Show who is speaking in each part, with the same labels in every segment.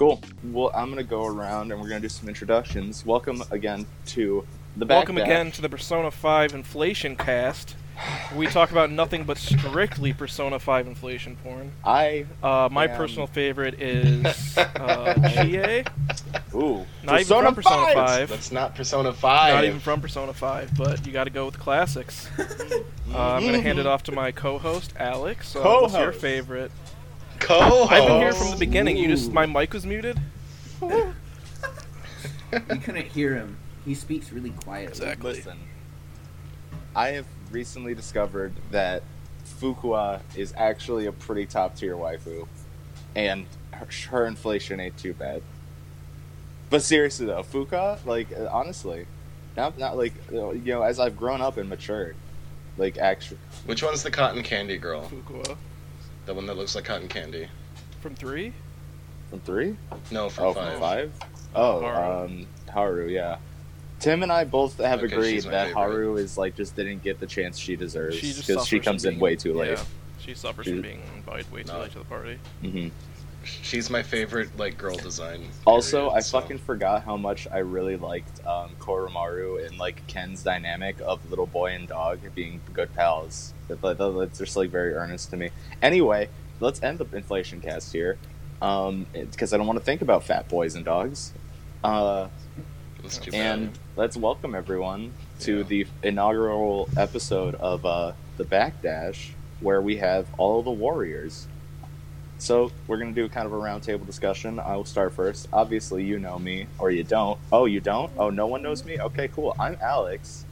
Speaker 1: well, I'm gonna go around and we're gonna do some introductions. Welcome again to the back
Speaker 2: Welcome
Speaker 1: Dash.
Speaker 2: again to the Persona 5 Inflation Cast. We talk about nothing but strictly Persona 5 inflation porn.
Speaker 1: I
Speaker 2: Uh, my
Speaker 1: Um,
Speaker 2: personal favorite is uh, GA.
Speaker 1: ooh
Speaker 2: Not even from Persona 5.
Speaker 3: That's not Persona
Speaker 2: Not even
Speaker 3: 5.
Speaker 2: from Persona 5, but you got to go with classics. Uh, I'm gonna hand it off to my co-host Alex. Uh, what's your
Speaker 1: Mm-hmm. Co-host.
Speaker 2: favorite?
Speaker 3: Co
Speaker 2: I've been here from the beginning. You just my mic was muted.
Speaker 4: You couldn't hear him. He speaks really quietly.
Speaker 2: Exactly.
Speaker 1: Listen, I have recently discovered that Fukua is actually a pretty top tier waifu, and her, her inflation ain't too bad. But seriously though, Fuka, like uh, honestly, not not like uh, you know, as I've grown up and matured, like actually,
Speaker 3: Which one's the cotton candy girl?
Speaker 2: Fukua
Speaker 3: The one that looks like cotton candy?
Speaker 2: from three.
Speaker 1: from three.
Speaker 3: No, from
Speaker 1: Oh,
Speaker 3: five.
Speaker 1: from five? Oh,
Speaker 2: Haru.
Speaker 1: um, Haru, yeah. Tim and I both have
Speaker 3: Okay,
Speaker 1: agreed
Speaker 3: she's my
Speaker 1: that
Speaker 3: favorite.
Speaker 1: Haru is like just didn't get the chance she deserves
Speaker 2: She just
Speaker 1: because she
Speaker 2: suffers
Speaker 1: comes
Speaker 2: from
Speaker 1: in
Speaker 2: being-
Speaker 1: way too late.
Speaker 2: Yeah, she suffers
Speaker 1: She-
Speaker 2: from being invited way too
Speaker 3: No.
Speaker 2: late to the party.
Speaker 1: hmm
Speaker 3: She's my favorite like girl design.
Speaker 1: Also,
Speaker 3: period,
Speaker 1: I
Speaker 3: so-
Speaker 1: fucking forgot how much I really liked um, Koromaru and like Ken's dynamic of little boy and dog being good pals. That- that- that- That's just like very earnest to me. Anyway, let's end the inflation cast here because I don't want to think about fat boys and dogs. Uh,
Speaker 3: That's too
Speaker 1: And
Speaker 3: bad.
Speaker 1: let's welcome everyone to
Speaker 3: Yeah.
Speaker 1: the inaugural episode of uh, the Backdash, where we have all the warriors. So we're gonna do kind of a roundtable discussion. I will start first. Obviously, you know me, or you don't. Oh, you don't. Oh, no one knows me. Okay, cool. I'm Alex.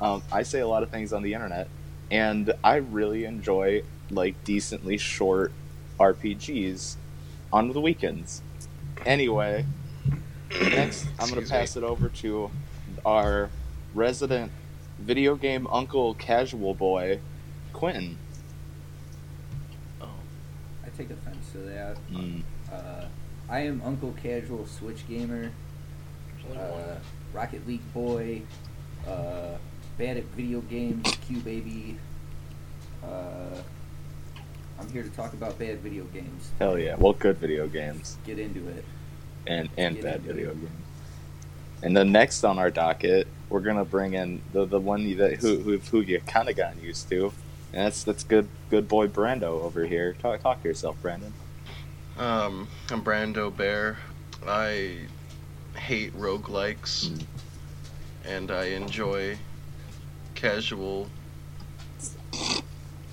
Speaker 1: Um, I say a lot of things on the internet, and I really enjoy like decently short RPGs on the weekends. Anyway, next I'm gonna
Speaker 3: Excuse
Speaker 1: pass it over to our resident video game uncle casual boy, Quentin.
Speaker 2: Oh,
Speaker 4: I take offense to that.
Speaker 1: Mm.
Speaker 4: Uh, I am Uncle Casual Switch Gamer, uh, Rocket League Boy, uh, bad at video games, Q Baby. Uh, I'm here to talk about bad video games.
Speaker 1: Hell yeah! Well, good video games
Speaker 4: Get into it.
Speaker 1: and and
Speaker 4: Yeah,
Speaker 1: bad
Speaker 4: yeah.
Speaker 1: video games. And then next on our docket, we're gonna bring in the the one you- that who who, who you kind of gotten used to, and that's that's good good boy Brando over here. Talk talk to yourself, Brandon.
Speaker 3: Um, I'm Brando Bear. I hate roguelikes.
Speaker 1: Mm.
Speaker 3: And I enjoy casual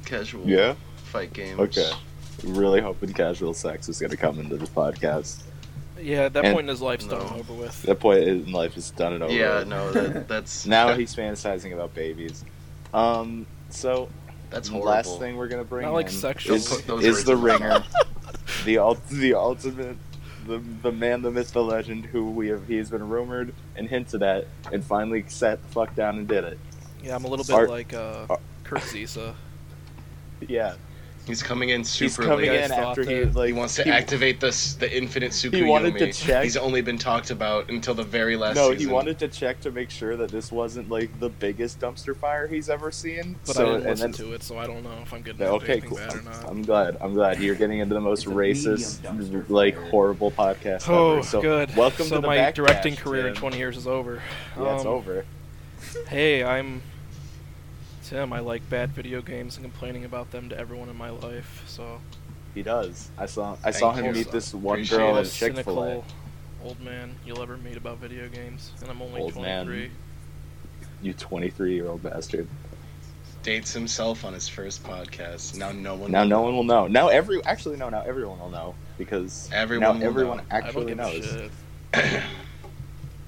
Speaker 3: casual fight games.
Speaker 1: Okay. Really hoping casual sex is gonna come into this podcast.
Speaker 2: Yeah, at that
Speaker 1: And-
Speaker 2: point in his life's
Speaker 3: No.
Speaker 2: done over with.
Speaker 1: That point in life is done and over.
Speaker 3: Yeah,
Speaker 1: with.
Speaker 3: no, that, that's
Speaker 1: Now he's fantasizing about babies. Um, so
Speaker 3: that's
Speaker 1: the
Speaker 3: horrible.
Speaker 1: last thing we're gonna bring
Speaker 2: Not like
Speaker 1: in
Speaker 2: sexual.
Speaker 1: is,
Speaker 3: Put those
Speaker 1: is the
Speaker 3: words in my
Speaker 1: ringer, the ult- the ultimate, the the man, the myth, the legend, who we have he's been rumored and hinted at, and finally sat the fuck down and did it.
Speaker 2: Yeah, I'm a little bit
Speaker 1: Art-
Speaker 2: like uh,
Speaker 1: Art-
Speaker 2: Kurt Zisa.
Speaker 1: Yeah,
Speaker 3: He's coming in super
Speaker 1: he's coming
Speaker 3: late.
Speaker 2: late.
Speaker 1: in
Speaker 2: I
Speaker 1: after
Speaker 2: thought
Speaker 1: he
Speaker 2: that
Speaker 1: like
Speaker 3: He wants to
Speaker 1: he-
Speaker 3: activate this the infinite Sukuyomi.
Speaker 1: wanted to check-
Speaker 3: He's only been talked about until the very last
Speaker 1: No,
Speaker 3: season.
Speaker 1: he wanted to check to make sure that this wasn't like the biggest dumpster fire he's ever seen.
Speaker 2: But
Speaker 1: so
Speaker 2: I didn't
Speaker 1: and
Speaker 2: listen
Speaker 1: then
Speaker 2: to it, so I don't know if I'm good
Speaker 1: No,
Speaker 2: enough to do
Speaker 1: okay,
Speaker 2: anything
Speaker 1: cool.
Speaker 2: bad or not.
Speaker 1: I'm glad. I'm glad you're getting into the most
Speaker 4: It's a medium
Speaker 1: racist,
Speaker 4: dumpster
Speaker 1: like
Speaker 4: fire.
Speaker 1: horrible podcast
Speaker 2: Oh,
Speaker 1: ever. So
Speaker 2: good.
Speaker 1: Welcome
Speaker 2: so
Speaker 1: to the
Speaker 2: my
Speaker 1: Backdash,
Speaker 2: directing career in
Speaker 1: Tim.
Speaker 2: 20 years is over.
Speaker 1: Yeah, it's
Speaker 2: Um,
Speaker 1: over.
Speaker 2: Hey, I'm Tim. I like bad video games and complaining about them to everyone in my life. So
Speaker 1: He does. I saw. I saw
Speaker 3: Thank
Speaker 1: him
Speaker 3: you.
Speaker 1: meet this one
Speaker 3: Appreciate
Speaker 1: girl
Speaker 3: it.
Speaker 1: at
Speaker 2: most
Speaker 1: Chick Fil A.
Speaker 2: cynical old man you'll ever meet about video games, and I'm only
Speaker 1: Old man.
Speaker 2: 23.
Speaker 1: You 23 year old bastard.
Speaker 3: dates himself on his first podcast. Now no one.
Speaker 1: Now no one will know. Now every actually no. Now everyone will know because
Speaker 3: Everyone
Speaker 1: now
Speaker 3: will
Speaker 1: everyone
Speaker 3: know.
Speaker 2: I don't
Speaker 1: actually
Speaker 2: give a
Speaker 1: knows.
Speaker 2: shit.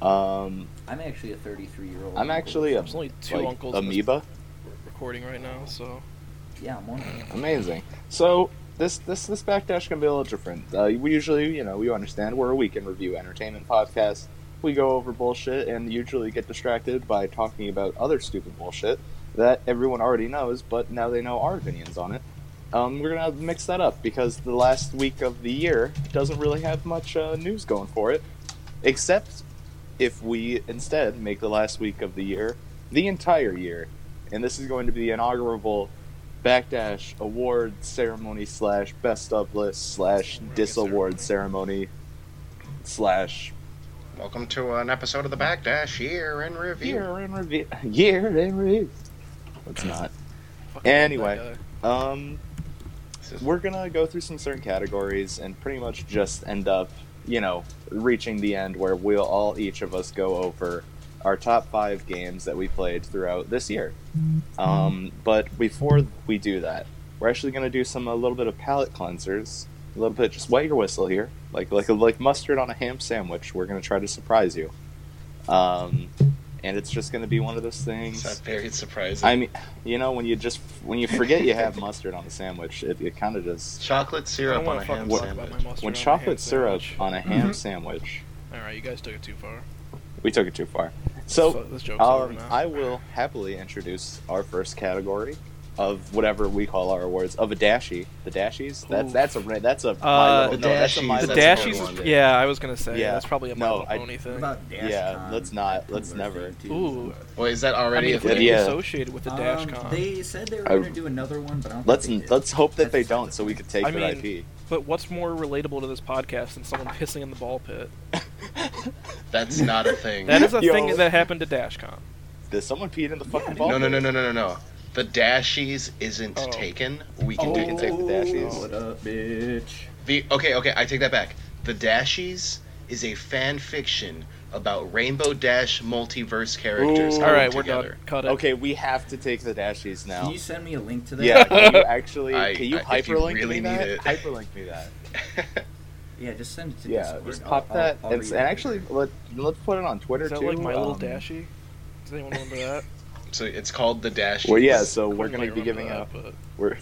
Speaker 1: Um,
Speaker 4: I'm actually a 33 year old.
Speaker 1: I'm actually a
Speaker 2: There's only two
Speaker 1: like,
Speaker 2: uncles in this
Speaker 1: amoeba.
Speaker 2: recording right now, so
Speaker 4: Yeah, I'm one. of them.
Speaker 1: Amazing. So this this this backdash can be a little different. Uh, we usually, you know, you understand we're a weekend review entertainment podcast. We go over bullshit and usually get distracted by talking about other stupid bullshit that everyone already knows, but now they know our opinions on it. Um, we're gonna mix that up because the last week of the year doesn't really have much uh, news going for it, except if we instead make the last week of the year the entire year, and this is going to be the inaugural Backdash award ceremony slash best of list slash disaward ceremony slash
Speaker 3: Welcome to an episode of the Backdash Year in Review.
Speaker 1: year in review. Year in review. It's not.
Speaker 2: Fucking love
Speaker 1: Anyway.
Speaker 2: that guy.
Speaker 1: Um,
Speaker 3: This is-
Speaker 1: we're gonna go through some certain categories and pretty much just end up, you know, reaching the end where we'll all each of us go over our top five games that we played throughout this year. Um, but before we do that, we're actually gonna do some a little bit of palate cleansers, a little bit just wet your whistle here, like like like mustard on a ham sandwich. We're gonna try to surprise you, um, and it's just gonna be one of those
Speaker 3: It's
Speaker 1: things.
Speaker 3: not very surprising.
Speaker 1: I mean, you know, when you just when you forget you have mustard on a sandwich, it, it kind of just
Speaker 3: chocolate
Speaker 2: I
Speaker 3: syrup
Speaker 2: don't
Speaker 3: on a
Speaker 2: want to
Speaker 3: ham
Speaker 2: fucking talk about my
Speaker 3: sandwich.
Speaker 2: mustard.
Speaker 1: when
Speaker 2: on a ham
Speaker 1: chocolate syrup
Speaker 2: sandwich.
Speaker 1: on a ham sandwich.
Speaker 2: All right, you guys took it too far.
Speaker 1: We took it too far. So
Speaker 2: Fuck, this joke's over
Speaker 1: um,
Speaker 2: now.
Speaker 1: I will happily introduce our first category of whatever we call our awards of a dashi. The dashies. That's
Speaker 2: Ooh.
Speaker 1: that's a ra- that's a
Speaker 2: Uh,
Speaker 1: Little-
Speaker 3: The
Speaker 1: no, that's a
Speaker 3: dashies,
Speaker 1: My
Speaker 2: the
Speaker 3: that's
Speaker 1: Little
Speaker 3: a
Speaker 1: Pony.
Speaker 2: dashies.
Speaker 3: one.
Speaker 2: Is, yeah, I was gonna say
Speaker 1: Yeah.
Speaker 2: that's probably a
Speaker 1: No,
Speaker 2: Marvel
Speaker 1: I-
Speaker 2: Pony
Speaker 4: What
Speaker 2: thing.
Speaker 4: about Dash
Speaker 1: Yeah, let's not- let's never.
Speaker 2: Ooh,
Speaker 3: Wait, is that
Speaker 2: I
Speaker 3: already
Speaker 2: mean,
Speaker 3: a
Speaker 2: it's
Speaker 3: thing?
Speaker 2: getting
Speaker 1: Yeah.
Speaker 2: associated with the Dash Con.
Speaker 4: Um, They said they were
Speaker 1: I-
Speaker 4: going to do another one, but I don't
Speaker 1: Let's
Speaker 4: think they did.
Speaker 1: let's hope that they
Speaker 4: That's-
Speaker 1: don't, so we could take
Speaker 2: I
Speaker 1: the
Speaker 2: mean-
Speaker 1: IP.
Speaker 2: But what's more relatable to this podcast than someone pissing in the ball pit?
Speaker 3: That's not a thing.
Speaker 2: That is a
Speaker 1: Yo.
Speaker 2: thing that happened to DashCon.
Speaker 1: Did someone pee in the fucking
Speaker 4: dude.
Speaker 1: ball?
Speaker 3: no, no, no, no, no, no, no. The dashies isn't
Speaker 2: Oh.
Speaker 3: taken. We can
Speaker 1: Oh.
Speaker 3: take
Speaker 1: can
Speaker 3: it.
Speaker 1: take the dashies.
Speaker 4: What up, bitch?
Speaker 3: The okay, okay, I take that back. The dashies is a fan fiction about Rainbow Dash multiverse characters.
Speaker 1: Ooh.
Speaker 2: All
Speaker 3: coming
Speaker 2: right, we're
Speaker 3: together.
Speaker 2: done. Cut it.
Speaker 1: Okay, we have to take the dashies now.
Speaker 4: Can you send me a link to that?
Speaker 1: Yeah, can you actually
Speaker 3: I-
Speaker 1: can you
Speaker 3: I- if you
Speaker 1: hyperlink
Speaker 3: really
Speaker 1: me
Speaker 3: need
Speaker 1: that?
Speaker 3: it.
Speaker 1: Hyperlink me that.
Speaker 4: Yeah, just send it to
Speaker 1: Yeah,
Speaker 4: Discord.
Speaker 1: just
Speaker 4: I'll-
Speaker 1: pop
Speaker 4: I'll-
Speaker 1: that.
Speaker 4: I'll
Speaker 1: it's,
Speaker 4: read
Speaker 1: and
Speaker 4: it
Speaker 1: actually,
Speaker 4: later.
Speaker 1: let let's put it on Twitter
Speaker 2: Is that
Speaker 1: too.
Speaker 2: like my little
Speaker 1: um,
Speaker 2: dashy? Does anyone remember that?
Speaker 3: so it's called the dashies.
Speaker 1: Well, yeah. So we're
Speaker 2: Couldn't
Speaker 1: gonna
Speaker 2: really
Speaker 1: be
Speaker 2: remember
Speaker 1: giving
Speaker 2: that,
Speaker 1: out.
Speaker 2: but-
Speaker 1: We're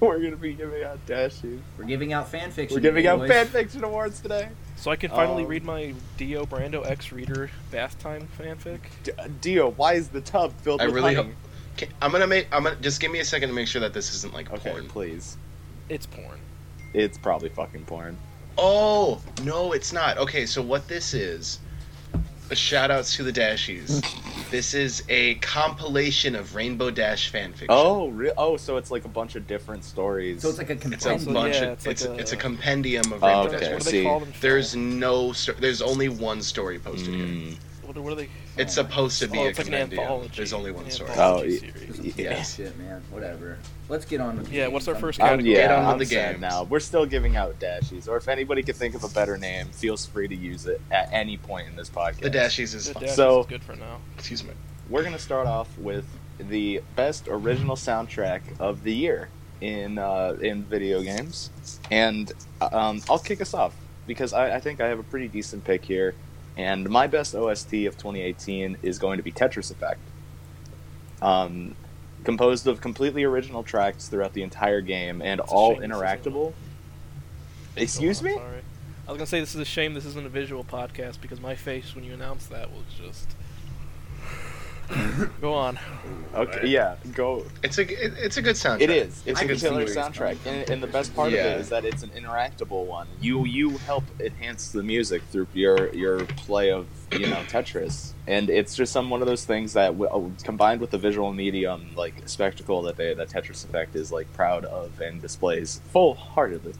Speaker 1: we're gonna be giving out dashies.
Speaker 4: We're giving out fan fiction.
Speaker 1: We're giving out
Speaker 4: boys.
Speaker 1: fanfiction awards today.
Speaker 2: So I can finally
Speaker 1: Um,
Speaker 2: read my Dio Brando X Reader bath time fanfic.
Speaker 1: D- Dio, why is the tub filled
Speaker 3: I
Speaker 1: with
Speaker 3: really
Speaker 1: honey?
Speaker 3: Okay, I'm gonna make. I'm gonna just give me a second to make sure that this isn't like
Speaker 1: Okay,
Speaker 3: porn.
Speaker 1: please.
Speaker 2: It's porn.
Speaker 1: It's probably fucking porn.
Speaker 3: Oh no, it's not. Okay, so what this is? Shout outs to the dashies. this is a compilation of Rainbow Dash fanfiction.
Speaker 1: Oh, re- oh, so it's like a bunch of different stories.
Speaker 4: So it's like a
Speaker 3: It's a
Speaker 2: Also,
Speaker 4: compendium.
Speaker 3: bunch
Speaker 2: yeah,
Speaker 3: of
Speaker 2: it's
Speaker 3: it's,
Speaker 2: like
Speaker 3: it's, a,
Speaker 2: a-
Speaker 3: compendium of
Speaker 1: Oh,
Speaker 3: Rainbow
Speaker 1: okay,
Speaker 2: What do
Speaker 3: Dash.
Speaker 2: they
Speaker 1: see.
Speaker 2: call them?
Speaker 3: There's no sto- there's only one story posted here.
Speaker 1: Mm.
Speaker 2: What, what are they?
Speaker 3: It's supposed to be
Speaker 2: oh,
Speaker 3: a
Speaker 2: it's like an
Speaker 3: compendium.
Speaker 2: anthology.
Speaker 3: There's only one
Speaker 2: An
Speaker 3: story.
Speaker 1: Oh,
Speaker 2: anthology
Speaker 1: y-
Speaker 2: series.
Speaker 1: y-
Speaker 4: Yeah,
Speaker 3: Yes.
Speaker 4: shit, man. Whatever. Let's get on with the
Speaker 2: Yeah,
Speaker 4: games.
Speaker 2: what's our
Speaker 4: I'm-
Speaker 2: first
Speaker 1: Um,
Speaker 2: category?
Speaker 1: yeah,
Speaker 3: Get on
Speaker 1: I'm
Speaker 3: with the
Speaker 1: sad
Speaker 3: games.
Speaker 1: now. We're still giving out dashies, or if anybody could think of a better name, feels free to use it at any point in this podcast.
Speaker 3: The dashies is
Speaker 2: The
Speaker 3: fun.
Speaker 2: Dash
Speaker 1: So-
Speaker 2: is good for now.
Speaker 3: Excuse me.
Speaker 1: We're gonna start off with the best original soundtrack of the year in uh, in video games, and um, I'll kick us off because I, I think I have a pretty decent pick here, and my best OST of 2018 is going to be Tetris Effect. Um, composed of completely original tracks throughout the entire game and
Speaker 2: It's a
Speaker 1: all
Speaker 2: shame this isn't
Speaker 1: interactable. Excuse
Speaker 2: Oh, I'm
Speaker 1: me?
Speaker 2: Sorry. I was gonna say this is a shame. This isn't a visual podcast because my face when you announced that was just. Go on.
Speaker 1: Okay, yeah, go.
Speaker 3: It's a it, it's a good soundtrack.
Speaker 1: It is. It's
Speaker 3: It's
Speaker 1: a
Speaker 3: a good
Speaker 1: killer
Speaker 4: series.
Speaker 1: soundtrack, and, and the best part of
Speaker 3: Yeah.
Speaker 1: it is that it's an interactable one. You you help enhance the music through your your play of you know Tetris, and it's just some one of those things that w- uh, combined with the visual medium like spectacle that they that Tetris Effect is like proud of and displays full heartedly.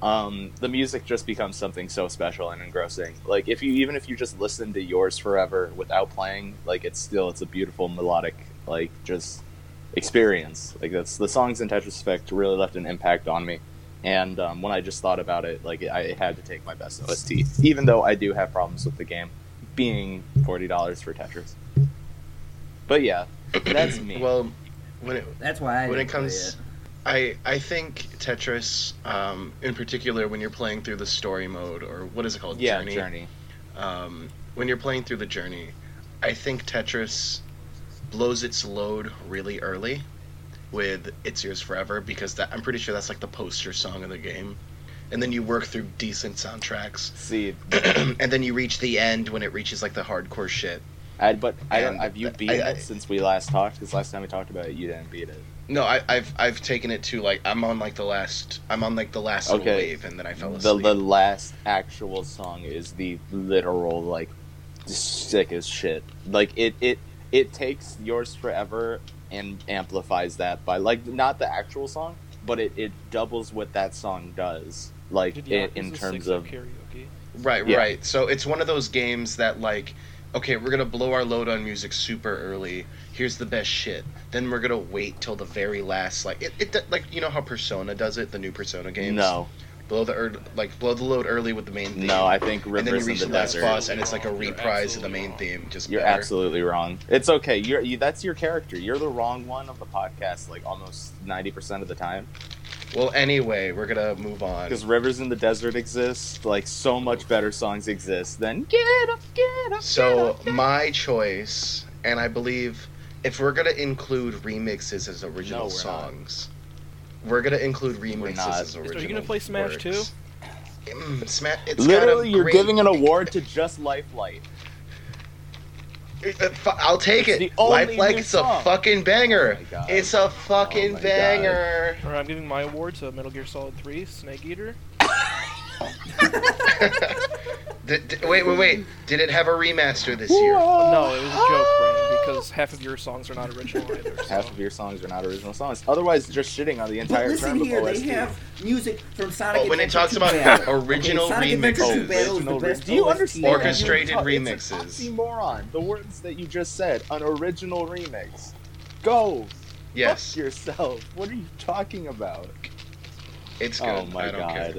Speaker 1: Um, the music just becomes something so special and engrossing. Like if you even if you just listen to yours forever without playing, like it's still it's a beautiful melodic like just experience. Like that's the songs in Tetris Effect really left an impact on me. And um, when I just thought about it, like I it had to take my best OST, even though I do have problems with the game being forty dollars for Tetris. But yeah, that's me.
Speaker 3: Well, when it
Speaker 4: That's why I
Speaker 3: when it
Speaker 4: didn't play
Speaker 3: comes I, I think Tetris, um, in particular, when you're playing through the story mode or what is it called,
Speaker 1: yeah,
Speaker 3: Journey.
Speaker 1: journey.
Speaker 3: Um, when you're playing through the journey, I think Tetris blows its load really early with "It's Yours Forever" because that I'm pretty sure that's like the poster song of the game, and then you work through decent soundtracks,
Speaker 1: See,
Speaker 3: and then you reach the end when it reaches like the hardcore shit.
Speaker 1: I, but I
Speaker 3: And
Speaker 1: have you
Speaker 3: I-
Speaker 1: beaten
Speaker 3: I-
Speaker 1: it since we last talked? Because last time we talked about it, you didn't beat it.
Speaker 3: No, I, I've I've taken it to like I'm on like the last I'm on like the last little
Speaker 1: Okay.
Speaker 3: wave, and then I fell
Speaker 1: The
Speaker 3: asleep.
Speaker 1: the last actual song is the literal like sick as shit. Like it it it takes yours forever and amplifies that by like not the actual song, but it, it doubles what that song does. Like
Speaker 2: Did
Speaker 1: in,
Speaker 2: Yakuza
Speaker 1: in
Speaker 2: 6
Speaker 1: terms of
Speaker 2: have karaoke.
Speaker 3: Right,
Speaker 1: Yeah.
Speaker 3: right. So it's one of those games that like, okay, we're gonna blow our load on music super early. Here's the best shit. Then we're gonna wait till the very last. Like it, it like you know how Persona does it, the new Persona games.
Speaker 1: No,
Speaker 3: Blow the ear like blow the load early with the main theme.
Speaker 1: no, I think
Speaker 3: and then you
Speaker 1: Rivers in
Speaker 3: reach
Speaker 1: the
Speaker 3: the last
Speaker 1: Desert.
Speaker 3: boss, and it's like a
Speaker 5: You're
Speaker 3: reprise of the
Speaker 5: absolutely
Speaker 3: main
Speaker 5: wrong.
Speaker 3: theme. Just
Speaker 1: You're
Speaker 3: better.
Speaker 1: absolutely wrong. It's okay. You're you, that's your character. You're the wrong one of the podcast, like almost ninety percent of the time.
Speaker 3: Well, anyway, we're gonna move on.
Speaker 1: Because rivers in the desert exist, like so much better songs exist than get up, get up.
Speaker 3: So my choice, and I believe if we're gonna include remixes as original
Speaker 1: we're not.
Speaker 3: songs, we're gonna include remixes
Speaker 1: not.
Speaker 3: as
Speaker 2: you
Speaker 3: original.
Speaker 2: gonna play Smash
Speaker 3: works.
Speaker 2: too?
Speaker 3: Mm, Smash. It's
Speaker 1: literally,
Speaker 3: got a
Speaker 1: you're
Speaker 3: great-
Speaker 1: giving an award to just Lifelight.
Speaker 3: Uh, fu- I'll take
Speaker 1: It's
Speaker 3: it.
Speaker 1: the only
Speaker 3: Life like
Speaker 1: new
Speaker 3: it's
Speaker 1: song.
Speaker 3: a fucking banger.
Speaker 1: Oh my God.
Speaker 3: It's a
Speaker 1: Oh
Speaker 3: fucking
Speaker 1: my God.
Speaker 3: banger.
Speaker 2: Alright, I'm giving my award to Metal Gear Solid 3, Snake Eater.
Speaker 3: Did- did- wait, wait, wait. Did it have a remaster this year?
Speaker 2: No, it was a joke, Brandon, because half of your songs are not original either. So.
Speaker 1: Half of your songs are not original songs. Otherwise, you're just shitting on the
Speaker 4: But
Speaker 1: entire
Speaker 4: listen
Speaker 1: term of
Speaker 4: here, they
Speaker 1: OST.
Speaker 4: have music from Sonic.
Speaker 3: Oh, when it
Speaker 4: Adventure
Speaker 3: talks
Speaker 4: 2
Speaker 3: about
Speaker 4: Battle.
Speaker 3: original
Speaker 4: okay, Sonic Adventure 2
Speaker 3: remixes.
Speaker 4: Battle is the
Speaker 1: Oh, Original
Speaker 4: best
Speaker 1: remixes. Do you
Speaker 4: OST
Speaker 1: understand?
Speaker 4: ever.
Speaker 3: Orchestrated
Speaker 1: It's an
Speaker 3: remixes.
Speaker 1: oxymoron. The words that you just said, an original remix. Go.
Speaker 3: Yes,
Speaker 1: Fuck yourself. What are you talking about?
Speaker 3: it's good.
Speaker 1: Oh my
Speaker 3: I don't
Speaker 1: god.
Speaker 3: care.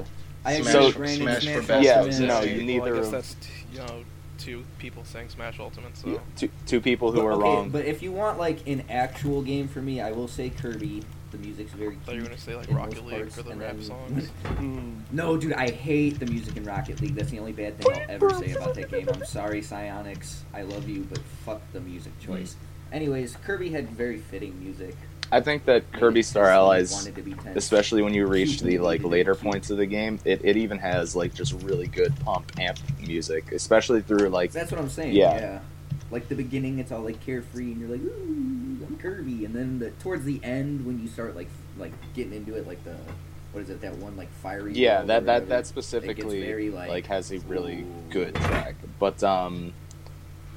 Speaker 4: I agree
Speaker 1: So-
Speaker 4: with Brandon,
Speaker 3: Smash for
Speaker 4: Smash
Speaker 3: best
Speaker 1: Yeah,
Speaker 4: Ultimate.
Speaker 1: no,
Speaker 2: Well,
Speaker 1: you neither
Speaker 2: I guess
Speaker 1: of-
Speaker 2: that's t- you know two people saying Smash Ultimate. So
Speaker 1: You- Two, two people who
Speaker 4: But-
Speaker 1: are
Speaker 4: okay,
Speaker 1: wrong.
Speaker 4: But if you want like an actual game for me, I will say Kirby. The music's very.
Speaker 2: thought you were
Speaker 4: cute
Speaker 2: gonna say like
Speaker 4: in
Speaker 2: Rocket
Speaker 4: most
Speaker 2: League
Speaker 4: parts,
Speaker 2: for the
Speaker 4: and
Speaker 2: rap
Speaker 4: then-
Speaker 2: songs.
Speaker 4: No, dude, I hate the music in Rocket League. That's the only bad thing I'll ever say about that game. I'm sorry, Psionics. I love you, but fuck the music choice. Anyways, Kirby had very fitting music.
Speaker 1: I think that Kirby
Speaker 4: Made it
Speaker 1: Star
Speaker 4: tense when you
Speaker 1: Allies
Speaker 4: wanted to be tense.
Speaker 1: especially when you reach the like
Speaker 4: Mhm.
Speaker 1: later points of the game it, it even has like just really good pump amp music especially through like
Speaker 4: That's what I'm saying. Yeah.
Speaker 1: Yeah.
Speaker 4: Like the beginning, it's all like carefree, and you're like, "Ooh, I'm Kirby," and then the, towards the end, when you start like like getting into it, like the what is it? That one like fiery.
Speaker 1: yeah
Speaker 4: world
Speaker 1: that
Speaker 4: or
Speaker 1: that
Speaker 4: whatever,
Speaker 1: that
Speaker 4: it gets
Speaker 1: specifically
Speaker 4: very,
Speaker 1: like,
Speaker 4: like,
Speaker 1: has a really
Speaker 4: ooh.
Speaker 1: good track but um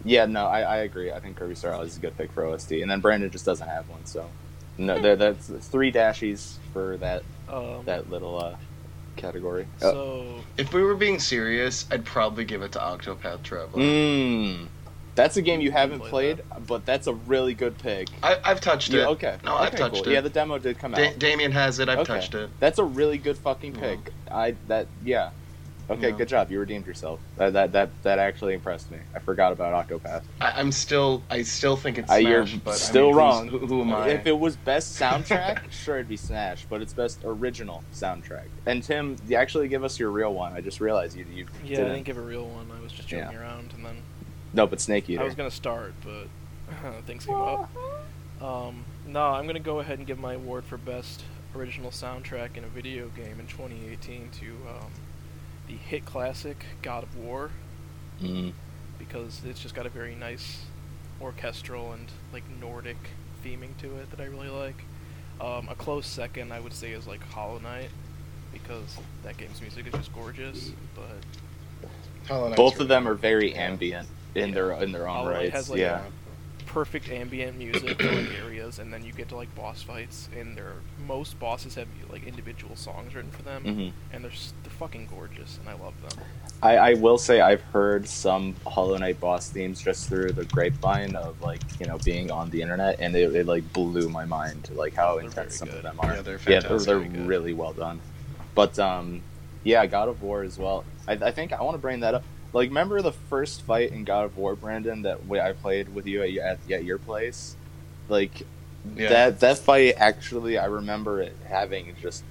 Speaker 1: yeah no I, I agree i think kirby star allies is a good pick for ost and then brandon just doesn't have one so no there, that's three dashies for that
Speaker 2: Um,
Speaker 1: that little uh category Uh,
Speaker 2: so
Speaker 3: If we were being serious, I'd probably give it to Octopath Traveler.
Speaker 1: mm, that's a game you haven't
Speaker 2: Played
Speaker 1: played but that's a really good pick
Speaker 3: I, I've touched
Speaker 1: Yeah,
Speaker 3: it.
Speaker 1: okay.
Speaker 3: No,
Speaker 1: okay,
Speaker 3: I've touched
Speaker 1: cool.
Speaker 3: it.
Speaker 1: Yeah, the demo did come
Speaker 3: Da-
Speaker 1: out.
Speaker 3: Damien has it. I've
Speaker 1: Okay.
Speaker 3: touched it.
Speaker 1: That's a really good fucking
Speaker 3: Hmm.
Speaker 1: pick. I that yeah. Okay,
Speaker 3: Yeah.
Speaker 1: good job. You redeemed yourself. That, that that that actually impressed me. I forgot about Octopath.
Speaker 3: I, I'm still. I still think it's
Speaker 1: Uh,
Speaker 3: Smash.
Speaker 1: you're
Speaker 3: but I
Speaker 1: still
Speaker 3: mean, who's-
Speaker 1: wrong.
Speaker 3: Who, who am I?
Speaker 1: If it was best soundtrack, sure it'd be Smash, but it's best original soundtrack. And Tim, you actually give us your real one. I just realized you you
Speaker 2: yeah, I
Speaker 1: didn't.
Speaker 2: didn't give a real one. I was just joking around, and then
Speaker 1: No, but Snake Eater.
Speaker 2: I was gonna start, but things came up. Um, no, I'm gonna go ahead and give my award for best original soundtrack in a video game in 2018 to um, the hit classic God of War
Speaker 1: Mm.
Speaker 2: because it's just got a very nice orchestral and like Nordic theming to it that I really like. Um, a close second, I would say, is like Hollow Knight because that game's music is just gorgeous. But
Speaker 3: Hollow Knight's
Speaker 1: Both of
Speaker 3: really
Speaker 1: them
Speaker 3: good.
Speaker 1: are very
Speaker 3: Yeah.
Speaker 1: ambient in their in their own
Speaker 2: Hollow Knight
Speaker 1: rights.
Speaker 2: has, like,
Speaker 1: yeah.
Speaker 2: perfect ambient music for like areas, and then you get to like boss fights, and their most bosses have like individual songs written for them,
Speaker 1: hmm
Speaker 2: and they're s- they're fucking gorgeous, and I love them.
Speaker 1: I, I will say I've heard some Hollow Knight boss themes just through the grapevine of like you know being on the internet, and it, it like blew my mind like how
Speaker 2: They're very
Speaker 1: intense some
Speaker 2: good.
Speaker 1: of them
Speaker 3: Yeah,
Speaker 1: are.
Speaker 3: they're
Speaker 1: Yeah,
Speaker 3: fantastic.
Speaker 1: they're, they're
Speaker 2: Very good.
Speaker 1: really well done. But um, yeah, God of War as well. I, I think I want to bring that up. Like, remember the first fight in God of War, Brandon, that we, I played with you at, at, at your place? Like
Speaker 3: Yeah.
Speaker 1: that that fight actually, I remember it having just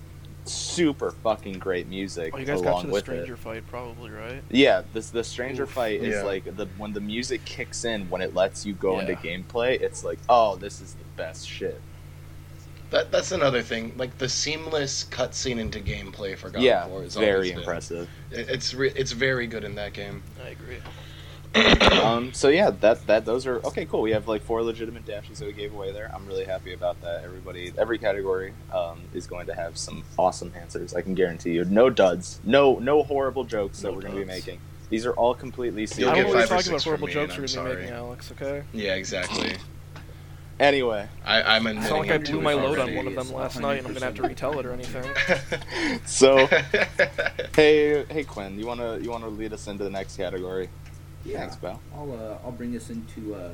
Speaker 1: super fucking great music
Speaker 2: Oh, you guys
Speaker 1: along
Speaker 2: got to the
Speaker 1: with it.
Speaker 2: stranger fight probably, right?
Speaker 1: Yeah, this the stranger
Speaker 2: Oof.
Speaker 1: fight is
Speaker 3: Yeah.
Speaker 1: like the when the music kicks in when it lets you go into
Speaker 2: Yeah.
Speaker 1: gameplay, it's like, oh, this is the best shit.
Speaker 3: That, that's another thing. Like the seamless cutscene into gameplay for God
Speaker 1: yeah,
Speaker 3: of War is
Speaker 1: very
Speaker 3: always been-
Speaker 1: impressive.
Speaker 3: It- It's re- it's very good in that game.
Speaker 2: I agree.
Speaker 1: um, so yeah, that that those are okay. Cool. We have like four legitimate dashes that we gave away there. I'm really happy about that. Everybody, every category um, is going to have some awesome answers. I can guarantee you. No duds. No no horrible jokes that
Speaker 2: No
Speaker 1: we're going to be
Speaker 2: duds.
Speaker 1: making. These are all completely
Speaker 3: You'll
Speaker 2: I
Speaker 1: serious.
Speaker 3: get
Speaker 2: don't
Speaker 3: five
Speaker 2: really
Speaker 3: or
Speaker 2: talk
Speaker 3: six
Speaker 2: about
Speaker 3: from
Speaker 2: horrible
Speaker 3: me,
Speaker 2: jokes
Speaker 3: and
Speaker 2: you're
Speaker 3: I'm
Speaker 2: making, Alex. Okay.
Speaker 3: Yeah, exactly.
Speaker 1: Anyway,
Speaker 3: I, I'm
Speaker 2: It's
Speaker 3: admitting
Speaker 2: not like I
Speaker 3: it
Speaker 2: blew
Speaker 3: to
Speaker 2: my
Speaker 3: it
Speaker 2: load on
Speaker 3: already.
Speaker 2: one of them last night and I'm gonna have to retell it or anything.
Speaker 1: so hey, hey Quinn, you wanna you wanna lead us into the next category?
Speaker 6: Yeah.
Speaker 1: Thanks, pal.
Speaker 6: I'll uh, I'll bring this into uh,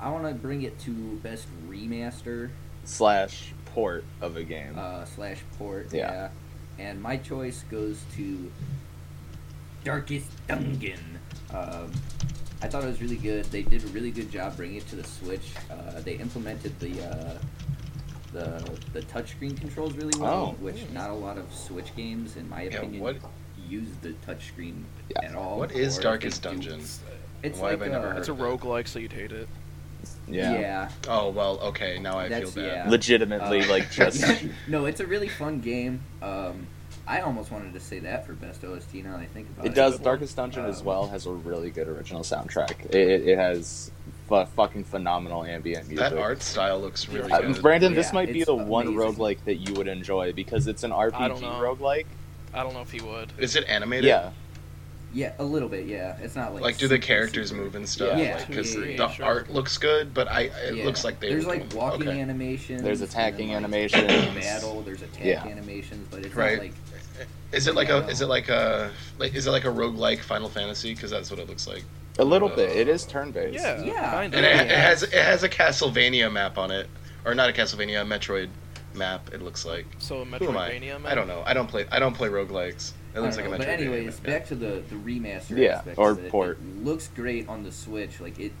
Speaker 6: I want to bring it to best remaster
Speaker 1: Slash port of a game.
Speaker 6: uh, slash port.
Speaker 1: Yeah.
Speaker 6: And my choice goes to Darkest Dungeon. Um, I thought it was really good. They did a really good job bringing it to the Switch. Uh, they implemented the uh, the the touchscreen controls really well,
Speaker 1: Oh.
Speaker 6: which not a lot of Switch games, in my
Speaker 3: Yeah,
Speaker 6: opinion,
Speaker 3: what-
Speaker 6: use the touchscreen
Speaker 1: Yeah.
Speaker 6: at all.
Speaker 3: what is
Speaker 6: or if
Speaker 3: Darkest
Speaker 6: they do-
Speaker 3: Dungeon?
Speaker 6: It's
Speaker 3: Why have
Speaker 6: like
Speaker 3: I never
Speaker 6: uh,
Speaker 3: heard
Speaker 2: It's a roguelike, so you'd hate it.
Speaker 1: yeah.
Speaker 6: yeah.
Speaker 3: Oh well, okay. Now I
Speaker 6: That's-
Speaker 3: feel
Speaker 6: yeah.
Speaker 3: bad.
Speaker 1: Legitimately,
Speaker 6: Uh,
Speaker 1: like just
Speaker 6: no, it's a really fun game. Um, I almost wanted to say that for best OST now that I think about it.
Speaker 1: It does. Darkest Dungeon as
Speaker 6: Um,
Speaker 1: well has a really good original soundtrack. It, it, it has f- fucking phenomenal ambient music.
Speaker 3: That art style looks really
Speaker 1: Uh,
Speaker 3: good.
Speaker 1: Brandon, this
Speaker 6: Yeah,
Speaker 1: might be
Speaker 6: it's
Speaker 1: the one
Speaker 6: amazing.
Speaker 1: roguelike that you would enjoy because it's an RPG
Speaker 2: I don't know.
Speaker 1: roguelike.
Speaker 2: I don't know if he would.
Speaker 3: Is it animated?
Speaker 1: Yeah.
Speaker 6: Yeah, a little bit. Yeah, it's not like
Speaker 3: Like, do the
Speaker 6: super,
Speaker 3: characters
Speaker 6: super-
Speaker 3: move and stuff?
Speaker 1: Yeah.
Speaker 3: Like, because
Speaker 2: Yeah, yeah,
Speaker 3: the
Speaker 2: yeah, sure.
Speaker 3: art looks good, but I it
Speaker 6: Yeah.
Speaker 3: looks like they.
Speaker 6: there's
Speaker 3: were
Speaker 6: like
Speaker 3: doing-
Speaker 6: walking
Speaker 3: okay.
Speaker 6: animations.
Speaker 1: There's attacking
Speaker 6: and then, like,
Speaker 1: animations.
Speaker 6: Battle. There's attack
Speaker 1: Yeah.
Speaker 6: animations, but it's
Speaker 3: Right.
Speaker 6: not like
Speaker 3: Is it like
Speaker 6: Yeah.
Speaker 3: a? Is it like a? Like, is it like a roguelike Final Fantasy? Because that's what it looks like.
Speaker 1: A little
Speaker 3: Uh,
Speaker 1: bit. It is turn based.
Speaker 2: Yeah,
Speaker 6: Yeah.
Speaker 2: kinda.
Speaker 3: And it, it
Speaker 6: Yeah.
Speaker 3: has it has a Castlevania map on it, or not a Castlevania, a Metroid map. It looks like.
Speaker 2: So a
Speaker 3: Who am I?
Speaker 2: Metroidvania.
Speaker 3: I don't know. I don't play. I don't play roguelikes. It
Speaker 6: I
Speaker 3: looks like
Speaker 6: don't
Speaker 3: a
Speaker 6: know,
Speaker 3: Metroidvania.
Speaker 6: but anyways,
Speaker 3: map.
Speaker 6: back to the the remaster.
Speaker 1: Yeah,
Speaker 6: aspect
Speaker 1: or
Speaker 6: of it. It
Speaker 1: port.
Speaker 6: looks great on the Switch. Like it,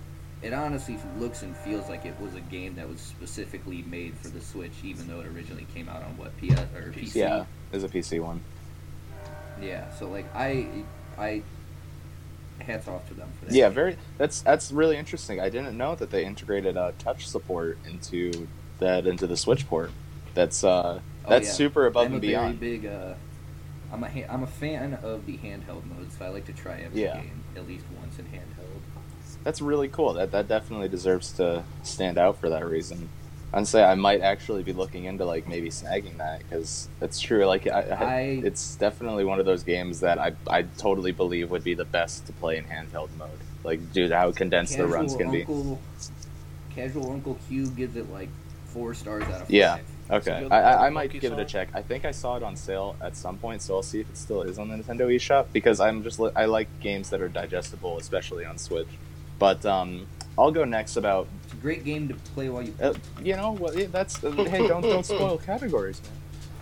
Speaker 6: it honestly looks and feels like it was a game that was specifically made for the Switch, even though it originally came out on what PS or PC.
Speaker 1: Yeah. Is a PC one.
Speaker 6: Yeah. So like I, I, hats off to them for that.
Speaker 1: Yeah, very. That's that's really interesting. I didn't know that they integrated uh, touch support into that into the Switch port. That's uh,
Speaker 6: Oh,
Speaker 1: that's
Speaker 6: yeah.
Speaker 1: super above
Speaker 6: I'm
Speaker 1: and
Speaker 6: a
Speaker 1: beyond.
Speaker 6: very big. Uh, I'm a ha- I'm a fan of the handheld mode, so I like to try every
Speaker 1: Yeah.
Speaker 6: game at least once in handheld.
Speaker 1: That's really cool. That that definitely deserves to stand out for that reason. I'd say I might actually be looking into like maybe snagging that because it's true. Like I, I,
Speaker 6: I-
Speaker 1: it's definitely one of those games that I I totally believe would be the best to play in handheld mode. Like, dude, how condensed the runs can be.
Speaker 6: Uncle, Casual Uncle Q gives it like four stars out of five.
Speaker 1: Yeah.
Speaker 2: It's
Speaker 1: Okay,
Speaker 2: a good
Speaker 1: I, I, I
Speaker 2: little
Speaker 1: might
Speaker 2: monkey
Speaker 1: give it a
Speaker 2: song.
Speaker 1: check. I think I saw it on sale at some point, so I'll see if it still is on the Nintendo eShop because I'm just li- I like games that are digestible, especially on Switch. But um, I'll go next about
Speaker 6: It's a great game to play while you.
Speaker 1: uh, you know what yeah, that's uh, hey don't don't spoil categories, man.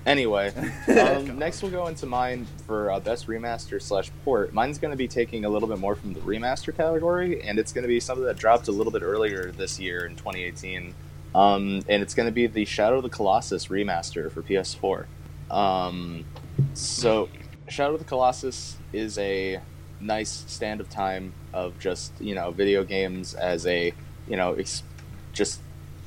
Speaker 1: Anyway,
Speaker 6: God.
Speaker 1: um, next we'll go into mine for uh, best remaster slash port. Mine's going to be taking a little bit more from the remaster category, and it's going to be something that dropped a little bit earlier this year in 2018. Um, and it's going to be the Shadow of the Colossus remaster for PS4. Um, so, Shadow of the Colossus is a nice stand of time of just you know video games as a you know ex- just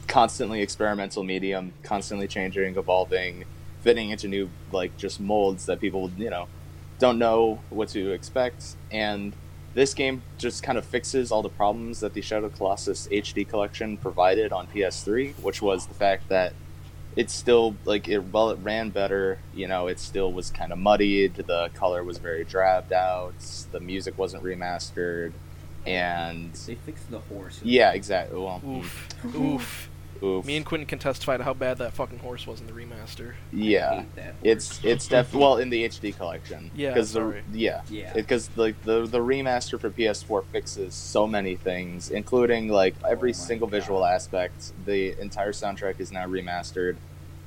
Speaker 1: constantly experimental medium, constantly changing, evolving fitting into new like just molds that people you know don't know what to expect and this game just kind of fixes all the problems that the Shadow Colossus HD collection provided on PS3, which was the fact that it still like it while it ran better, you know, it still was kind of muddied, the color was very drabbed out, the music wasn't remastered, and
Speaker 6: They fixed the horse.
Speaker 1: yeah, exactly. Well,
Speaker 2: Oof. Oof.
Speaker 1: oof.
Speaker 2: Me and Quentin can testify to how bad that fucking horse was in the remaster.
Speaker 6: I
Speaker 1: yeah,
Speaker 6: hate that horse.
Speaker 1: it's it's def well in the HD collection.
Speaker 2: Yeah,
Speaker 1: 'Cause the-
Speaker 2: sorry.
Speaker 1: yeah,
Speaker 6: yeah.
Speaker 1: because like the the remaster for PS4 fixes so many things, including like every
Speaker 6: Oh my
Speaker 1: single
Speaker 6: God.
Speaker 1: visual aspect. The entire soundtrack is now remastered,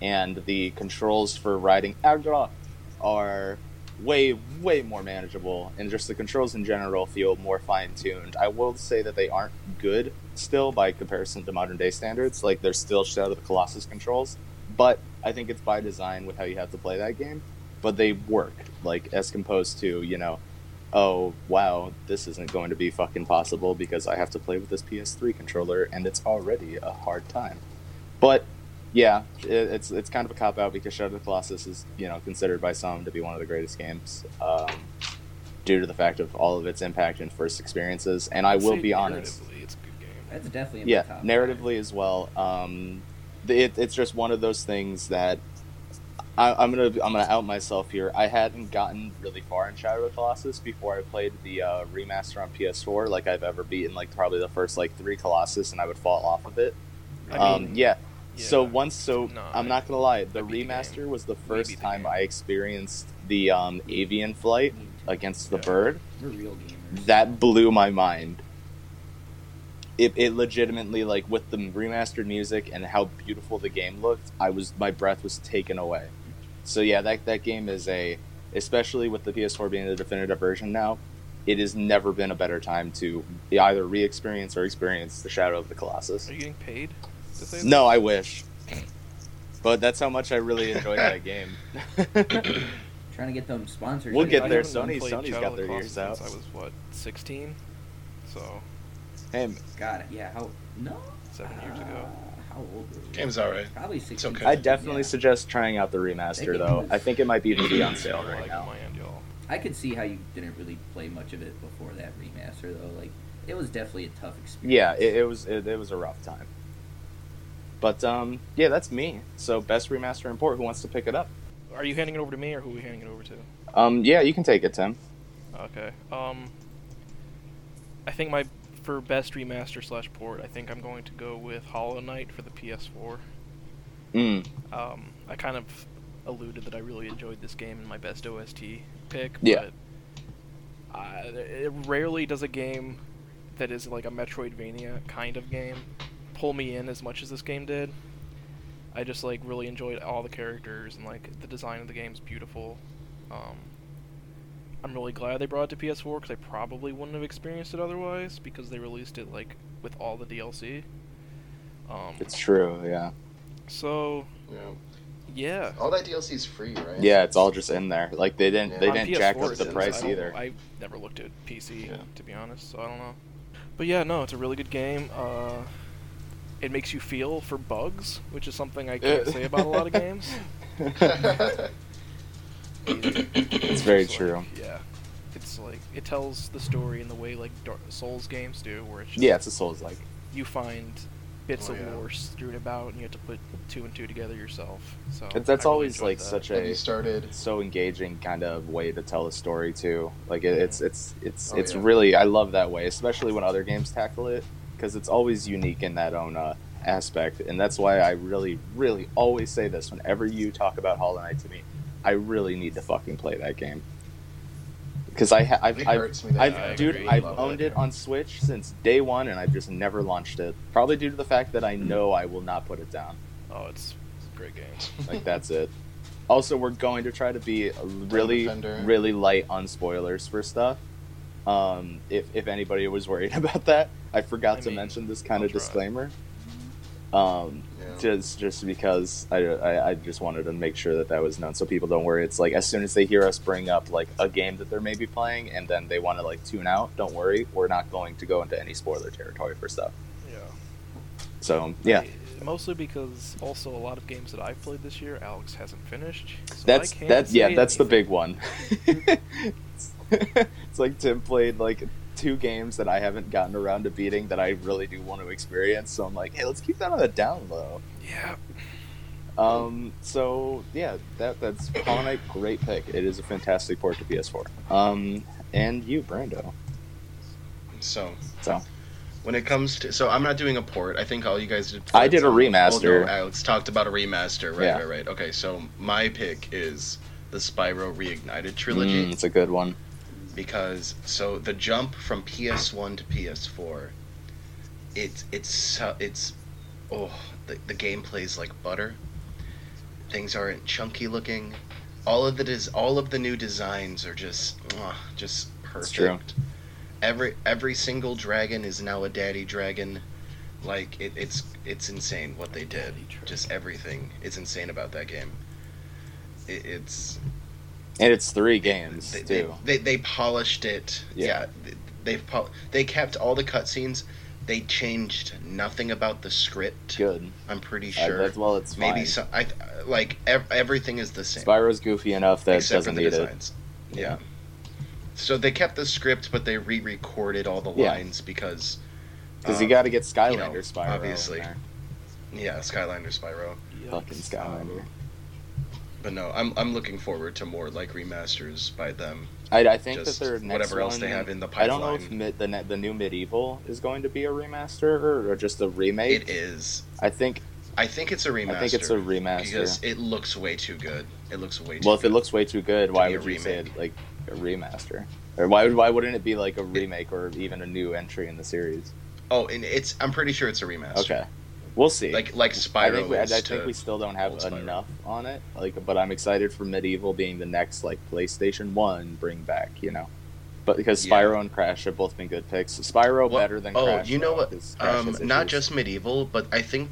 Speaker 1: and the controls for riding Agra are way way more manageable, and just the controls in general feel more fine tuned. I will say that they aren't good still by comparison to modern day standards. Like they're still Shadow of the Colossus controls, but I think it's by design with how you have to play that game. But they work like as opposed to you know oh wow this isn't going to be fucking possible because i have to play with this ps3 controller and it's already a hard time but yeah it, it's it's kind of a cop out because shadow of the colossus is you know considered by some to be one of the greatest games um, due to the fact of all of its impact and first experiences and i will
Speaker 2: Say
Speaker 1: be honest
Speaker 2: narratively, It's a good game.
Speaker 6: That's definitely in my
Speaker 1: yeah
Speaker 6: top five.
Speaker 1: narratively as well um the- it, it's just one of those things that I, i'm gonna i'm gonna out myself here i hadn't gotten really far in shadow of the colossus before i played the uh, remaster on ps4 like i've ever beaten like probably the first like three colossus and i would fall off of it
Speaker 2: I
Speaker 1: um,
Speaker 2: mean,
Speaker 1: yeah. So
Speaker 2: yeah,
Speaker 1: once, so
Speaker 2: no,
Speaker 1: I'm
Speaker 2: I-
Speaker 1: not gonna lie, the
Speaker 2: I beat the
Speaker 1: remaster
Speaker 2: game.
Speaker 1: was the
Speaker 2: beat
Speaker 1: first
Speaker 2: the
Speaker 1: time
Speaker 2: game. Mm-hmm.
Speaker 1: I experienced the um, avian flight against the
Speaker 2: Yeah.
Speaker 1: bird.
Speaker 4: We're real gamers.
Speaker 1: That blew my mind. It, it legitimately like with the remastered music and how beautiful the game looked. I was my breath was taken away. So yeah, that that game is a especially with the PS4 being the definitive version now. It has never been a better time to either re-experience or experience the Shadow of the Colossus.
Speaker 2: Are you getting paid? to say
Speaker 1: No, I wish. But that's how much I really enjoyed that game.
Speaker 4: Trying to get them sponsored.
Speaker 1: We'll
Speaker 2: that?
Speaker 1: get
Speaker 2: I
Speaker 1: there.
Speaker 2: haven't
Speaker 1: Sony-
Speaker 2: played
Speaker 1: Sony's
Speaker 2: Shadow
Speaker 1: got
Speaker 2: of the
Speaker 1: their
Speaker 2: Colossus
Speaker 1: ears out.
Speaker 2: Since I was what 16, so
Speaker 1: hey,
Speaker 4: God, yeah. How? No.
Speaker 2: seven years ago.
Speaker 4: Uh, how old were you?
Speaker 3: Game's alright.
Speaker 4: Probably six.
Speaker 3: okay.
Speaker 1: I definitely
Speaker 4: Yeah.
Speaker 1: suggest trying out the
Speaker 4: That
Speaker 1: remaster
Speaker 4: game
Speaker 1: though.
Speaker 4: was-
Speaker 1: I think it might even be on sale
Speaker 2: Well,
Speaker 1: right
Speaker 2: Uh, like
Speaker 1: now.
Speaker 2: my end, y'all.
Speaker 4: I could see how you didn't really play much of it before that remaster, though. Like, it was definitely a tough experience.
Speaker 1: Yeah, it, it was it, it was a rough time. But um, yeah, that's me. So best remaster and port. Who wants to pick it up?
Speaker 2: Are you handing it over to me or who are we handing it over to?
Speaker 1: Um, yeah, you can take it, Tim.
Speaker 2: Okay. Um, I think my for best remaster slash port, I think I'm going to go with Hollow Knight for the PS4.
Speaker 1: Mm,
Speaker 2: Um, I kind of alluded that I really enjoyed this game in my best OST pick,
Speaker 1: Yeah.
Speaker 2: but uh, it rarely does a game that is like a Metroidvania kind of game pull me in as much as this game did. I just like really enjoyed all the characters and like the design of the game's beautiful. Um, I'm really glad they brought it to PS4 because I probably wouldn't have experienced it otherwise because they released it like with all the DLC. Um,
Speaker 1: it's true. Yeah,
Speaker 2: so
Speaker 3: Yeah.
Speaker 2: yeah,
Speaker 3: All that DLC's free, right?
Speaker 1: yeah, it's all just in there. Like they didn't they
Speaker 3: Yeah.
Speaker 2: On
Speaker 1: didn't jack
Speaker 2: PS4
Speaker 1: up
Speaker 2: it
Speaker 1: the
Speaker 2: is. I
Speaker 1: price
Speaker 2: don't-
Speaker 1: either.
Speaker 2: I never looked at PC
Speaker 3: Yeah.
Speaker 2: to be honest, so I don't know. But yeah, no, it's a really good game. Uh, it makes you feel for bugs, which is something I can't say about a lot of games.
Speaker 1: It's very
Speaker 2: like,
Speaker 1: true.
Speaker 2: yeah, it's like it tells the story in the way like Dark Souls games do, where it's just,
Speaker 1: yeah, it's a Souls like.
Speaker 2: you find bits
Speaker 3: Oh,
Speaker 2: of
Speaker 3: yeah.
Speaker 2: lore strewn about, and you have to put two and two together yourself. So
Speaker 1: That's that's
Speaker 2: I really
Speaker 1: always
Speaker 2: enjoyed
Speaker 1: like
Speaker 2: that.
Speaker 1: such
Speaker 3: Have you
Speaker 1: a
Speaker 3: started?
Speaker 1: so engaging kind of way to tell a story too. Like it, it's it's it's
Speaker 3: Oh,
Speaker 1: it's
Speaker 3: yeah.
Speaker 1: really I love that way, especially when other games tackle it because it's always unique in that own uh, aspect, and that's why I really really always say this whenever you talk about Hollow Knight to me, I really need to fucking play that game because I ha- I've,
Speaker 3: It
Speaker 1: I've,
Speaker 3: hurts me that
Speaker 1: I've
Speaker 2: I
Speaker 3: I
Speaker 1: dude
Speaker 2: agree.
Speaker 1: I've
Speaker 3: love
Speaker 1: owned
Speaker 3: that
Speaker 1: it on Switch since day one, and I've just never launched it. Probably due to the fact that I
Speaker 3: Hmm.
Speaker 1: know I will not put it down.
Speaker 2: oh, it's, it's a great game.
Speaker 1: Like that's it. Also, we're going to try to be really,
Speaker 3: defender.
Speaker 1: really light on spoilers for stuff. Um, if if anybody was worried about that, I forgot
Speaker 2: I
Speaker 1: to
Speaker 2: mean,
Speaker 1: mention this kind
Speaker 2: I'll
Speaker 1: of
Speaker 2: try.
Speaker 1: disclaimer. Um,
Speaker 3: Mm-hmm. Yeah.
Speaker 1: just just because I, I I just wanted to make sure that that was known, so people don't worry. It's like as soon as they hear us bring up like a game that they're maybe playing, and then they want to like tune out. Don't worry, we're not going to go into any spoiler territory for stuff.
Speaker 2: Yeah.
Speaker 1: So yeah,
Speaker 2: I- Mostly because also a lot of games that I've played this year, Alex hasn't finished. So
Speaker 1: That's
Speaker 2: I can't
Speaker 1: that's yeah,
Speaker 2: say
Speaker 1: that's the
Speaker 2: anything.
Speaker 1: big one. it's like Tim played like two games that I haven't gotten around to beating that I really do want to experience. So I'm like, hey, let's keep that on the down low.
Speaker 2: Yeah,
Speaker 1: Um, so yeah, that that's Hollow Knight, great pick. It is a fantastic port to PS4. Um, and you, Brando.
Speaker 3: So
Speaker 1: So
Speaker 3: when it comes to, so I'm not doing a port. I think all you guys did.
Speaker 1: I did a
Speaker 3: ports.
Speaker 1: remaster.
Speaker 3: Oh, no, Alex talked about a remaster. Right,
Speaker 1: Yeah.
Speaker 3: right, right. Okay, so my pick is the Spyro Reignited
Speaker 1: mm,
Speaker 3: trilogy
Speaker 1: it's a good one.
Speaker 3: because so the jump from PS1 to PS4, it's it's so- it's, oh, the the gameplay's like butter. Things aren't chunky looking. All of the des- all of the new designs are just mwah, just
Speaker 1: It's true.
Speaker 3: perfect. Every every single dragon is now a daddy dragon. Like it, it's it's insane what they did.
Speaker 2: Daddy dragon.
Speaker 3: Just everything is insane about that game. It, it's
Speaker 1: And it's three games
Speaker 3: they, they,
Speaker 1: too.
Speaker 3: they, they polished it.
Speaker 1: Yeah.
Speaker 3: Yeah, th- they've pol- they kept all the cutscenes. They changed nothing about the script.
Speaker 1: Good.
Speaker 3: I'm pretty
Speaker 1: Uh,
Speaker 3: sure.
Speaker 1: that's, well, it's
Speaker 3: Maybe
Speaker 1: fine.
Speaker 3: some. I like ev- everything is the same
Speaker 1: Spyro's goofy enough that it
Speaker 3: except for
Speaker 1: doesn't
Speaker 3: the
Speaker 1: need it.
Speaker 3: designs. Yeah. So they kept the script, but they re-recorded all the
Speaker 1: Yeah.
Speaker 3: lines because
Speaker 1: Because
Speaker 3: um,
Speaker 1: you got to get Skylander Spyro. in
Speaker 3: obviously.
Speaker 1: there.
Speaker 3: yeah Skylander um, Spyro. Um,
Speaker 2: Yikes.
Speaker 1: Um, Fucking Skylander.
Speaker 3: But no, I'm I'm looking forward to more like remasters by them.
Speaker 1: I, I think
Speaker 3: Just
Speaker 1: that their next
Speaker 3: whatever else they
Speaker 1: one-
Speaker 3: have in the
Speaker 1: I don't know if
Speaker 3: pipeline.
Speaker 1: mid, the ne- the new medieval is going to be a remaster or, or just a remake.
Speaker 3: It is.
Speaker 1: I think
Speaker 3: I think it's a remaster.
Speaker 1: I think it's a remaster.
Speaker 3: because it looks way too good. It looks way too.
Speaker 1: well, if it
Speaker 3: good.
Speaker 1: looks way too good,
Speaker 3: to
Speaker 1: why
Speaker 3: be a
Speaker 1: would you say
Speaker 3: remake.
Speaker 1: it, like a remaster? Or why would why wouldn't it be like a remake or even a new entry in the series?
Speaker 3: oh, and it's. I'm pretty sure it's a remaster.
Speaker 1: Okay, we'll see.
Speaker 3: Like like
Speaker 1: I
Speaker 3: Spyro.
Speaker 1: think we, I
Speaker 3: is
Speaker 1: think
Speaker 3: to-
Speaker 1: we still don't have
Speaker 3: old Spyro.
Speaker 1: enough on it. Like, but I'm excited for Medieval being the next like PlayStation One bring back. You know, but because
Speaker 3: Yeah.
Speaker 1: Spyro and Crash have both been good picks. Spyro
Speaker 3: Well,
Speaker 1: better than
Speaker 3: oh,
Speaker 1: Crash.
Speaker 3: you know
Speaker 1: though,
Speaker 3: what,
Speaker 1: 'cause Crash
Speaker 3: um,
Speaker 1: has
Speaker 3: not
Speaker 1: issues.
Speaker 3: just medieval, but I think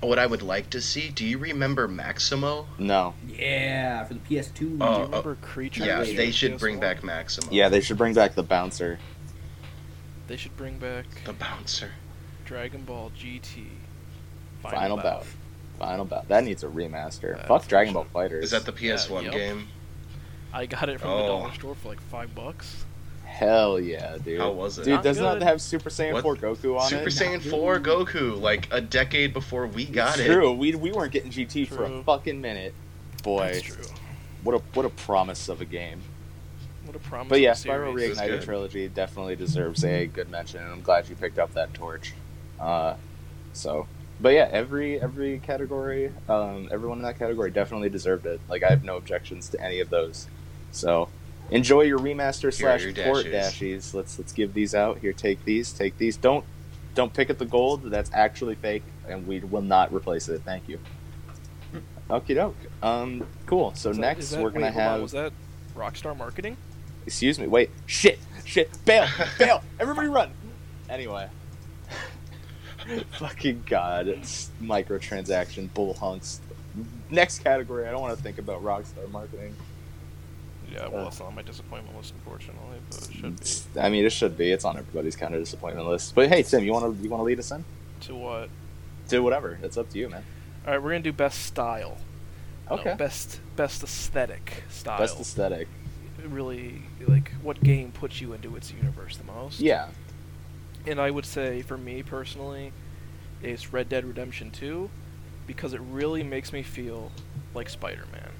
Speaker 3: what I would like to see. Do you remember Maximo?
Speaker 1: no.
Speaker 4: Yeah, for the PS2.
Speaker 2: Do you
Speaker 3: Oh,
Speaker 2: remember Creature?
Speaker 3: yeah,
Speaker 2: Feature
Speaker 3: they should
Speaker 2: PS1?
Speaker 3: bring back Maximo.
Speaker 1: Yeah, they should bring back the bouncer.
Speaker 2: They should bring back
Speaker 3: the bouncer.
Speaker 2: Dragon Ball GT.
Speaker 1: Final, bout. Final bout. That needs a remaster.
Speaker 2: That's
Speaker 1: Fuck Dragon
Speaker 2: awesome.
Speaker 1: Ball Fighters.
Speaker 3: Is that the PS1
Speaker 2: yep.
Speaker 3: game?
Speaker 2: I got it from
Speaker 3: Oh.
Speaker 2: the dollar store for like five bucks.
Speaker 1: Hell yeah, dude.
Speaker 3: How was it?
Speaker 1: Dude,
Speaker 2: Not
Speaker 1: does not
Speaker 2: good.
Speaker 1: have Super Saiyan
Speaker 3: What?
Speaker 1: 4 Goku on
Speaker 3: Super
Speaker 1: it.
Speaker 3: Saiyan 4 Goku, like a decade before we got
Speaker 1: it's
Speaker 3: it.
Speaker 1: True. We, we weren't getting GT for a
Speaker 2: True.
Speaker 1: fucking minute.
Speaker 2: That's
Speaker 1: Boy,
Speaker 2: true.
Speaker 1: what a what a promise of a game.
Speaker 2: What a promise.
Speaker 1: But yeah,
Speaker 2: of a
Speaker 1: Spyro
Speaker 2: series.
Speaker 3: It's good.
Speaker 1: Reignited trilogy definitely deserves a good mention, and I'm glad you picked up that torch. Uh, so, but yeah, every every category, um, everyone in that category definitely deserved it. Like I have no objections to any of those. So, enjoy your remaster
Speaker 3: Here are
Speaker 1: slash
Speaker 3: your
Speaker 1: port
Speaker 3: dashes.
Speaker 1: dashies. Let's let's give these out. Here, take these, take these. Don't don't pick at the gold. That's actually fake, and we will not replace it. Thank you. Okie doke. Um, cool. So
Speaker 2: Mm. Is that-
Speaker 1: next
Speaker 2: is that-
Speaker 1: we're gonna
Speaker 2: wait, hold on,
Speaker 1: have
Speaker 2: was that Rockstar Marketing?
Speaker 1: excuse me wait shit shit bail bail everybody run anyway fucking god it's microtransaction bull hunks next category i don't want to think about rockstar marketing
Speaker 2: Yeah,
Speaker 1: Uh.
Speaker 2: well, that's not on my disappointment list, unfortunately, but it should be.
Speaker 1: It's- i mean it should be it's on everybody's kind of disappointment list but hey tim you want to you want to lead us in
Speaker 2: To what?
Speaker 1: to whatever it's up to you man
Speaker 2: All right, we're gonna do best style. No,
Speaker 1: okay
Speaker 2: best best aesthetic style.
Speaker 1: best aesthetic
Speaker 2: really like what game puts you into its universe the most.
Speaker 1: yeah
Speaker 2: And I would say for me personally, it's Red Dead Redemption 2 because it really makes me feel like Spider-Man.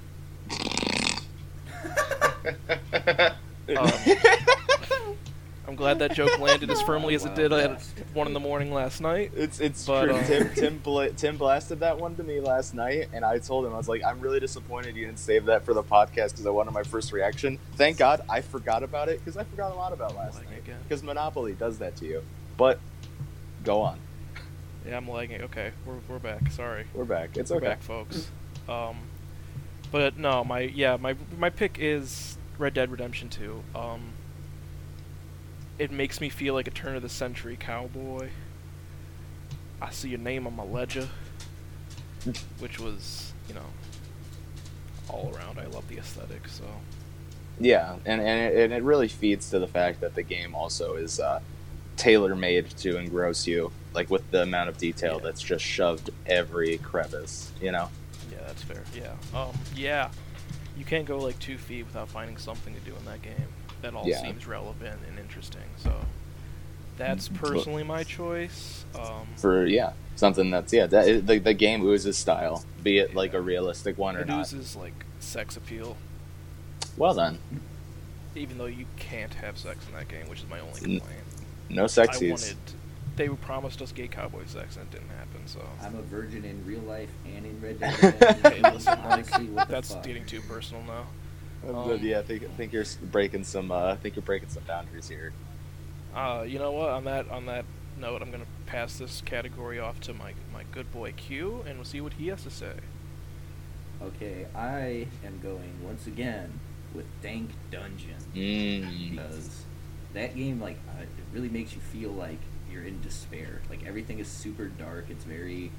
Speaker 2: Um, I'm glad that joke landed as firmly as it did at one in the morning last night.
Speaker 1: It's it's
Speaker 2: But,
Speaker 1: true.
Speaker 2: um,
Speaker 1: Tim Tim, bla- Tim blasted that one to me last night, and I told him I was like, I'm really disappointed you didn't save that for the podcast because I wanted my first reaction. Thank God I forgot about it because I forgot a lot about last
Speaker 2: Like
Speaker 1: night
Speaker 2: again.
Speaker 1: because Monopoly does that to you. But go on,
Speaker 2: Yeah, I'm lagging. Okay, we're, we're back. Sorry.
Speaker 1: we're back. It's
Speaker 2: We're
Speaker 1: okay.
Speaker 2: back, folks. Um, but no, my yeah, my my pick is Red Dead Redemption 2. Um, it makes me feel like a turn of the century cowboy. I see your name on my ledger, which was you know all around. I love the aesthetic, so
Speaker 1: Yeah, and and it, and it really feeds to the fact that the game also is uh, tailor made to engross you, like with the amount of detail
Speaker 2: Yeah.
Speaker 1: that's just shoved every crevice. You know.
Speaker 2: yeah, that's fair. Yeah. Um, yeah, you can't go like two feet without finding something to do in that game that all
Speaker 1: Yeah.
Speaker 2: seems relevant and interesting. So. That's
Speaker 1: Well-
Speaker 2: personally my choice. Um,
Speaker 1: Mm, for yeah something that's yeah that, the, the game oozes style be it like a realistic one or
Speaker 2: It
Speaker 1: not
Speaker 2: oozes like sex appeal,
Speaker 1: well then
Speaker 2: even though you can't have sex in that game, which is my only
Speaker 1: Mm,
Speaker 2: complaint.
Speaker 1: no
Speaker 2: I
Speaker 1: sexies
Speaker 2: wanted. They promised us gay cowboy sex, and it didn't happen. So
Speaker 1: Ah,
Speaker 4: I'm a virgin in real life and in Red Dead.
Speaker 1: Okay,
Speaker 4: Redemption.
Speaker 2: listen, like,
Speaker 4: Honestly, what the
Speaker 2: that's
Speaker 4: fuck?
Speaker 2: getting too personal now. um,
Speaker 1: Uh, yeah I think, I think you're s- breaking some uh, I think you're breaking some boundaries here
Speaker 2: Uh, you know what? On that on that note, I'm gonna pass this category off to my my good boy Q, and we'll see what he has to say.
Speaker 4: Okay, I am going once again with Dank Dungeon.
Speaker 1: mm.
Speaker 4: because that game like uh, it really makes you feel like you're in despair. Like everything is super dark. It's very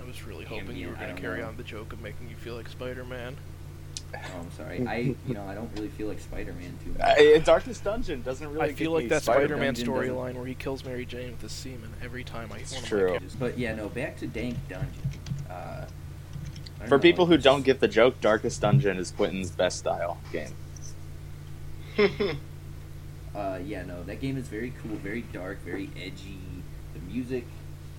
Speaker 2: I was really
Speaker 4: Damn
Speaker 2: hoping you
Speaker 4: you,
Speaker 2: were
Speaker 4: I
Speaker 2: gonna
Speaker 4: don't
Speaker 2: carry
Speaker 4: know.
Speaker 2: on the joke of making you feel like Spider-Man.
Speaker 4: oh, I'm sorry. I you know I don't really feel like Spider-Man too
Speaker 1: Uh,
Speaker 4: much.
Speaker 1: in Darkness Dungeon doesn't really
Speaker 2: I feel
Speaker 1: give
Speaker 2: like
Speaker 1: me
Speaker 2: that
Speaker 1: Spider-Man.
Speaker 2: Spider-Man,
Speaker 4: Dungeon doesn't-
Speaker 2: storyline where he kills Mary Jane with his semen every time I.
Speaker 1: It's
Speaker 2: one of my
Speaker 1: true.
Speaker 2: characters-
Speaker 4: But yeah, no. Back to Dank Dungeon. Uh, I don't
Speaker 1: for
Speaker 4: know,
Speaker 1: people who
Speaker 4: it's
Speaker 1: don't
Speaker 4: just-
Speaker 1: get the joke Darkest Dungeon is Quentin's best style game
Speaker 4: Uh, yeah, no. That game is very cool, very dark, very edgy. The music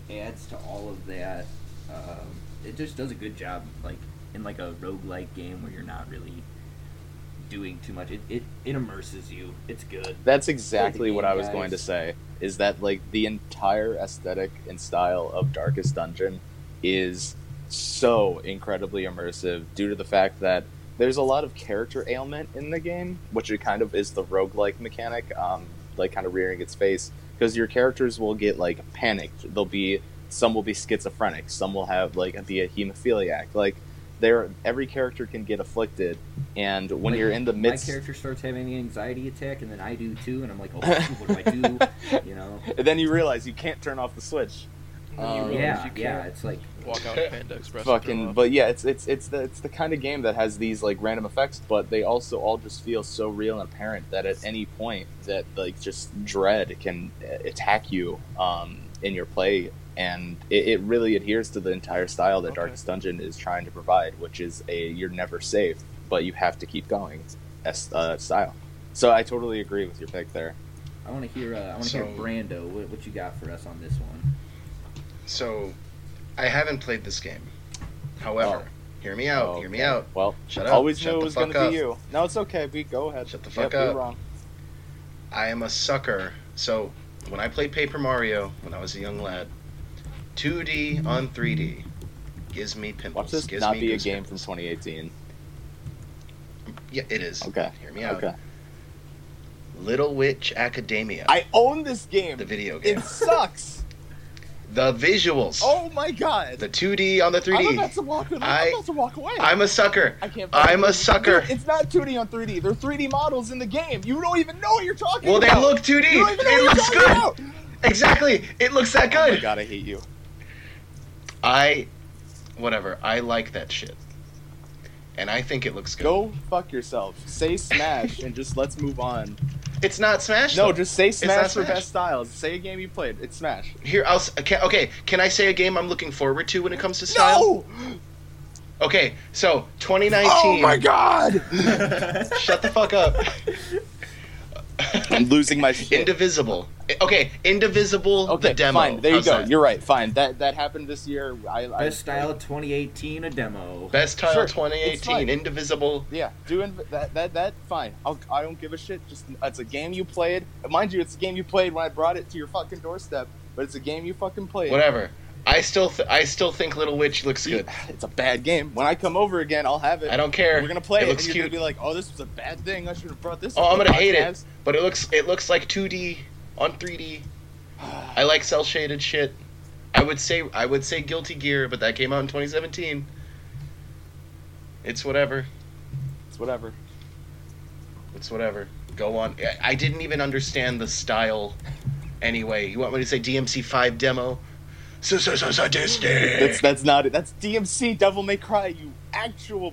Speaker 4: adds to all of that. Um, it just does a good job. Like in like a roguelike game where you're not really doing too much. It it, it immerses you. It's good.
Speaker 1: That's exactly
Speaker 4: game,
Speaker 1: what I was
Speaker 4: guys.
Speaker 1: going to say. Is that like the entire aesthetic and style of Darkest Dungeon is so incredibly immersive due to the fact that there's a lot of character ailment in the game, which it kind of is the roguelike mechanic, um, like kind of rearing its face, because your characters will get like panicked. They'll be some will be schizophrenic, some will have like be a hemophiliac. Like there, every character can get afflicted, and when
Speaker 4: Like,
Speaker 1: you're in the midst,
Speaker 4: My character starts having an anxiety attack, and then I do too, and I'm like, oh, what do I do? You know?
Speaker 1: and then you realize you can't turn off the switch.
Speaker 2: And then you
Speaker 1: Um,
Speaker 2: realize
Speaker 4: yeah,
Speaker 2: you can't
Speaker 4: yeah. It's like
Speaker 2: walk out of Panda Express. and throw
Speaker 1: fucking
Speaker 2: up.
Speaker 1: but yeah it's it's it's the it's the kind of game that has these like random effects but they also all just feel so real and apparent that at any point that like just dread can uh, attack you um in your play and it, it really adheres to the entire style that
Speaker 2: Okay.
Speaker 1: darkest dungeon is trying to provide which is a you're never safe but you have to keep going as uh, style so i totally agree with your pick there
Speaker 4: I want to hear. Uh, I want to hear
Speaker 3: So-
Speaker 4: Brando. What, what you got for us on this one?
Speaker 3: So, I haven't played this game. However, hear me out. Oh, Hear me
Speaker 1: Oh. Okay.
Speaker 3: out.
Speaker 1: well
Speaker 3: Shut up.
Speaker 1: always
Speaker 3: Shut
Speaker 1: knew
Speaker 3: the
Speaker 1: it was going
Speaker 3: fuck
Speaker 1: to
Speaker 3: up.
Speaker 1: be you no it's okay we go ahead
Speaker 3: Shut the
Speaker 1: Yep,
Speaker 3: fuck
Speaker 1: you're
Speaker 3: up.
Speaker 1: wrong
Speaker 3: I am a sucker. So, when I played Paper Mario when I was a young lad, 2D on 3D gives me pimples.
Speaker 1: watch this
Speaker 3: gives
Speaker 1: not
Speaker 3: me
Speaker 1: be a
Speaker 3: goosebumps.
Speaker 1: game from 2018
Speaker 3: Yeah, it is.
Speaker 1: okay
Speaker 3: Hear me out.
Speaker 1: Okay.
Speaker 3: Little Witch Academia,
Speaker 1: I own this game.
Speaker 3: the video game.
Speaker 1: It sucks.
Speaker 3: The visuals.
Speaker 1: Oh my god.
Speaker 3: The 2D on the
Speaker 1: I'm
Speaker 3: 3D.
Speaker 1: about to walk. I'm
Speaker 3: I-
Speaker 1: about to walk away.
Speaker 3: I'm a sucker.
Speaker 1: I can't.
Speaker 3: I'm a sucker.
Speaker 1: Dude, it's not 2D on 3D. They're 3D models in the game. You don't even know what you're talking
Speaker 3: Well, they
Speaker 1: about.
Speaker 3: look 2D.
Speaker 1: You don't even know what
Speaker 3: It
Speaker 1: you're
Speaker 3: looks
Speaker 1: talking
Speaker 3: good.
Speaker 1: about.
Speaker 3: Exactly. It looks that
Speaker 1: Oh my
Speaker 3: good.
Speaker 1: god, I hate you.
Speaker 3: I, whatever. I like that shit, and I think it looks good.
Speaker 1: Go fuck yourself. Say Smash and just let's move on.
Speaker 3: It's not Smash.
Speaker 1: No,
Speaker 3: though.
Speaker 1: just say
Speaker 3: not
Speaker 1: Smash for
Speaker 3: Smash.
Speaker 1: best styles. Say a game you played. It's Smash.
Speaker 3: here. I'll. s- Okay, okay. Can I say a game I'm looking forward to when it comes to style?
Speaker 1: No.
Speaker 3: Okay. So 2019.
Speaker 1: Oh my god.
Speaker 3: Shut the fuck up.
Speaker 1: I'm losing my shit.
Speaker 3: Indivisible. Okay, Indivisible.
Speaker 1: Okay,
Speaker 3: Oh, the demo.
Speaker 1: fine. There you
Speaker 3: How's
Speaker 1: go.
Speaker 3: that?
Speaker 1: You're right. Fine. That that happened this year. I, I
Speaker 4: Best style 2018, a demo.
Speaker 3: Best title
Speaker 1: Sure, it's
Speaker 3: 2018.
Speaker 1: fine.
Speaker 3: Indivisible.
Speaker 1: Yeah, doing that that that fine. I'll, I don't give a shit. Just it's a game you played. Mind you, it's a game you played when I brought it to your fucking doorstep. But it's a game you fucking played.
Speaker 3: Whatever. I still. Th- I still think Little Witch looks good.
Speaker 1: It's a bad game. When I come over again, I'll have it.
Speaker 3: I don't care.
Speaker 1: We're gonna play
Speaker 3: It
Speaker 1: it.
Speaker 3: looks
Speaker 1: and you're
Speaker 3: cute.
Speaker 1: gonna be like, oh, this was a bad thing. I should have brought this.
Speaker 3: Oh,
Speaker 1: up
Speaker 3: I'm
Speaker 1: on
Speaker 3: gonna
Speaker 1: the
Speaker 3: hate it.
Speaker 1: podcast."
Speaker 3: But it looks it looks like 2D on 3D. I like cell shaded shit. I would say I would say Guilty Gear, but that came out in 2017. It's whatever.
Speaker 1: It's whatever.
Speaker 3: It's whatever. Go on. I- I didn't even understand the style. Anyway, you want me to say DMC5 demo? So so so sadistic.
Speaker 1: That's that's not it. That's DMC Devil May Cry. You actual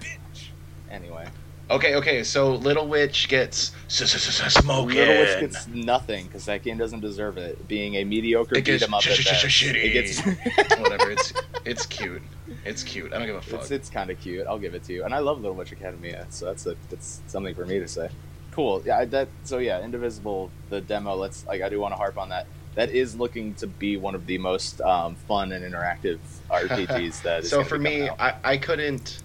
Speaker 1: bitch. Anyway,
Speaker 3: Okay, okay. So Little Witch gets so so so so smoking.
Speaker 1: Little Witch gets nothing because that game doesn't deserve it. Being a mediocre
Speaker 3: It
Speaker 1: beat
Speaker 3: gets
Speaker 1: 'em up at
Speaker 3: sh- sh- sh-
Speaker 1: best.
Speaker 3: shitty.
Speaker 1: It gets.
Speaker 3: whatever. It's it's cute. It's cute. I don't give a fuck.
Speaker 1: It's it's kind of cute. I'll give it to you. And I love Little Witch Academia, so that's a that's something for me to say. Cool. Yeah. I, that. So yeah, Indivisible, the demo. Let's like I do want to harp on that. That is looking to be one of the most um, fun and interactive RPGs that. Is
Speaker 3: so
Speaker 1: gonna
Speaker 3: for
Speaker 1: be
Speaker 3: me,
Speaker 1: coming out.
Speaker 3: I, I couldn't,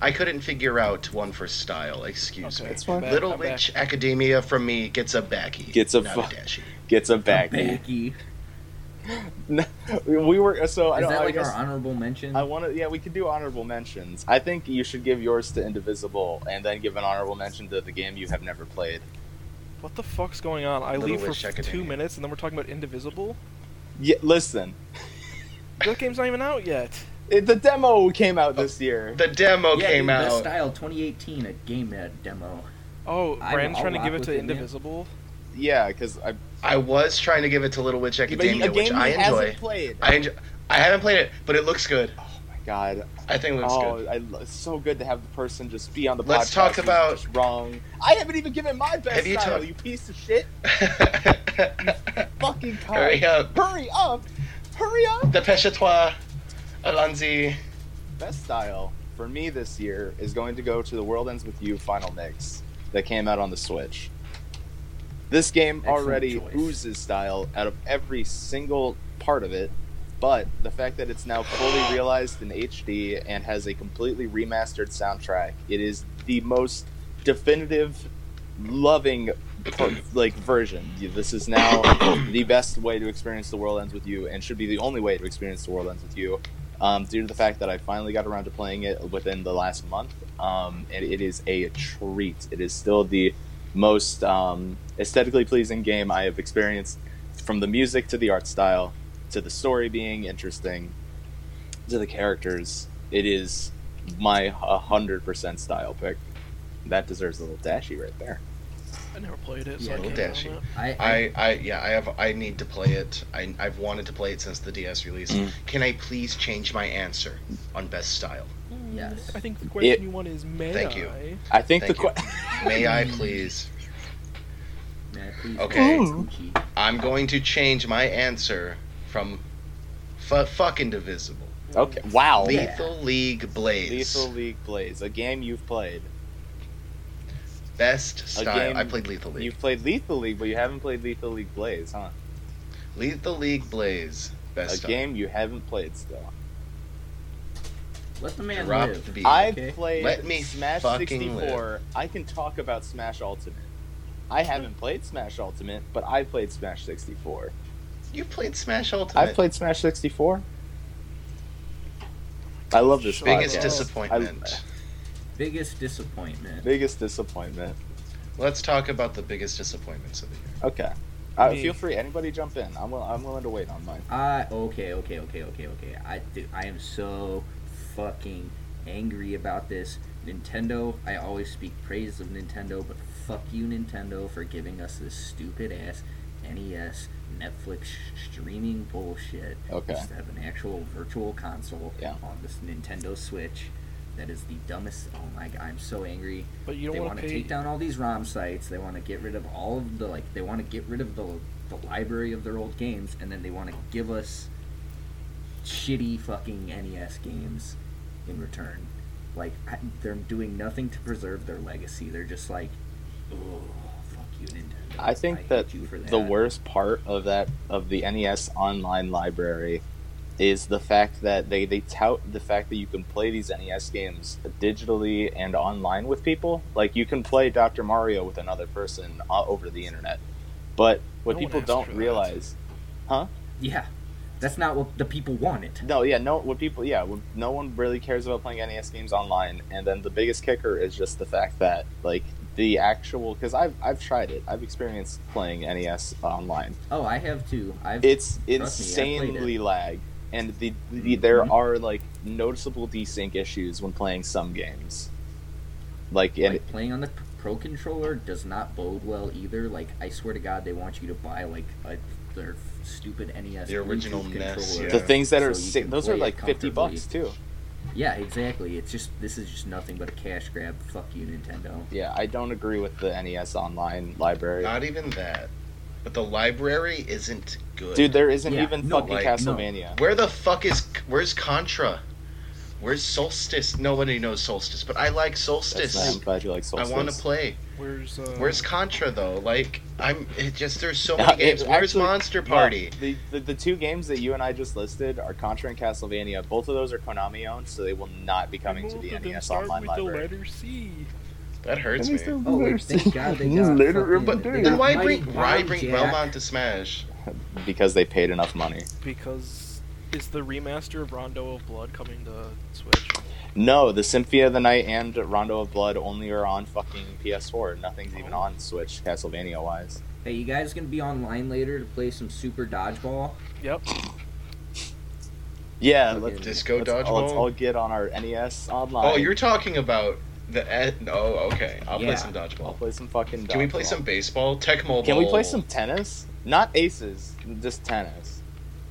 Speaker 3: I couldn't figure out one for style. Excuse
Speaker 2: Okay,
Speaker 3: me.
Speaker 1: it's fine.
Speaker 2: I'm back,
Speaker 3: Little
Speaker 2: I'm back.
Speaker 3: Witch Academia from me gets a backy.
Speaker 1: Gets a
Speaker 3: not
Speaker 1: fuck-
Speaker 3: dashy.
Speaker 1: gets a
Speaker 4: A
Speaker 1: back.
Speaker 4: Backy.
Speaker 1: we were so I
Speaker 4: Is
Speaker 1: don't.
Speaker 4: that
Speaker 1: I
Speaker 4: like
Speaker 1: guess,
Speaker 4: our honorable mention?
Speaker 1: I want to. Yeah, we could do honorable mentions. I think you should give yours to Indivisible, and then give an honorable mention to the game you have never played.
Speaker 2: What the fuck's going on? I
Speaker 3: Little
Speaker 2: leave for
Speaker 3: Witch
Speaker 2: f- two
Speaker 3: Academia.
Speaker 2: minutes and then we're talking about Indivisible?
Speaker 1: Yeah, listen,
Speaker 2: That game's not even out yet.
Speaker 1: it, the demo came out this
Speaker 3: Oh.
Speaker 1: year.
Speaker 3: The demo
Speaker 4: yeah,
Speaker 3: came
Speaker 4: dude, Best
Speaker 3: out.
Speaker 4: style 2018, a game that demo.
Speaker 2: Oh,
Speaker 4: I-
Speaker 2: Brandon's
Speaker 4: I'll
Speaker 2: trying to
Speaker 4: rock
Speaker 2: give it
Speaker 4: with
Speaker 2: to
Speaker 4: it, man.
Speaker 2: Indivisible.
Speaker 1: Yeah, because I
Speaker 3: I was trying to give it to Little Witch
Speaker 1: Yeah, but
Speaker 3: Academia,
Speaker 1: a game
Speaker 3: which I
Speaker 1: he
Speaker 3: enjoy.
Speaker 1: Hasn't played.
Speaker 3: I enjoy. I haven't played it, but it looks good.
Speaker 1: oh my god!
Speaker 3: I think it looks
Speaker 1: oh,
Speaker 3: good.
Speaker 1: I, it's so good to have the person just be on the
Speaker 3: Let's
Speaker 1: podcast
Speaker 3: talk
Speaker 1: who's
Speaker 3: about-
Speaker 1: just wrong. I haven't even given my best
Speaker 3: Have you
Speaker 1: style.
Speaker 3: talk-
Speaker 1: You piece of shit! Fucking cock.
Speaker 3: Hurry up.
Speaker 1: Hurry up! Hurry up!
Speaker 3: Dépêche-toi, Alonzi.
Speaker 1: Best style for me this year is going to go to the World Ends with You final mix that came out on the Switch. This game
Speaker 4: Excellent
Speaker 1: already
Speaker 4: choice.
Speaker 1: oozes style out of every single part of it, But the fact that it's now fully realized in HD and has a completely remastered soundtrack, it is the most definitive, loving, per- like version. This is now the best way to experience The World Ends with You, and should be the only way to experience The World Ends with You. Um, due to the fact that I finally got around to playing it within the last month, um, and it is a treat. It is still the most um, aesthetically pleasing game I have experienced, from the music to the art style to the story being interesting to the characters. It is my 100% style pick. That deserves a little dashy right there.
Speaker 2: I never played it, so
Speaker 6: Yeah,
Speaker 2: I
Speaker 6: we'll
Speaker 2: can't
Speaker 3: dash
Speaker 2: comment.
Speaker 6: I, I,
Speaker 3: I, I yeah I have I need to play it. I I've wanted to play it since the DS release.
Speaker 1: Mm.
Speaker 3: Can I please change my answer on best style?
Speaker 4: Mm,
Speaker 2: Hmm,
Speaker 6: Yes.
Speaker 2: I think the question
Speaker 1: It-
Speaker 2: you want is may
Speaker 3: Thank
Speaker 2: I?
Speaker 3: you.
Speaker 1: I think
Speaker 3: Thank
Speaker 1: the
Speaker 3: you.
Speaker 1: que-
Speaker 3: May I please?
Speaker 6: man, please,
Speaker 3: Okay.
Speaker 6: don't be Gucci.
Speaker 3: I'm going to change my answer from fu fucking divisible.
Speaker 1: okay, wow,
Speaker 6: Le-
Speaker 3: Lethal League Blaze.
Speaker 1: Lethal League Blaze, a game you've played.
Speaker 3: Best style.
Speaker 1: game
Speaker 3: I played Lethal League.
Speaker 1: You've played Lethal League, but you haven't played Lethal League Blaze, huh?
Speaker 3: Lethal League Blaze. Best
Speaker 1: a
Speaker 3: style.
Speaker 1: game you haven't played still.
Speaker 6: Let the man
Speaker 3: Drop
Speaker 6: live.
Speaker 3: the beat.
Speaker 1: I
Speaker 6: okay.
Speaker 1: played
Speaker 3: Let me
Speaker 1: Smash
Speaker 3: fucking
Speaker 1: 64. I can talk about Smash Ultimate. I haven't played Smash Ultimate, but I played Smash 64.
Speaker 3: You played Smash Ultimate.
Speaker 1: I played Smash 64. I love this
Speaker 3: Biggest
Speaker 1: podcast.
Speaker 3: disappointment.
Speaker 1: I-
Speaker 6: Biggest disappointment.
Speaker 1: biggest disappointment.
Speaker 3: Let's talk about the biggest disappointments of the year.
Speaker 1: Okay. Uh,
Speaker 2: Me.
Speaker 1: feel free, anybody jump in. I'm, will, I'm willing to wait on mine.
Speaker 6: I okay, okay, okay, okay, okay. I do. I am so fucking angry about this. Nintendo. I always speak praise of Nintendo, but fuck you, Nintendo, for giving us this stupid ass NES Netflix sh- streaming bullshit.
Speaker 1: Okay.
Speaker 6: Just to have an actual virtual console
Speaker 1: Yeah.
Speaker 6: on this Nintendo Switch. That is the dumbest. Oh my god, I'm so angry.
Speaker 2: But you
Speaker 6: they
Speaker 2: don't
Speaker 6: want
Speaker 2: want
Speaker 6: to
Speaker 2: pay.
Speaker 6: take down all these ROM sites. They want to get rid of all of the like. They want to get rid of the the library of their old games, and then they want to give us shitty fucking NES games in return. Like I, they're doing nothing to preserve their legacy. They're just like, oh fuck you, Nintendo.
Speaker 1: I think
Speaker 6: hate
Speaker 1: that,
Speaker 6: you for
Speaker 1: the
Speaker 6: that."
Speaker 1: worst part of that of the NES online library is the fact that they, they tout the fact that you can play these NES games digitally and online with people. Like you can play Dr. Mario with another person uh, over the internet. But what
Speaker 2: No one
Speaker 1: people
Speaker 2: asked
Speaker 1: don't
Speaker 2: for that.
Speaker 1: realize
Speaker 6: Yeah, that's not what the people wanted.
Speaker 1: No, yeah, no. What people, yeah, what, no one really cares about playing NES games online. And then the biggest kicker is just the fact that like the actual because I've I've tried it. I've experienced playing NES online.
Speaker 6: Oh, I have too. I've
Speaker 1: It's
Speaker 6: Trust me, I've played it.
Speaker 1: insanely lag, and the, the there
Speaker 6: Mhm.
Speaker 1: are like noticeable desync issues when playing some games. Like and
Speaker 6: like playing on the pro controller does not bode well either. Like I swear to God, they want you to buy like a, their stupid NES,
Speaker 3: The original
Speaker 6: Bluetooth
Speaker 3: NES,
Speaker 6: controller.
Speaker 1: the
Speaker 3: yeah.
Speaker 1: things that
Speaker 6: So
Speaker 1: are
Speaker 6: you
Speaker 1: si-
Speaker 6: can
Speaker 1: those are
Speaker 6: play it
Speaker 1: like fifty
Speaker 6: comfortably.
Speaker 1: bucks too.
Speaker 6: Yeah, exactly. It's just this is just nothing but a cash grab. Fuck you, Nintendo.
Speaker 1: Yeah, I don't agree with the NES online library.
Speaker 3: Not even that. But the library isn't good.
Speaker 1: Dude, there isn't
Speaker 6: Yeah,
Speaker 1: even
Speaker 6: no,
Speaker 1: fucking
Speaker 3: like, no.
Speaker 1: Castlevania.
Speaker 3: Where the fuck is where's Contra? Where's Solstice? Nobody knows Solstice, but I like
Speaker 1: That's
Speaker 3: Solstice.
Speaker 1: nice. I'm glad you like
Speaker 3: I
Speaker 1: Solstice.
Speaker 3: want to play.
Speaker 2: Where's uh,
Speaker 3: Where's Contra though? Like I'm it just there's so
Speaker 1: Yeah,
Speaker 3: many
Speaker 1: it
Speaker 3: games. Where's
Speaker 1: actually-
Speaker 3: Monster Party?
Speaker 1: Yeah, the, the the two games that you and I just listed are Contra and Castlevania. Both of those are Konami owned, so they will not be coming to
Speaker 2: Both
Speaker 1: the
Speaker 2: of them
Speaker 1: NES
Speaker 2: start
Speaker 1: Online
Speaker 2: E with
Speaker 1: library.
Speaker 2: The letter C.
Speaker 3: That hurts me.
Speaker 6: Oh, wait, thank God they got fucking-
Speaker 1: but
Speaker 6: they
Speaker 1: dude,
Speaker 3: Then
Speaker 6: got
Speaker 3: why
Speaker 6: Mighty
Speaker 3: bring why
Speaker 6: Bomb
Speaker 3: bring
Speaker 6: Jack.
Speaker 3: Belmont to Smash?
Speaker 1: Because they paid enough money.
Speaker 2: Because is the remaster of Rondo of Blood coming to Switch?
Speaker 1: No, the Symphony of the Night and Rondo of Blood only are on fucking PS4. Nothing's
Speaker 3: Oh.
Speaker 1: even on Switch, Castlevania wise.
Speaker 6: Hey, you guys gonna be online later to play some Super Dodgeball?
Speaker 2: Yep.
Speaker 1: Yeah,
Speaker 6: Okay.
Speaker 1: let's,
Speaker 3: Disco
Speaker 1: let's,
Speaker 3: Dodgeball?
Speaker 1: all- let's all get on our NES online.
Speaker 3: Oh, you're talking about the eh, oh okay. I'll
Speaker 6: Yeah.
Speaker 3: play some
Speaker 1: I'll
Speaker 3: dodgeball.
Speaker 1: play some fucking.
Speaker 3: Can we play
Speaker 1: dodgeball.
Speaker 3: some baseball? Tech Mobile.
Speaker 1: Can we play some tennis? Not aces, just tennis.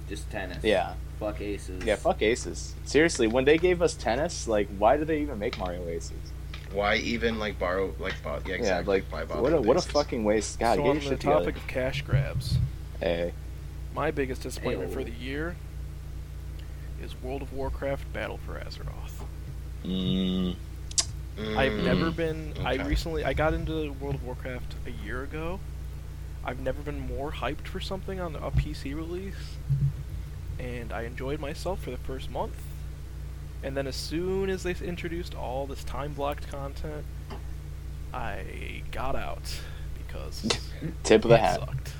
Speaker 6: Just tennis.
Speaker 1: Yeah.
Speaker 6: Fuck aces.
Speaker 1: Yeah, fuck aces. Seriously, when they gave us tennis, like, why did they even make Mario aces?
Speaker 3: Why even like borrow like bo- yeah exactly
Speaker 1: Yeah,
Speaker 3: why
Speaker 1: like,
Speaker 3: bother
Speaker 1: what a
Speaker 3: with
Speaker 1: what a
Speaker 3: bases?
Speaker 1: fucking waste. God,
Speaker 2: so
Speaker 1: get your
Speaker 2: on the
Speaker 1: shit
Speaker 2: topic
Speaker 1: together.
Speaker 2: of cash grabs,
Speaker 1: Hey,
Speaker 2: my biggest disappointment
Speaker 6: Ayo.
Speaker 2: for the year is World of Warcraft Battle for Azeroth.
Speaker 1: mm,
Speaker 2: I've
Speaker 3: Mm.
Speaker 2: never been. I
Speaker 3: okay.
Speaker 2: recently I got into World of Warcraft a year ago. I've never been more hyped for something on a PC release, and I enjoyed myself for the first month. And then as soon as they introduced all this time blocked content, I got out because
Speaker 1: Tip of the
Speaker 2: it
Speaker 1: hat.
Speaker 2: sucked.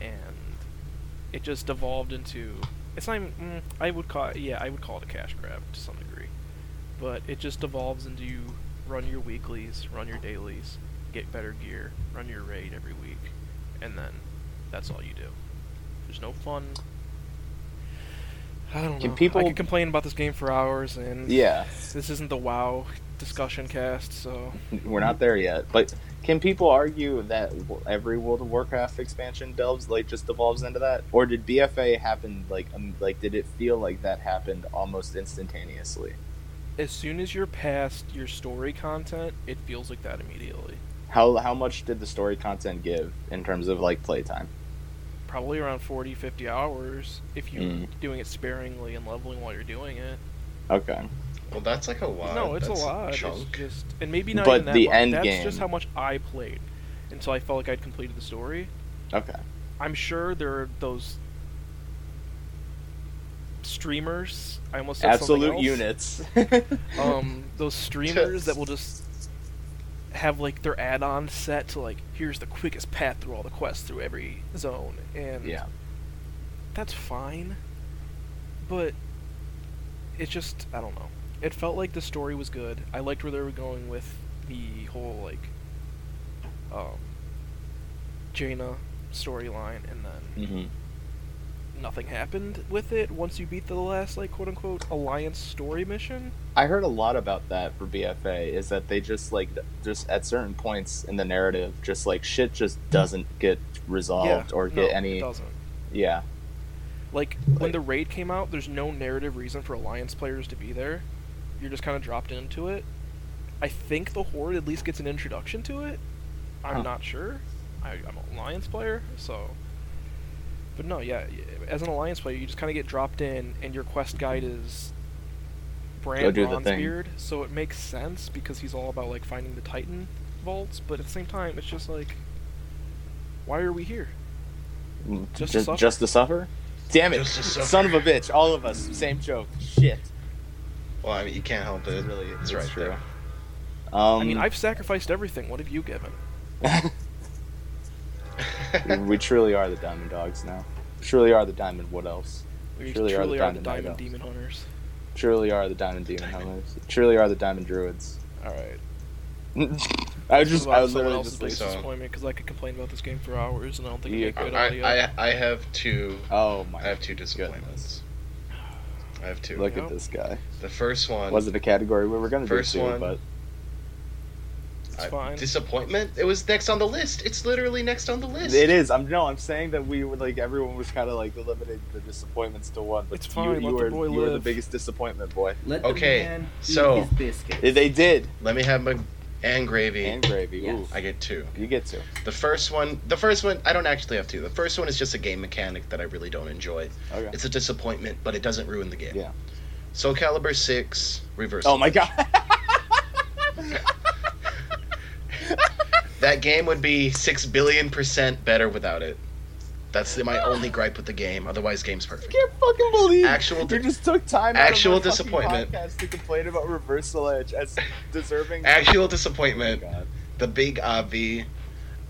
Speaker 2: And it just devolved into it's not even, mm, I would call it, yeah, I would call it a cash grab to some degree. But it just devolves into you run your weeklies, run your dailies, get better gear, run your raid every week, and then that's all you do. There's no fun. I don't
Speaker 1: Can
Speaker 2: know. I
Speaker 1: people-
Speaker 2: could complain about this game for hours, and
Speaker 1: Yeah,
Speaker 2: this isn't the WoW discussion cast, so
Speaker 1: we're not there yet. But can people argue that w- every World of Warcraft expansion delves like just devolves into that, or did BFA happen like um, like did it feel like that happened almost instantaneously?
Speaker 2: as soon as you're past your story content, it feels like that immediately.
Speaker 1: How how much did the story content give in terms of like playtime?
Speaker 2: Probably around 40, 50 hours if you're
Speaker 1: Mm.
Speaker 2: doing it sparingly and leveling while you're doing it.
Speaker 1: Okay,
Speaker 3: Well, that's like a lot.
Speaker 2: no, it's
Speaker 3: That's
Speaker 2: a lot.
Speaker 3: Chunk.
Speaker 2: It's just and maybe not
Speaker 1: But
Speaker 2: even that
Speaker 1: the
Speaker 2: much.
Speaker 1: end
Speaker 2: That's
Speaker 1: game-
Speaker 2: just how much I played until I felt like I'd completed the story.
Speaker 1: okay,
Speaker 2: I'm sure there are those streamers. I almost said something
Speaker 1: absolute
Speaker 2: else.
Speaker 1: units.
Speaker 2: Um, those streamers that will just have like their add-on set to like here's the quickest path through all the quests through every zone, and
Speaker 1: yeah,
Speaker 2: that's fine. But it just I don't know. It felt like the story was good. I liked where they were going with the whole like um Jaina storyline and then
Speaker 1: hmm
Speaker 2: nothing happened with it once you beat the last like quote unquote alliance story mission.
Speaker 1: I heard a lot about that for BFA is that they just like just at certain points in the narrative, just like shit just doesn't get resolved or
Speaker 2: no,
Speaker 1: get
Speaker 2: it
Speaker 1: any.
Speaker 2: doesn't.
Speaker 1: Yeah,
Speaker 2: Like when the raid came out, there's no narrative reason for alliance players to be there. You're just kind of dropped into it. I think the horde at least gets an introduction to it. I'm
Speaker 1: Huh.
Speaker 2: not sure. I, I'm an alliance player, so. But no, yeah. y- As an alliance player, you just kind of get dropped in, and your quest guide is. Brand
Speaker 1: do the thing.
Speaker 2: Bronzebeard, so it makes sense because he's all about like finding the Titan vaults. But at the same time, it's just like, why are we here?
Speaker 1: just
Speaker 2: Just to
Speaker 1: just,
Speaker 2: suffer.
Speaker 1: to suffer. Damn it,
Speaker 3: Just to suffer.
Speaker 1: son of a bitch! All of us, same joke. Shit.
Speaker 3: Well, I mean, you can't help it.
Speaker 1: It's really,
Speaker 3: it's right
Speaker 1: true.
Speaker 3: there.
Speaker 1: Um,
Speaker 2: I mean, I've sacrificed everything. What have you given?
Speaker 1: we truly are the diamond dogs now. Truly are the diamond. What else?
Speaker 2: We
Speaker 1: Truly are
Speaker 2: truly,
Speaker 1: the
Speaker 2: are the
Speaker 1: Diamond
Speaker 2: Diamond
Speaker 1: Knight
Speaker 2: Demon Hunters.
Speaker 1: Truly are the diamond demon hunters. Truly are the diamond druids.
Speaker 2: All right.
Speaker 1: I was just, I was
Speaker 2: someone
Speaker 1: literally
Speaker 2: else's
Speaker 1: just
Speaker 2: biggest
Speaker 1: like,
Speaker 3: so-
Speaker 2: disappointment because I could complain about this game for hours and I don't think it'd
Speaker 1: Yeah.
Speaker 2: make good
Speaker 3: I,
Speaker 2: audio.
Speaker 3: I, I have two.
Speaker 1: oh my.
Speaker 3: I have two disappointments. I have two.
Speaker 1: Look
Speaker 2: Yeah.
Speaker 1: at this guy.
Speaker 3: The first one
Speaker 1: Was it a category we were gonna
Speaker 3: First
Speaker 1: do too,
Speaker 3: one.
Speaker 1: but
Speaker 2: it's
Speaker 3: I-
Speaker 2: fine.
Speaker 3: disappointment. It was next on the list. It's literally next on the list.
Speaker 1: It is. I'm no. I'm saying that we were like everyone was kind of like limited the disappointments to one. But
Speaker 2: It's
Speaker 1: you-
Speaker 2: fine,
Speaker 1: You,
Speaker 2: let the
Speaker 1: were
Speaker 2: boy
Speaker 1: you were the
Speaker 2: live.
Speaker 1: biggest disappointment, boy.
Speaker 4: Let
Speaker 3: Okay,
Speaker 4: the man eat
Speaker 3: so-
Speaker 4: his biscuit.
Speaker 1: They did.
Speaker 3: Let me have my and gravy.
Speaker 1: And gravy.
Speaker 4: Yes.
Speaker 3: I get two.
Speaker 1: Ooh, you get to.
Speaker 3: The first one, the first one, I don't actually have two. The first one is just a game mechanic that I really don't enjoy.
Speaker 1: Okay.
Speaker 3: It's a disappointment, but it doesn't ruin the game.
Speaker 1: Yeah.
Speaker 3: Soul Calibur Six Reverse.
Speaker 1: Oh my god.
Speaker 3: That game would be six billion percent better without it. That's the, my only gripe with the game. Otherwise, game's
Speaker 1: I
Speaker 3: perfect.
Speaker 1: can't fucking believe
Speaker 3: Actual
Speaker 1: you
Speaker 3: di-
Speaker 1: just took time
Speaker 3: actual
Speaker 1: out of our fucking
Speaker 3: disappointment.
Speaker 1: podcast to complain about reversal edge as deserving. Oh
Speaker 3: Actual
Speaker 1: my
Speaker 3: disappointment.
Speaker 1: God.
Speaker 3: The big obvi.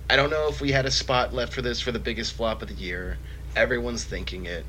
Speaker 3: I don't know if we had a spot left for this for the biggest flop of the year. Everyone's thinking it.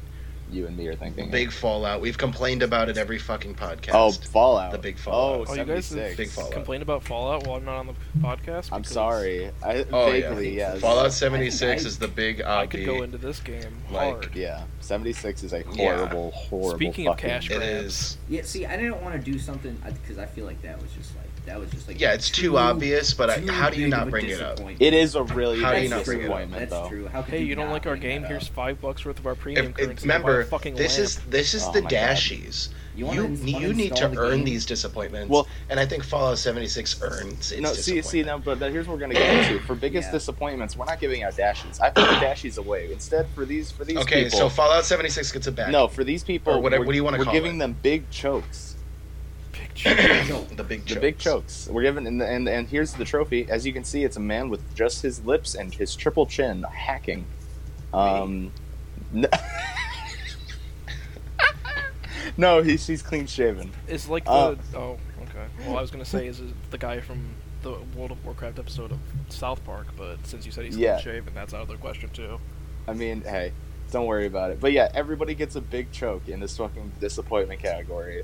Speaker 1: You and me are thinking.
Speaker 3: Big Fallout. We've complained about it every fucking podcast.
Speaker 1: oh, Fallout.
Speaker 3: The big Fallout.
Speaker 1: Oh,
Speaker 2: oh, you guys
Speaker 1: 76.
Speaker 3: Big Fallout.
Speaker 2: complain about Fallout while I'm not on the podcast.
Speaker 1: I'm
Speaker 2: because
Speaker 1: sorry. I
Speaker 3: Oh, yeah.
Speaker 1: vaguely yes.
Speaker 3: Fallout 76
Speaker 4: I-
Speaker 3: is the big
Speaker 2: I could go
Speaker 3: obvi.
Speaker 2: into this game
Speaker 3: Like,
Speaker 2: hard.
Speaker 1: Yeah, 76 is a
Speaker 3: Yeah.
Speaker 1: horrible, horrible.
Speaker 2: Speaking of
Speaker 1: fucking-
Speaker 2: cash
Speaker 3: It
Speaker 2: grabs,
Speaker 3: is.
Speaker 4: Yeah, see, I didn't want to do something
Speaker 6: uh,
Speaker 4: because I feel like that was just like that was just like
Speaker 3: Yeah, it's too obvious, but I,
Speaker 4: too
Speaker 3: how do you
Speaker 4: big of
Speaker 3: not
Speaker 4: a
Speaker 3: bring it up?
Speaker 4: disappointment.
Speaker 1: It is a really
Speaker 3: How do you not
Speaker 4: That's
Speaker 3: bring it up?
Speaker 1: disappointment,
Speaker 4: That's
Speaker 1: though.
Speaker 4: true. How could
Speaker 2: hey, you don't
Speaker 4: not
Speaker 2: like our
Speaker 4: bring that
Speaker 2: game?
Speaker 4: up?
Speaker 2: Here's five bucks worth of our premium
Speaker 3: If, if,
Speaker 2: currency. Go buy a
Speaker 3: remember,
Speaker 2: fucking
Speaker 3: this
Speaker 2: lamp.
Speaker 3: is this is
Speaker 1: Oh
Speaker 3: the
Speaker 1: my God.
Speaker 3: dashies.
Speaker 4: You
Speaker 3: You
Speaker 4: wanna
Speaker 3: you, need
Speaker 4: uninstall
Speaker 3: to
Speaker 4: the
Speaker 3: earn
Speaker 4: game?
Speaker 3: these disappointments.
Speaker 1: Well-
Speaker 3: and I think Fallout 76 earns its
Speaker 1: No, see, see,
Speaker 3: disappointment.
Speaker 1: now, but that- here's what we're gonna get into. For biggest
Speaker 4: Yeah.
Speaker 1: disappointments, we're not giving out dashes. I put the dashes away. Instead, for these, for these
Speaker 3: Okay,
Speaker 1: people,
Speaker 3: so Fallout 76 gets a back.
Speaker 1: no, for these people,
Speaker 3: Or whatever-
Speaker 1: we're-
Speaker 3: what do you wanna
Speaker 1: We're
Speaker 3: call
Speaker 1: giving
Speaker 3: it?
Speaker 1: them big chokes.
Speaker 2: picture.
Speaker 3: the big
Speaker 1: The
Speaker 3: chokes.
Speaker 1: big chokes. We're giving, and, and and here's the trophy. As you can see, it's a man with just his lips and his triple chin hacking. Um, n- No, he's he's clean shaven.
Speaker 2: Is like the
Speaker 1: Uh.
Speaker 2: oh okay. Well, I was gonna say is it the guy from the World of Warcraft episode of South Park, but since you said he's
Speaker 1: Yeah.
Speaker 2: clean shaven, that's out of the question too.
Speaker 1: I mean, hey, don't worry about it. But yeah, everybody gets a big choke in this fucking disappointment category,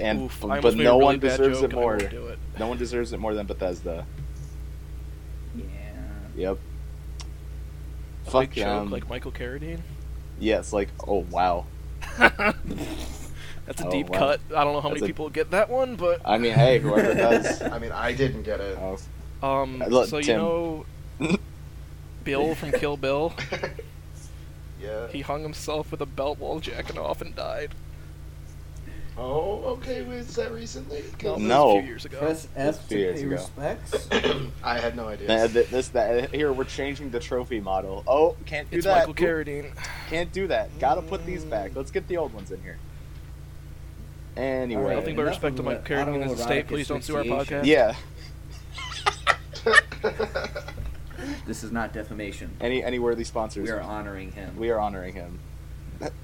Speaker 1: and
Speaker 2: Oof, I
Speaker 1: but
Speaker 2: almost made a
Speaker 1: no
Speaker 2: really
Speaker 1: one
Speaker 2: bad
Speaker 1: deserves it
Speaker 2: joke and I
Speaker 1: more.
Speaker 2: won't do it.
Speaker 1: No one deserves it more than Bethesda.
Speaker 4: Yeah.
Speaker 1: Yep.
Speaker 2: A
Speaker 1: Fuck
Speaker 2: big
Speaker 1: yeah. um,
Speaker 2: joke like Michael Carradine.
Speaker 1: yes, like oh wow.
Speaker 2: That's a
Speaker 1: Oh,
Speaker 2: deep
Speaker 1: wow.
Speaker 2: cut. I don't know how
Speaker 1: That's
Speaker 2: many
Speaker 1: a-
Speaker 2: people get that one, but
Speaker 1: I mean, hey, whoever does.
Speaker 3: I mean, I didn't get it.
Speaker 1: Oh,
Speaker 2: um,
Speaker 1: Uh, look,
Speaker 2: so you
Speaker 1: Tim.
Speaker 2: know, Bill from Kill Bill,
Speaker 3: yeah.
Speaker 2: he hung himself with a belt while jacking off and died.
Speaker 3: Oh, okay. Was that recently?
Speaker 2: No, that was
Speaker 1: No.
Speaker 2: a few years ago.
Speaker 4: Press F
Speaker 1: two
Speaker 4: to
Speaker 1: years
Speaker 4: pay
Speaker 1: ago.
Speaker 4: respects.
Speaker 3: I had no idea.
Speaker 1: Nah, th- this that here we're changing the trophy model. Oh, can't do
Speaker 2: it's
Speaker 1: that.
Speaker 2: Michael Carradine.
Speaker 1: Can't do that. Gotta put these back. Let's get the old ones in here. Anyway.
Speaker 2: Nothing but
Speaker 4: enough
Speaker 2: respect to
Speaker 4: of
Speaker 2: Michael
Speaker 4: the
Speaker 2: Carradine as a state.
Speaker 4: autoerotic
Speaker 2: Please don't sue our
Speaker 4: asphyxiation.
Speaker 2: podcast.
Speaker 1: yeah.
Speaker 4: This is not defamation.
Speaker 1: Any any worthy sponsors?
Speaker 4: We are honoring him.
Speaker 1: We are honoring him.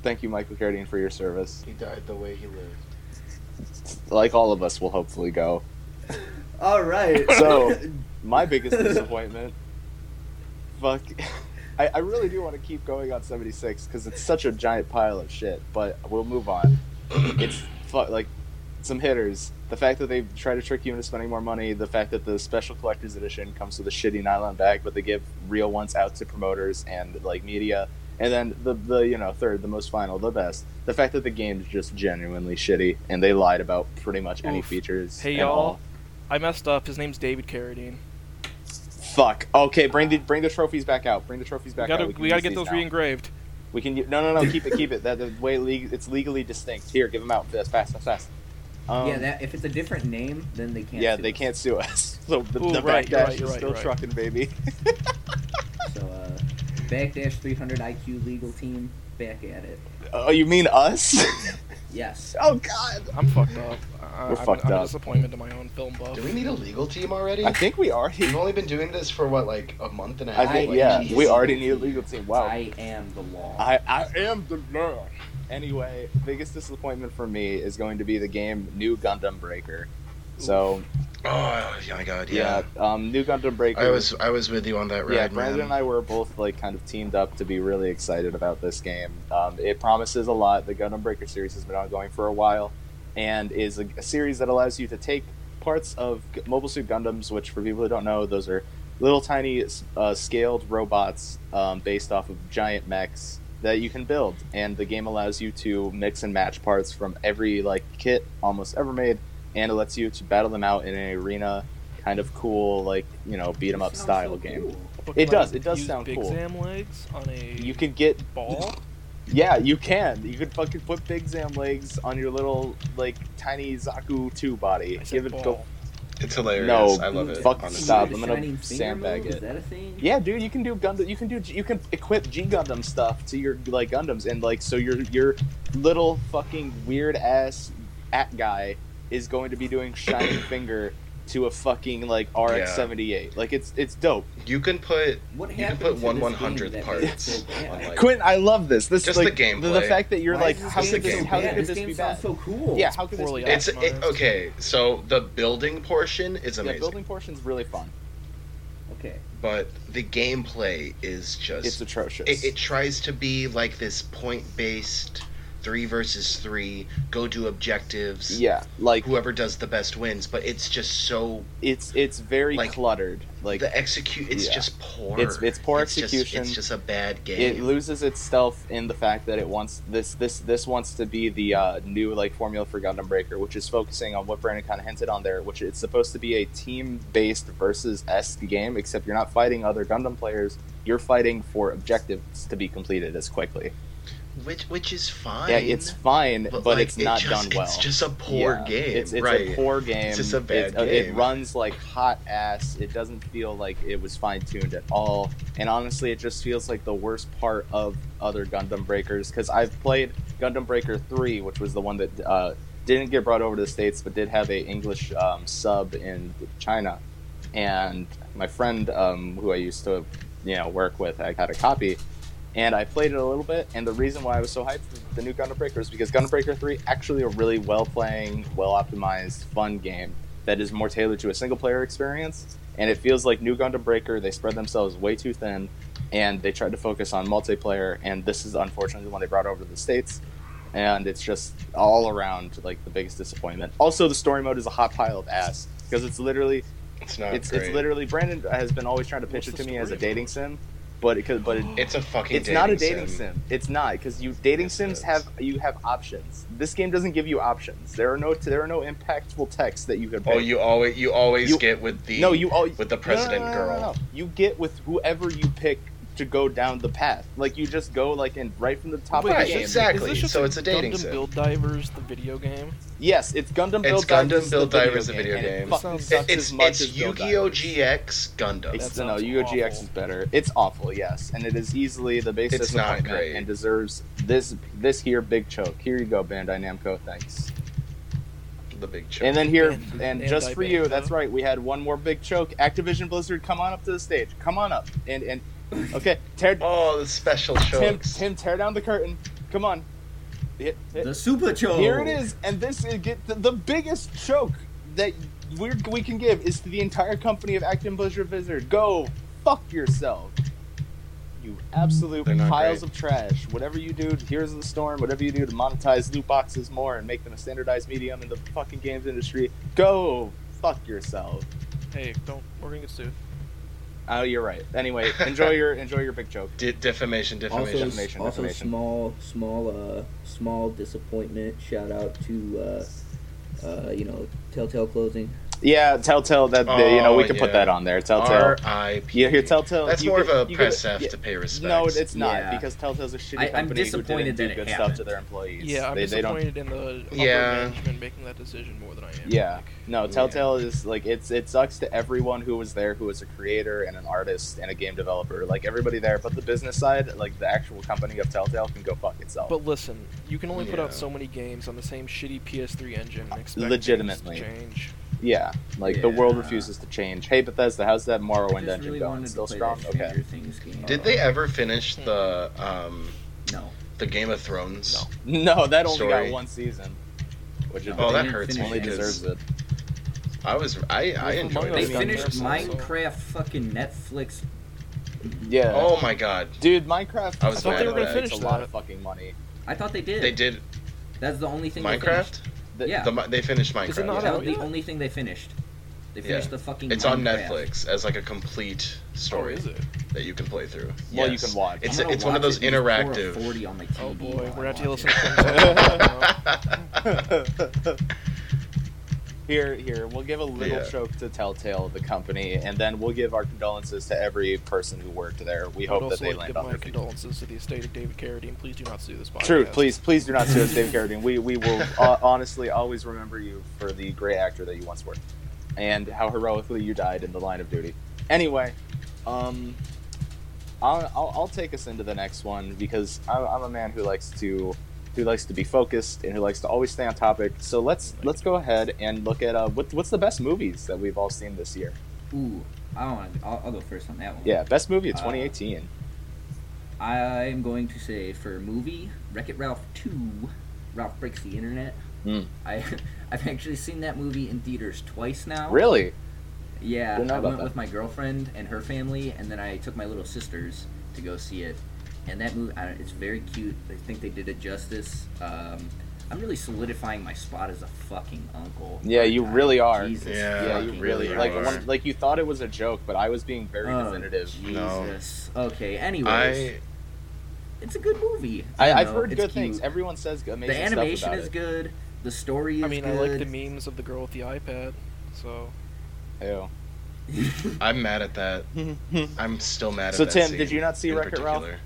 Speaker 1: Thank you, Michael Carradine, for your service.
Speaker 3: he died the way he lived.
Speaker 1: Like all of us will hopefully go.
Speaker 4: All right.
Speaker 1: So- My biggest disappointment. Fuck. I, I really do want to keep going on 76 because it's such a giant pile of shit, but we'll move on. It's fu- like some hitters. The fact that they try to trick you into spending more money, the fact that the special collector's edition comes with a shitty nylon bag, but they give real ones out to promoters and like media. And then the, the you know third, the most final, the best. The fact that the game is just genuinely shitty, and they lied about pretty much any
Speaker 2: Oof.
Speaker 1: features.
Speaker 2: Hey
Speaker 1: and all.
Speaker 2: y'all, I messed up. His name's David Carradine.
Speaker 1: Fuck. Okay, bring the bring the trophies back out. Bring the trophies
Speaker 2: We
Speaker 1: back
Speaker 2: gotta
Speaker 1: out.
Speaker 2: we,
Speaker 1: can
Speaker 2: gotta
Speaker 1: use
Speaker 2: get
Speaker 1: these
Speaker 2: those
Speaker 1: now.
Speaker 2: re-engraved.
Speaker 1: We can. u- No, no, no. Keep it. Keep it. That the way le- it's legally distinct. Here, give them out. Fast, fast, fast, fast. Um,
Speaker 4: yeah, that if it's a different name, then they can't.
Speaker 1: yeah,
Speaker 4: sue
Speaker 1: they
Speaker 4: us.
Speaker 1: can't sue us. So the,
Speaker 2: Ooh,
Speaker 1: the
Speaker 2: right,
Speaker 1: backdash
Speaker 2: you're right,
Speaker 1: is
Speaker 2: you're right,
Speaker 1: still
Speaker 2: you're right.
Speaker 1: trucking, baby.
Speaker 4: So, uh, backdash 300 IQ legal team back at it.
Speaker 1: Oh, you mean us?
Speaker 4: Yes.
Speaker 1: oh God.
Speaker 2: I'm fucked up. I,
Speaker 1: We're
Speaker 2: I'm,
Speaker 1: fucked
Speaker 2: I'm
Speaker 1: up.
Speaker 2: a disappointment to my own film buff.
Speaker 3: Do we need a legal team already?
Speaker 1: I think we are.
Speaker 3: We've only been doing this for what, like a month and a
Speaker 1: I
Speaker 3: half.
Speaker 1: think
Speaker 3: Like,
Speaker 1: yeah.
Speaker 3: jeez.
Speaker 1: We already need a legal team. Wow.
Speaker 4: I am the law.
Speaker 1: I, I am the man. Anyway, biggest disappointment for me is going to be the game New Gundam Breaker. So
Speaker 3: Oh my god.
Speaker 1: yeah,
Speaker 3: Yeah.
Speaker 1: um, New Gundam Breaker.
Speaker 3: I was I was with you on that ride,
Speaker 1: yeah, Brandon
Speaker 3: man.
Speaker 1: and I were both like kind of teamed up to be really excited about this game. Um, it promises a lot. The Gundam Breaker series has been ongoing for a while, and is a, a series that allows you to take parts of G- Mobile Suit Gundams, which for people who don't know, those are little tiny uh, scaled robots um, based off of giant mechs that you can build. And the game allows you to mix and match parts from every like kit almost ever made, and it lets you to battle them out in an arena. Kind of cool, like you know, beat 'em up
Speaker 4: Sounds
Speaker 1: style
Speaker 4: so
Speaker 1: game.
Speaker 4: cool.
Speaker 2: But
Speaker 1: It
Speaker 2: can I
Speaker 1: does- it does
Speaker 2: use
Speaker 1: sound
Speaker 2: big
Speaker 1: cool.
Speaker 2: Sam legs on a
Speaker 1: You can get
Speaker 2: ball.
Speaker 1: yeah, you can. You can fucking put Big Zam legs on your little like tiny Zaku two body.
Speaker 2: I said
Speaker 1: Give it
Speaker 2: ball.
Speaker 1: go.
Speaker 3: It's hilarious.
Speaker 1: No,
Speaker 3: I love it.
Speaker 1: fuck,
Speaker 3: honestly.
Speaker 1: stop.
Speaker 4: The
Speaker 1: I'm gonna
Speaker 4: shining finger
Speaker 1: sandbag
Speaker 4: move,
Speaker 1: it.
Speaker 4: Is that a thing?
Speaker 1: Yeah, dude, you can do Gundam. You can do. You can equip G Gundam stuff to your like Gundams, and like so your your little fucking weird ass at guy is going to be doing shining finger to a fucking like RX seventy eight. Like it's it's dope.
Speaker 3: You can put
Speaker 4: What
Speaker 3: You can
Speaker 4: happened
Speaker 3: put
Speaker 4: to
Speaker 3: one
Speaker 4: this
Speaker 3: 100th
Speaker 4: game that
Speaker 3: part.
Speaker 4: made it so bad?
Speaker 3: On, like-
Speaker 1: Quinn, I love this. This
Speaker 3: Just
Speaker 1: like,
Speaker 3: the
Speaker 1: the,
Speaker 3: gameplay.
Speaker 1: fact that you're
Speaker 4: Why
Speaker 1: like
Speaker 4: is this
Speaker 1: how
Speaker 3: game
Speaker 1: could this
Speaker 3: so
Speaker 1: how
Speaker 4: bad?
Speaker 1: could this,
Speaker 4: game
Speaker 1: be
Speaker 4: sounds
Speaker 1: bad?
Speaker 4: so cool.
Speaker 1: Yeah, how could this
Speaker 2: Poorly
Speaker 1: be bad?
Speaker 3: It's it, okay. So the building portion is
Speaker 1: Yeah,
Speaker 3: amazing,
Speaker 1: building portion's really fun.
Speaker 4: Okay.
Speaker 3: but the gameplay is just
Speaker 1: It's atrocious.
Speaker 3: it, it tries to be like this point based three versus three go do objectives
Speaker 1: yeah, like
Speaker 3: whoever does the best wins but it's just so
Speaker 1: it's it's very
Speaker 3: Like,
Speaker 1: cluttered. Like
Speaker 3: the execute it's
Speaker 1: yeah.
Speaker 3: just poor
Speaker 1: It's- it's poor
Speaker 3: just-
Speaker 1: execution.
Speaker 3: it's just a bad game
Speaker 1: it loses itself in the fact that it wants this this this wants to be the uh, new like formula for Gundam Breaker, which is focusing on what Brandon kind of hinted on there, which it's supposed to be a team based versus esque game, except you're not fighting other Gundam players. You're fighting for objectives to be completed as quickly.
Speaker 3: which which is fine
Speaker 1: Yeah, it's fine, but,
Speaker 3: like,
Speaker 1: it's
Speaker 3: it
Speaker 1: not
Speaker 3: just-
Speaker 1: done well.
Speaker 3: it's just a poor
Speaker 1: Yeah,
Speaker 3: game
Speaker 1: It's, it's
Speaker 3: right
Speaker 1: a poor game.
Speaker 3: It's just a bad
Speaker 1: It's- uh, It
Speaker 3: game.
Speaker 1: runs like hot ass. It doesn't feel like it was fine tuned at all. And honestly, it just feels like the worst part of other Gundam Breakers because I've played Gundam Breaker Three, which was the one that uh, didn't get brought over to the states, but did have a English um, sub in China. And my friend, um, who I used to, you know, work with, I had a copy and I played it a little bit. And the reason why I was so hyped for the new Gundam Breaker is because Gundam Breaker Three actually a really well playing, well optimized, fun game that is more tailored to a single player experience. And it feels like New Gundam Breaker they spread themselves way too thin, and they tried to focus on multiplayer. And this is unfortunately the one they brought over to the states. And it's just all around like the biggest disappointment. Also, the story mode is a hot pile of ass because it's literally
Speaker 3: It's not.
Speaker 1: it's
Speaker 3: great.
Speaker 1: it's literally Brandon has been always trying to pitch
Speaker 2: Oh, What's
Speaker 1: it
Speaker 2: the
Speaker 1: to me as a
Speaker 2: story
Speaker 1: dating sim, but it could, but it,
Speaker 3: It's a fucking.
Speaker 1: it's not a dating sim. It's not because you dating
Speaker 3: Yes, it
Speaker 1: sims
Speaker 3: is.
Speaker 1: have you have options. This game doesn't give you options. There are no there are no impactful texts that you could.
Speaker 3: Oh,
Speaker 1: pick.
Speaker 3: you always you always
Speaker 1: You-
Speaker 3: get with the
Speaker 1: no you all
Speaker 3: with the president
Speaker 1: no, no, no,
Speaker 3: girl.
Speaker 1: no, no. You get with whoever you pick to go down the path. Like you just go like in right from the top
Speaker 3: Wait,
Speaker 1: of the
Speaker 3: Right,
Speaker 1: game.
Speaker 2: is
Speaker 3: exactly.
Speaker 2: this just
Speaker 3: So
Speaker 2: like
Speaker 3: it's a dating
Speaker 2: Gundam
Speaker 3: sim.
Speaker 2: Build Divers, the video game.
Speaker 1: Yes, it's Gundam Build
Speaker 3: It's Gundam
Speaker 1: Divers,
Speaker 3: Build
Speaker 1: the
Speaker 3: Divers, the video
Speaker 1: and it
Speaker 3: game.
Speaker 1: fucking
Speaker 2: It's-
Speaker 1: sucks
Speaker 3: it's
Speaker 1: as much
Speaker 3: it's
Speaker 1: as Build
Speaker 3: Yu-Gi-Oh
Speaker 1: Divers.
Speaker 3: GX Gundam.
Speaker 2: That
Speaker 1: It's, no,
Speaker 2: sounds
Speaker 1: Yu-Gi-Oh! GX
Speaker 2: awful.
Speaker 1: is better. It's awful, yes, and it is easily the base
Speaker 3: It's not
Speaker 1: disappointment
Speaker 3: great.
Speaker 1: and deserves this this here big choke. Here you go, Bandai Namco. Thanks.
Speaker 3: the big choke.
Speaker 1: And then here,
Speaker 2: Band-
Speaker 1: and
Speaker 2: Bandai
Speaker 1: just for you,
Speaker 2: Namco.
Speaker 1: that's right. We had one more big choke. Activision Blizzard, come on up to the stage. Come on up, and and okay, tear
Speaker 3: oh, the special
Speaker 1: Tim,
Speaker 3: chokes.
Speaker 1: Tim, tear down the curtain. Come on. Hit- hit-
Speaker 4: The Super Choke.
Speaker 1: Here it is, and this is get the, the biggest choke that we we can give is to the entire company of Acton Blizzard Blizzard. Go fuck yourself, you absolute
Speaker 3: They're not
Speaker 1: piles
Speaker 3: great.
Speaker 1: of trash. Whatever you do, here's the storm. Whatever you do to monetize loot boxes more and make them a standardized medium in the fucking games industry, go fuck yourself.
Speaker 2: Hey, don't. We're gonna get sued.
Speaker 1: Oh, you're right. Anyway, enjoy your enjoy your big choke.
Speaker 3: D- defamation,
Speaker 4: Also,
Speaker 3: defamation.
Speaker 1: Defamation,
Speaker 4: also
Speaker 1: defamation.
Speaker 4: small, small, uh, small disappointment. Shout out to, uh, uh, you know, Telltale Closing.
Speaker 1: Yeah, Telltale. That they- you know we
Speaker 3: Oh,
Speaker 1: can
Speaker 3: yeah.
Speaker 1: put that on there. Telltale.
Speaker 3: R.I.P.
Speaker 1: Yeah, here, Telltale,
Speaker 3: That's
Speaker 1: you
Speaker 3: more
Speaker 1: get-
Speaker 3: of a
Speaker 1: you
Speaker 3: press
Speaker 1: get-
Speaker 3: F
Speaker 1: yeah.
Speaker 3: to pay respects.
Speaker 1: No, it's not
Speaker 4: Yeah.
Speaker 1: because Telltale's a shitty
Speaker 4: I- I'm
Speaker 1: company who didn't
Speaker 4: disappointed
Speaker 1: do
Speaker 4: that it
Speaker 1: good stuff
Speaker 4: happened.
Speaker 1: to their employees.
Speaker 2: Yeah, I'm
Speaker 1: they, they don't.
Speaker 2: disappointed in the upper
Speaker 3: Yeah.
Speaker 2: management making that decision more than I am.
Speaker 1: Yeah,
Speaker 2: like,
Speaker 1: no,
Speaker 3: Yeah.
Speaker 1: Telltale is like it's it sucks to everyone who was there, who was a creator and an artist and a game developer, like everybody there. But the business side, like the actual company of Telltale, can go fuck itself.
Speaker 2: But listen, you can only put out
Speaker 3: Yeah.
Speaker 2: so many games on the same shitty PS3 engine. And expect things
Speaker 1: Legitimately.
Speaker 2: to change.
Speaker 1: yeah, like the world
Speaker 4: Yeah.
Speaker 1: refuses to change. Hey Bethesda, how's that
Speaker 4: I
Speaker 1: Morrowind
Speaker 4: just
Speaker 1: engine
Speaker 4: really
Speaker 1: going?
Speaker 4: wanted
Speaker 1: Still
Speaker 4: to play
Speaker 1: strong?
Speaker 4: that
Speaker 1: Okay.
Speaker 4: Stranger Things game.
Speaker 3: Did they ever finish the um
Speaker 4: No.
Speaker 3: the Game of Thrones?
Speaker 2: No.
Speaker 1: No, that only
Speaker 3: Story.
Speaker 1: got one season, which it
Speaker 4: No,
Speaker 3: Oh,
Speaker 4: They
Speaker 3: that
Speaker 4: didn't
Speaker 3: hurts me.
Speaker 4: finish
Speaker 1: only
Speaker 4: it.
Speaker 3: because
Speaker 1: deserves it.
Speaker 4: Oh.
Speaker 3: I was I I
Speaker 2: They
Speaker 3: enjoyed
Speaker 4: They
Speaker 2: Those
Speaker 3: it.
Speaker 2: Among Us.
Speaker 4: finished
Speaker 2: Universal.
Speaker 4: Minecraft fucking Netflix.
Speaker 1: Yeah.
Speaker 3: Oh my god,
Speaker 1: Dude, Minecraft.
Speaker 3: I was
Speaker 2: I thought
Speaker 3: mad
Speaker 2: they were
Speaker 3: about
Speaker 2: gonna
Speaker 3: that.
Speaker 2: finish
Speaker 1: It's a lot
Speaker 2: that.
Speaker 1: of fucking money.
Speaker 4: I thought they did.
Speaker 3: They did
Speaker 4: That's the only thing. They finished.
Speaker 3: Minecraft.
Speaker 1: The-
Speaker 4: Yeah.
Speaker 3: The mi- they finished Minecraft.
Speaker 2: Is it not
Speaker 4: that
Speaker 2: out
Speaker 4: was the
Speaker 2: yet?
Speaker 4: only thing they finished. They
Speaker 3: Yeah.
Speaker 4: finished the fucking.
Speaker 3: It's on
Speaker 4: Minecraft.
Speaker 3: Netflix as like a complete
Speaker 2: Oh,
Speaker 3: story
Speaker 2: is it?
Speaker 3: that you can play through.
Speaker 1: Well,
Speaker 3: Yes.
Speaker 1: you can watch.
Speaker 3: It's
Speaker 4: I'm gonna
Speaker 3: it's one of
Speaker 4: watch
Speaker 3: those
Speaker 4: it and pour a
Speaker 3: interactive.
Speaker 4: 40 on my TV
Speaker 2: Oh boy,
Speaker 4: while I
Speaker 2: we're gonna have to
Speaker 4: watch
Speaker 2: listen
Speaker 4: it.
Speaker 2: to
Speaker 1: here, here, we'll give a little
Speaker 3: Yeah.
Speaker 1: choke to Telltale, the company, and then we'll give our condolences to every person who worked there. We
Speaker 2: I would
Speaker 1: hope that
Speaker 2: also
Speaker 1: they
Speaker 2: like
Speaker 1: land
Speaker 2: to give
Speaker 1: on
Speaker 2: my
Speaker 1: their feet.
Speaker 2: condolences to the estate of David Carradine. Please do not sue this podcast.
Speaker 1: True, please, please do not sue us, Dave Carradine. We, we will uh, honestly always remember you for the great actor that you once were, and how heroically you died in the line of duty. Anyway, um, I'll, I'll, I'll take us into the next one because I'm, I'm a man who likes to who likes to be focused and who likes to always stay on topic. So let's let's go ahead and look at uh, what, what's the best movies that we've all seen this year.
Speaker 4: Ooh, I don't want. I'll, I'll go first on that one.
Speaker 1: Yeah, best movie of
Speaker 4: Uh,
Speaker 1: 2018.
Speaker 4: I am going to say for movie Wreck It Ralph two, Ralph breaks the internet.
Speaker 1: Hmm.
Speaker 4: I I've actually seen that movie in theaters twice now.
Speaker 1: really?
Speaker 4: Yeah,
Speaker 1: Didn't know
Speaker 4: I
Speaker 1: about
Speaker 4: went
Speaker 1: that.
Speaker 4: with my girlfriend and her family, and then I took my little sisters to go see it. And that movie, I don't, it's very cute. I think they did it justice. Um, I'm really solidifying my spot as a fucking uncle.
Speaker 1: Yeah, you
Speaker 4: God,
Speaker 1: really are.
Speaker 4: Jesus
Speaker 3: Yeah,
Speaker 1: Yeah,
Speaker 4: fucking
Speaker 1: you really
Speaker 3: really
Speaker 1: like
Speaker 3: are.
Speaker 1: one, like you thought it was a joke, but I was being very
Speaker 4: Oh,
Speaker 1: definitive.
Speaker 3: No.
Speaker 4: Jesus. Okay. Anyways,
Speaker 3: I
Speaker 4: it's a good movie.
Speaker 1: I,
Speaker 4: don't
Speaker 1: I've
Speaker 4: know,
Speaker 1: heard
Speaker 4: it's
Speaker 1: good
Speaker 4: cute.
Speaker 1: things. Everyone says g- amazing
Speaker 4: the animation
Speaker 1: stuff about
Speaker 4: is good. The story is
Speaker 2: I mean, I
Speaker 4: good.
Speaker 2: like the memes of the girl with the iPad. So
Speaker 1: it.
Speaker 4: the
Speaker 3: I'm mad at that.
Speaker 1: Ew.
Speaker 3: I'm still mad at
Speaker 1: So,
Speaker 3: that.
Speaker 1: Tim,
Speaker 3: scene
Speaker 1: did you not see
Speaker 3: in
Speaker 1: Wreck-It Ralph?
Speaker 3: particular.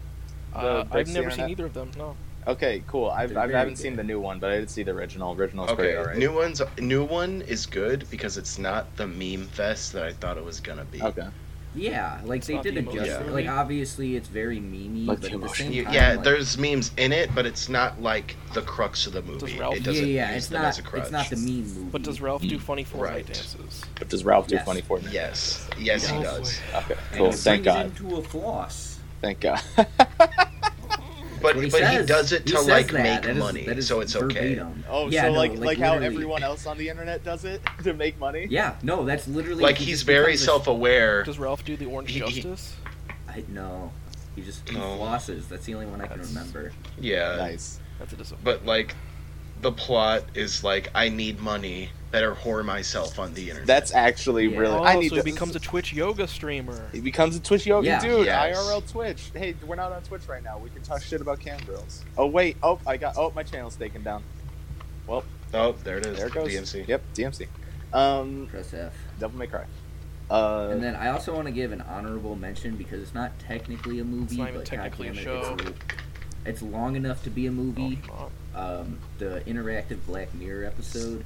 Speaker 2: uh,
Speaker 1: breaks
Speaker 2: I've
Speaker 1: the
Speaker 2: never
Speaker 1: internet?
Speaker 2: seen either of them. No,
Speaker 1: okay, cool. I've,
Speaker 4: They're
Speaker 1: I
Speaker 4: very
Speaker 1: haven't seen
Speaker 4: good.
Speaker 1: the new one, but I did see the original. Original's pretty
Speaker 3: Okay,
Speaker 1: alright.
Speaker 3: new ones. New one is good because it's not the meme fest that I thought it was gonna be.
Speaker 1: Okay.
Speaker 4: Yeah, like
Speaker 2: It's
Speaker 4: they
Speaker 2: not
Speaker 4: did
Speaker 2: the
Speaker 4: it
Speaker 2: emotion.
Speaker 4: justice.
Speaker 3: Yeah.
Speaker 4: Like obviously, it's very memey,
Speaker 1: Like the
Speaker 4: but at the
Speaker 1: emotion.
Speaker 4: same
Speaker 3: You-
Speaker 4: time,
Speaker 3: yeah,
Speaker 4: like,
Speaker 3: there's memes in it, but it's not like the crux of the movie.
Speaker 2: Ralph-
Speaker 3: It doesn't
Speaker 4: yeah, yeah,
Speaker 3: use
Speaker 4: it's
Speaker 3: them
Speaker 4: not
Speaker 3: as a crutch.
Speaker 4: it's not the meme movie.
Speaker 2: but
Speaker 1: Mm.
Speaker 2: does Ralph do funny Fortnite
Speaker 3: Right.
Speaker 2: dances?
Speaker 1: But does Ralph do
Speaker 4: Yes.
Speaker 1: funny Fortnite?
Speaker 3: Yes, yes, he
Speaker 2: Oh,
Speaker 3: does.
Speaker 2: boy.
Speaker 1: Okay,
Speaker 4: And
Speaker 1: cool.
Speaker 4: he
Speaker 1: Thank
Speaker 4: brings
Speaker 1: God.
Speaker 4: Into a floss.
Speaker 1: Thank God.
Speaker 3: But,
Speaker 4: what
Speaker 3: but
Speaker 4: he
Speaker 3: he,
Speaker 4: says.
Speaker 3: does it
Speaker 4: He
Speaker 3: to
Speaker 4: says
Speaker 3: like
Speaker 4: that.
Speaker 3: make
Speaker 4: That is-
Speaker 3: money,
Speaker 4: that is
Speaker 3: so it's okay.
Speaker 4: verbatim.
Speaker 1: Oh,
Speaker 4: Yeah,
Speaker 1: so
Speaker 4: no,
Speaker 1: like like, how
Speaker 4: literally.
Speaker 1: everyone else on the internet does it to make money.
Speaker 4: Yeah, no, that's literally
Speaker 3: Like
Speaker 4: he
Speaker 3: he's
Speaker 4: just
Speaker 3: very
Speaker 4: becomes a-
Speaker 3: self-aware.
Speaker 2: Does Ralph do the Orange
Speaker 3: He- he-
Speaker 2: Justice?
Speaker 4: I know. He just he
Speaker 3: No.
Speaker 4: flosses. That's the only one I can
Speaker 2: That's-
Speaker 4: remember.
Speaker 3: Yeah.
Speaker 1: Nice.
Speaker 2: That's a disappointment.
Speaker 3: But like, the plot is like, I need money. Better whore myself on the internet.
Speaker 1: That's actually
Speaker 4: Yeah.
Speaker 1: really.
Speaker 2: oh,
Speaker 1: I need
Speaker 2: so
Speaker 1: to,
Speaker 2: he becomes a Twitch yoga streamer.
Speaker 1: He becomes a Twitch yogi
Speaker 4: Yeah.
Speaker 1: dude.
Speaker 3: Yes.
Speaker 1: IRL Twitch. Hey, we're not on Twitch right now. We can talk shit about cam girls. Oh wait. Oh, I got. Oh, my channel's taken down.
Speaker 3: oh, there it is.
Speaker 1: There it goes.
Speaker 3: DMC.
Speaker 1: Yep, DMC. Um,
Speaker 4: Press F.
Speaker 1: Devil May Cry. Uh,
Speaker 4: And then I also want to give an honorable mention because it's not technically a movie,
Speaker 2: It's not even
Speaker 4: but
Speaker 2: technically a
Speaker 4: goddammit,
Speaker 2: show.
Speaker 4: It's, it's long enough to be a movie.
Speaker 2: Oh,
Speaker 4: Um, the interactive Black Mirror episode.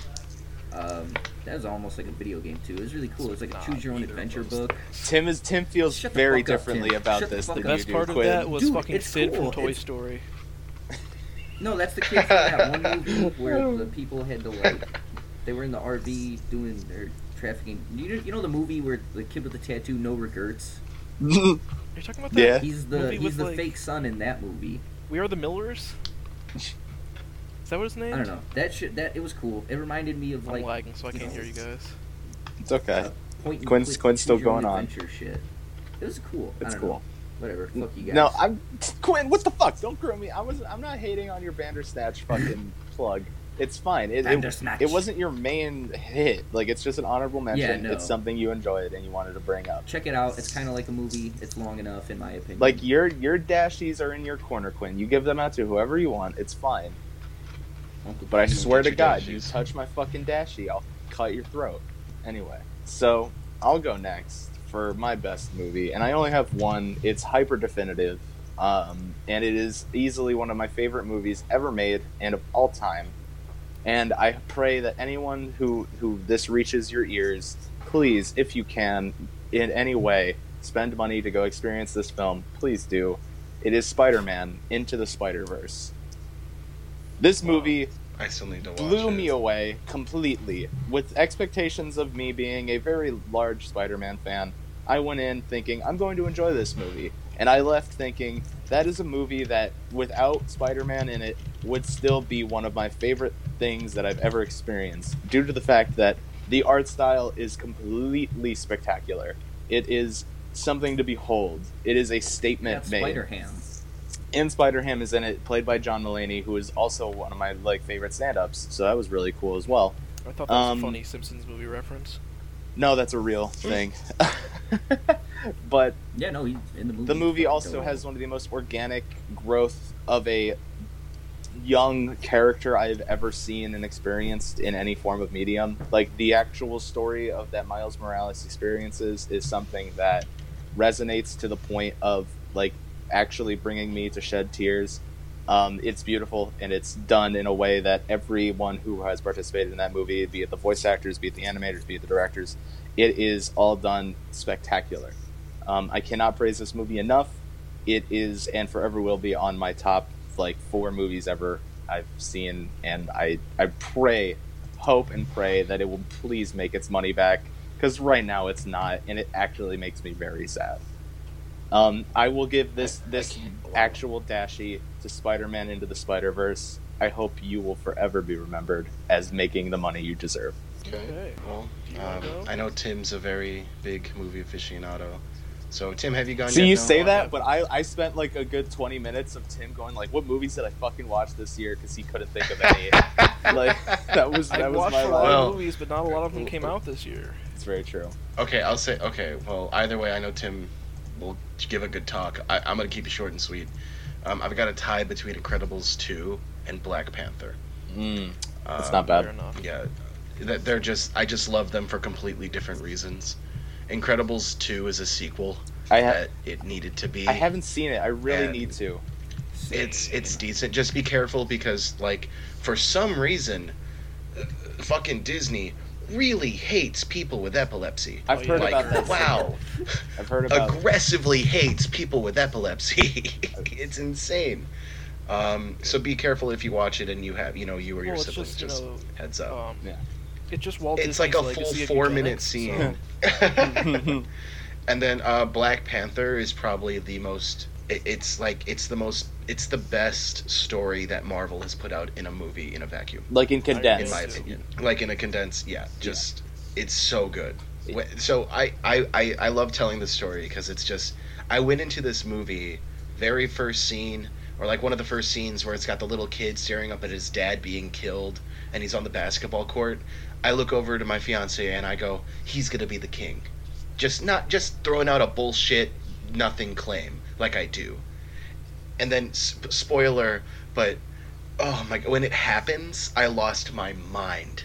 Speaker 4: Um, that was almost like a video game too. It was really cool. It was like a
Speaker 2: Nah,
Speaker 4: choose your own
Speaker 2: either of
Speaker 4: adventure
Speaker 2: those.
Speaker 4: book.
Speaker 1: Tim is Tim feels
Speaker 4: Shut the
Speaker 1: very
Speaker 4: fuck up,
Speaker 1: differently
Speaker 4: Tim.
Speaker 1: about
Speaker 4: Shut the
Speaker 1: this
Speaker 4: fuck
Speaker 2: the
Speaker 1: than you
Speaker 4: up.
Speaker 2: best
Speaker 1: do,
Speaker 2: part of
Speaker 1: Quinn.
Speaker 2: that was
Speaker 4: Dude,
Speaker 2: fucking
Speaker 4: it's
Speaker 2: Sid
Speaker 4: cool.
Speaker 2: from Toy
Speaker 4: It's-
Speaker 2: Story.
Speaker 4: No, that's the kid from that one movie where the people had to like they were in the RV doing their trafficking. You know, you know the movie where the kid with the tattoo no regrets.
Speaker 2: Are you talking about
Speaker 1: Yeah.
Speaker 2: that?
Speaker 4: He's the
Speaker 2: Movie
Speaker 4: he's
Speaker 2: with,
Speaker 4: the
Speaker 2: like-
Speaker 4: fake son in that movie.
Speaker 2: We are the Millers. Is that what his name?
Speaker 4: I don't know. That shit that it was cool. It reminded me of
Speaker 2: I'm
Speaker 4: like
Speaker 2: lagging, so I can't hear you guys.
Speaker 1: it's okay.
Speaker 4: point and
Speaker 1: Quinn's-
Speaker 4: click,
Speaker 1: Quinn's still
Speaker 4: choose your own
Speaker 1: going on.
Speaker 4: adventure shit. It was cool. I
Speaker 1: It's
Speaker 4: don't
Speaker 1: cool.
Speaker 4: Know. Whatever. Fuck you guys.
Speaker 1: No, I'm Quinn. What the fuck? Don't grow me. I was. I'm not hating on your Bandersnatch fucking plug. It's fine. It, it,
Speaker 4: Bandersnatch.
Speaker 1: it wasn't your main hit. Like it's just an honorable mention.
Speaker 4: Yeah, no.
Speaker 1: It's something you enjoyed and you wanted to bring up.
Speaker 4: Check it out. It's kind of like a movie. It's long enough, in my opinion.
Speaker 1: Like your your dashies are in your corner, Quinn. You give them out to whoever you want. It's fine.
Speaker 4: Uncle
Speaker 1: But I
Speaker 3: Don't
Speaker 1: swear to
Speaker 3: touch
Speaker 1: God,
Speaker 3: your dashies.
Speaker 1: you touch my fucking dashie, I'll cut your throat. Anyway, so I'll go next for my best movie, and I only have one. It's hyper definitive, um, and it is easily one of my favorite movies ever made and of all time. And I pray that anyone who who this reaches your ears, please, if you can, in any way, spend money to go experience this film. Please do. It is Spider-Man: Into the Spider-Verse. This
Speaker 3: Wow.
Speaker 1: movie
Speaker 3: I still need to watch
Speaker 1: blew
Speaker 3: it.
Speaker 1: me away completely with expectations of me being a very large spider-man fan i went in thinking i'm going to enjoy this movie and i left thinking that is a movie that without spider-man in it would still be one of my favorite things that i've ever experienced due to the fact that the art style is completely spectacular it is something to behold it is a statement
Speaker 4: That's
Speaker 1: made
Speaker 4: Spider Ham.
Speaker 1: and Spider Ham is in it, played by John Mulaney, who is also one of my like favorite stand ups. So that was really cool as well.
Speaker 2: I thought that was
Speaker 1: Um,
Speaker 2: a funny Simpsons movie reference.
Speaker 1: No, that's a real thing. but
Speaker 4: Yeah, no, he's in the movie.
Speaker 1: the movie
Speaker 4: Fucking
Speaker 1: also
Speaker 4: dope.
Speaker 1: has one of the most organic growth of a young character I've ever seen and experienced in any form of medium. Like the actual story of that Miles Morales experiences is something that resonates to the point of like actually bringing me to shed tears. Um, it's beautiful and it's done in a way that everyone who has participated in that movie, be it the voice actors, be it the animators, be it the directors, it is all done spectacular. Um, I cannot praise this movie enough. It is and forever will be on my top like four movies ever I've seen, and I I pray, hope and pray that it will please make its money back because right now it's not, and it actually makes me very sad. Um, I will give this this actual dashi to Spider-Man into the Spider-Verse. I hope you will forever be remembered as making the money you deserve.
Speaker 3: Okay.
Speaker 2: Okay.
Speaker 3: Well,
Speaker 2: Do you wanna
Speaker 3: um,
Speaker 2: go?
Speaker 3: I know Tim's a very big movie aficionado. So Tim, have you gone?
Speaker 1: See,
Speaker 3: yet?
Speaker 1: you
Speaker 3: No?
Speaker 1: say
Speaker 2: I
Speaker 1: that,
Speaker 2: haven't.
Speaker 1: but I, I spent like a good 20 minutes of Tim going like, what movies did I fucking watch this year? Because he couldn't think of any. like, that was,
Speaker 2: I
Speaker 1: that was
Speaker 2: watched
Speaker 1: my
Speaker 2: a lot
Speaker 1: life.
Speaker 3: Well-
Speaker 2: of movies, but not a lot of them came out this year.
Speaker 1: It's very true.
Speaker 3: Okay, I'll say. Okay, well, either way, I know Tim will give a good talk. I, I'm gonna keep it short and sweet. Um, I've got a tie between Incredibles 2 and Black Panther.
Speaker 1: Mm,
Speaker 3: Um,
Speaker 1: it's not
Speaker 2: Fair
Speaker 1: bad.
Speaker 2: enough.
Speaker 3: Yeah, that they're just. I just love them for completely different reasons. Incredibles 2 is a sequel
Speaker 1: I, ha-
Speaker 3: that it needed to be.
Speaker 1: I haven't seen it. I really
Speaker 3: And-
Speaker 1: need to.
Speaker 3: it's it's decent. Just be careful because like for some reason, uh, fucking Disney really hates people with epilepsy.
Speaker 1: I've
Speaker 2: Oh, yeah.
Speaker 1: heard
Speaker 3: like
Speaker 1: about this.
Speaker 3: wow,
Speaker 1: I've heard about
Speaker 3: aggressively hates people with epilepsy. it's insane. Um, so be careful if you watch it and you have you know you or your
Speaker 2: Well, it's
Speaker 3: siblings.
Speaker 2: just, you
Speaker 3: Just,
Speaker 2: know,
Speaker 3: heads up.
Speaker 2: um,
Speaker 1: Yeah.
Speaker 2: it's just Walt
Speaker 3: it's like a
Speaker 2: Disney's
Speaker 3: full
Speaker 2: legacy of
Speaker 3: four
Speaker 2: eugenics,
Speaker 3: minute scene.
Speaker 1: it.
Speaker 2: oh.
Speaker 3: and then uh, Black Panther is probably the most it, it's like it's the most it's the best story that Marvel has put out in a movie in a vacuum,
Speaker 1: like in
Speaker 3: in
Speaker 1: condensed.
Speaker 3: my
Speaker 2: Yes.
Speaker 3: opinion. Like in a condensed, yeah, just it's so good. Wh- So I I I, I love telling this story because it's just I went into this movie very first scene or like one of the first scenes where it's got the little kid staring up at his dad being killed and he's on the basketball court. I look over to my fiance and I go, he's gonna be the king. Just not just throwing out a bullshit nothing claim like I do. And then sp- spoiler, but oh my god, when it happens, I lost my mind.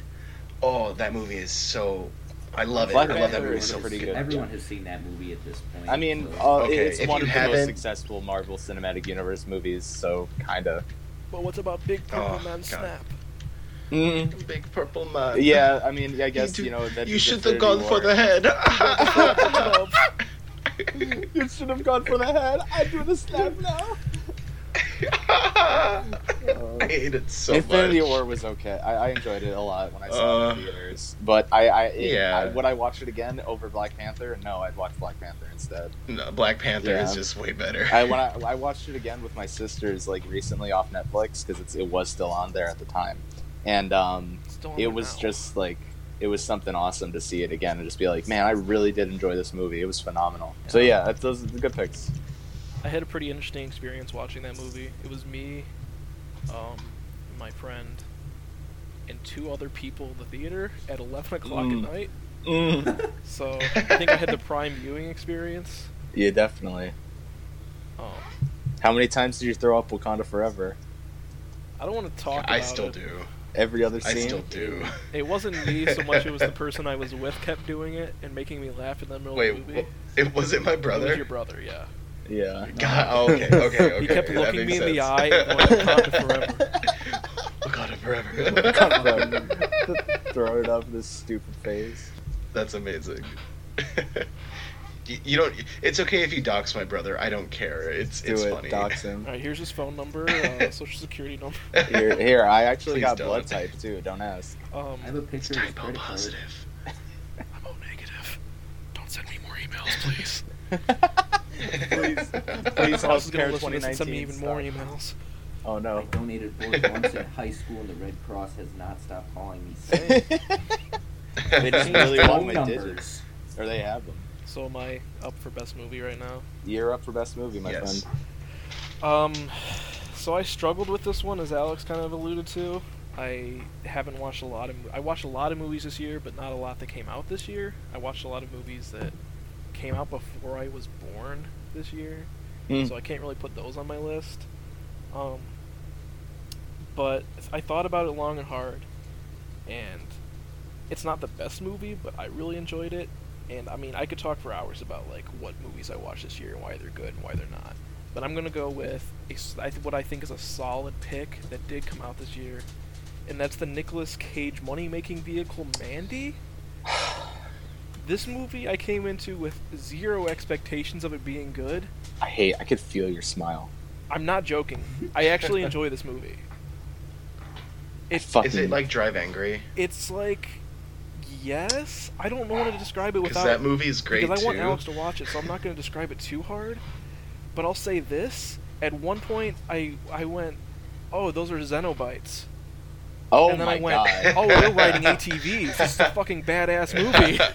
Speaker 3: Oh, that movie is so. I love it.
Speaker 1: Black
Speaker 3: I love
Speaker 1: Panther
Speaker 3: that movie
Speaker 1: is
Speaker 3: so
Speaker 1: pretty
Speaker 3: pretty
Speaker 1: good.
Speaker 3: good.
Speaker 4: Everyone has seen that movie at this point.
Speaker 1: I mean,
Speaker 4: so-
Speaker 1: uh,
Speaker 3: Okay,
Speaker 1: it's
Speaker 3: if
Speaker 1: one
Speaker 3: you
Speaker 1: of the
Speaker 3: haven't-
Speaker 1: most successful Marvel Cinematic Universe movies, so kind of.
Speaker 2: But what's about Big Purple
Speaker 3: Oh,
Speaker 2: Man
Speaker 3: God.
Speaker 2: Snap?
Speaker 3: Big purple man.
Speaker 1: Yeah, I mean, I guess
Speaker 3: do-
Speaker 1: you know that
Speaker 3: Mm-hmm. You
Speaker 1: is
Speaker 3: should have
Speaker 1: Infinity
Speaker 3: gone for
Speaker 1: War.
Speaker 3: the head.
Speaker 1: You should have gone for the head. I do the snap now.
Speaker 3: I hate it so
Speaker 1: Infinity
Speaker 3: much.
Speaker 1: War was okay. I, I enjoyed it a lot when I saw it in
Speaker 3: Uh,
Speaker 1: theaters. But I, I, it-
Speaker 3: yeah.
Speaker 1: I- would I watch it again over Black Panther? No, I'd watch Black Panther instead.
Speaker 3: No, Black Panther
Speaker 1: Yeah.
Speaker 3: is just way better.
Speaker 1: I when I, I watched it again with my sisters like recently off Netflix because it was still on there at the time, and um,
Speaker 2: Still on
Speaker 1: it
Speaker 2: there
Speaker 1: was
Speaker 2: now.
Speaker 1: just like it was something awesome to see it again and just be like, man, I really did enjoy this movie. It was phenomenal. So yeah, that's, those are the good picks.
Speaker 2: I had a pretty interesting experience watching that movie. It was me, um, my friend, and two other people in the theater at 11 o'clock
Speaker 1: Mm.
Speaker 2: at night. So I think I had the prime viewing experience.
Speaker 1: Yeah, definitely.
Speaker 2: Um,
Speaker 1: How many times did you throw up Wakanda Forever?
Speaker 2: I don't want to talk.
Speaker 3: I
Speaker 2: about
Speaker 3: still
Speaker 2: it.
Speaker 3: do.
Speaker 1: Every other
Speaker 3: I
Speaker 1: scene.
Speaker 3: still do.
Speaker 2: It wasn't me so much. It was the person I was with kept doing it and making me laugh in the middle
Speaker 3: Wait,
Speaker 2: of the movie.
Speaker 3: wha- it was it my
Speaker 2: It was
Speaker 3: brother?
Speaker 2: your brother, yeah.
Speaker 1: Yeah.
Speaker 3: God, oh, okay, okay, okay.
Speaker 2: he kept
Speaker 3: that
Speaker 2: looking
Speaker 3: makes
Speaker 2: me in the
Speaker 3: sense.
Speaker 2: eye and going, Wakanda forever.
Speaker 3: Wakanda
Speaker 1: Wakanda
Speaker 3: forever.
Speaker 1: throw it up in this stupid face.
Speaker 3: That's amazing. you, you don't. It's okay if you dox my brother. I don't care. It's
Speaker 1: Do
Speaker 3: it's
Speaker 1: it.
Speaker 3: funny.
Speaker 1: Dox him.
Speaker 2: All right, here's his phone number, uh, social security number.
Speaker 1: Here, here. I actually
Speaker 3: Please
Speaker 1: got
Speaker 3: don't.
Speaker 1: blood type too. Don't ask.
Speaker 2: Um,
Speaker 4: I have a
Speaker 3: It's
Speaker 4: picture of his
Speaker 3: typo
Speaker 4: credit card.
Speaker 3: positive.
Speaker 2: I'm O Oh, negative. Don't send me more emails, please.
Speaker 1: Please, please,
Speaker 2: Please, I was
Speaker 1: healthcare
Speaker 2: gonna listen to
Speaker 1: 2019.
Speaker 2: this and send me even
Speaker 1: stop.
Speaker 2: more emails.
Speaker 1: Oh
Speaker 4: I
Speaker 1: no.
Speaker 4: donated blood once in high school, and the Red Cross has not stopped calling me since.
Speaker 1: they just
Speaker 4: Change
Speaker 1: really want
Speaker 4: phone
Speaker 1: my
Speaker 4: numbers.
Speaker 1: digits, or they have them.
Speaker 2: So am I up for best movie right now?
Speaker 1: You're up for best movie, my
Speaker 3: Yes.
Speaker 1: friend.
Speaker 2: Um, so I struggled with this one, as Alex kind of alluded to. I haven't watched a lot of. I watched a lot of movies this year, but not a lot that came out this year. I watched a lot of movies that came out before I was born this year,
Speaker 1: Mm.
Speaker 2: so I can't really put those on my list. Um, but I thought about it long and hard, and it's not the best movie, but I really enjoyed it. And I mean, I could talk for hours about like what movies I watched this year and why they're good and why they're not. But I'm gonna go with a s I th what I think is a solid pick that did come out this year, and that's the Nicolas Cage money-making vehicle Mandy. This movie I came into with zero expectations of it being good.
Speaker 1: I hate. I could feel your smile.
Speaker 2: I'm not joking. I actually enjoy this movie. It's
Speaker 1: Fucking.
Speaker 3: Is it like Drive Angry?
Speaker 2: it's like yes. I don't know how to describe it
Speaker 3: Because
Speaker 2: without
Speaker 3: that movie is great
Speaker 2: because I
Speaker 3: too.
Speaker 2: want Alex to watch it, so I'm not going to describe it too hard. But I'll say this: at one point, I I went, "Oh, those are Xenobites,"
Speaker 1: oh
Speaker 2: and then
Speaker 1: my
Speaker 2: I went,
Speaker 1: god.
Speaker 2: "Oh, we're riding ATVs. This is a fucking badass movie."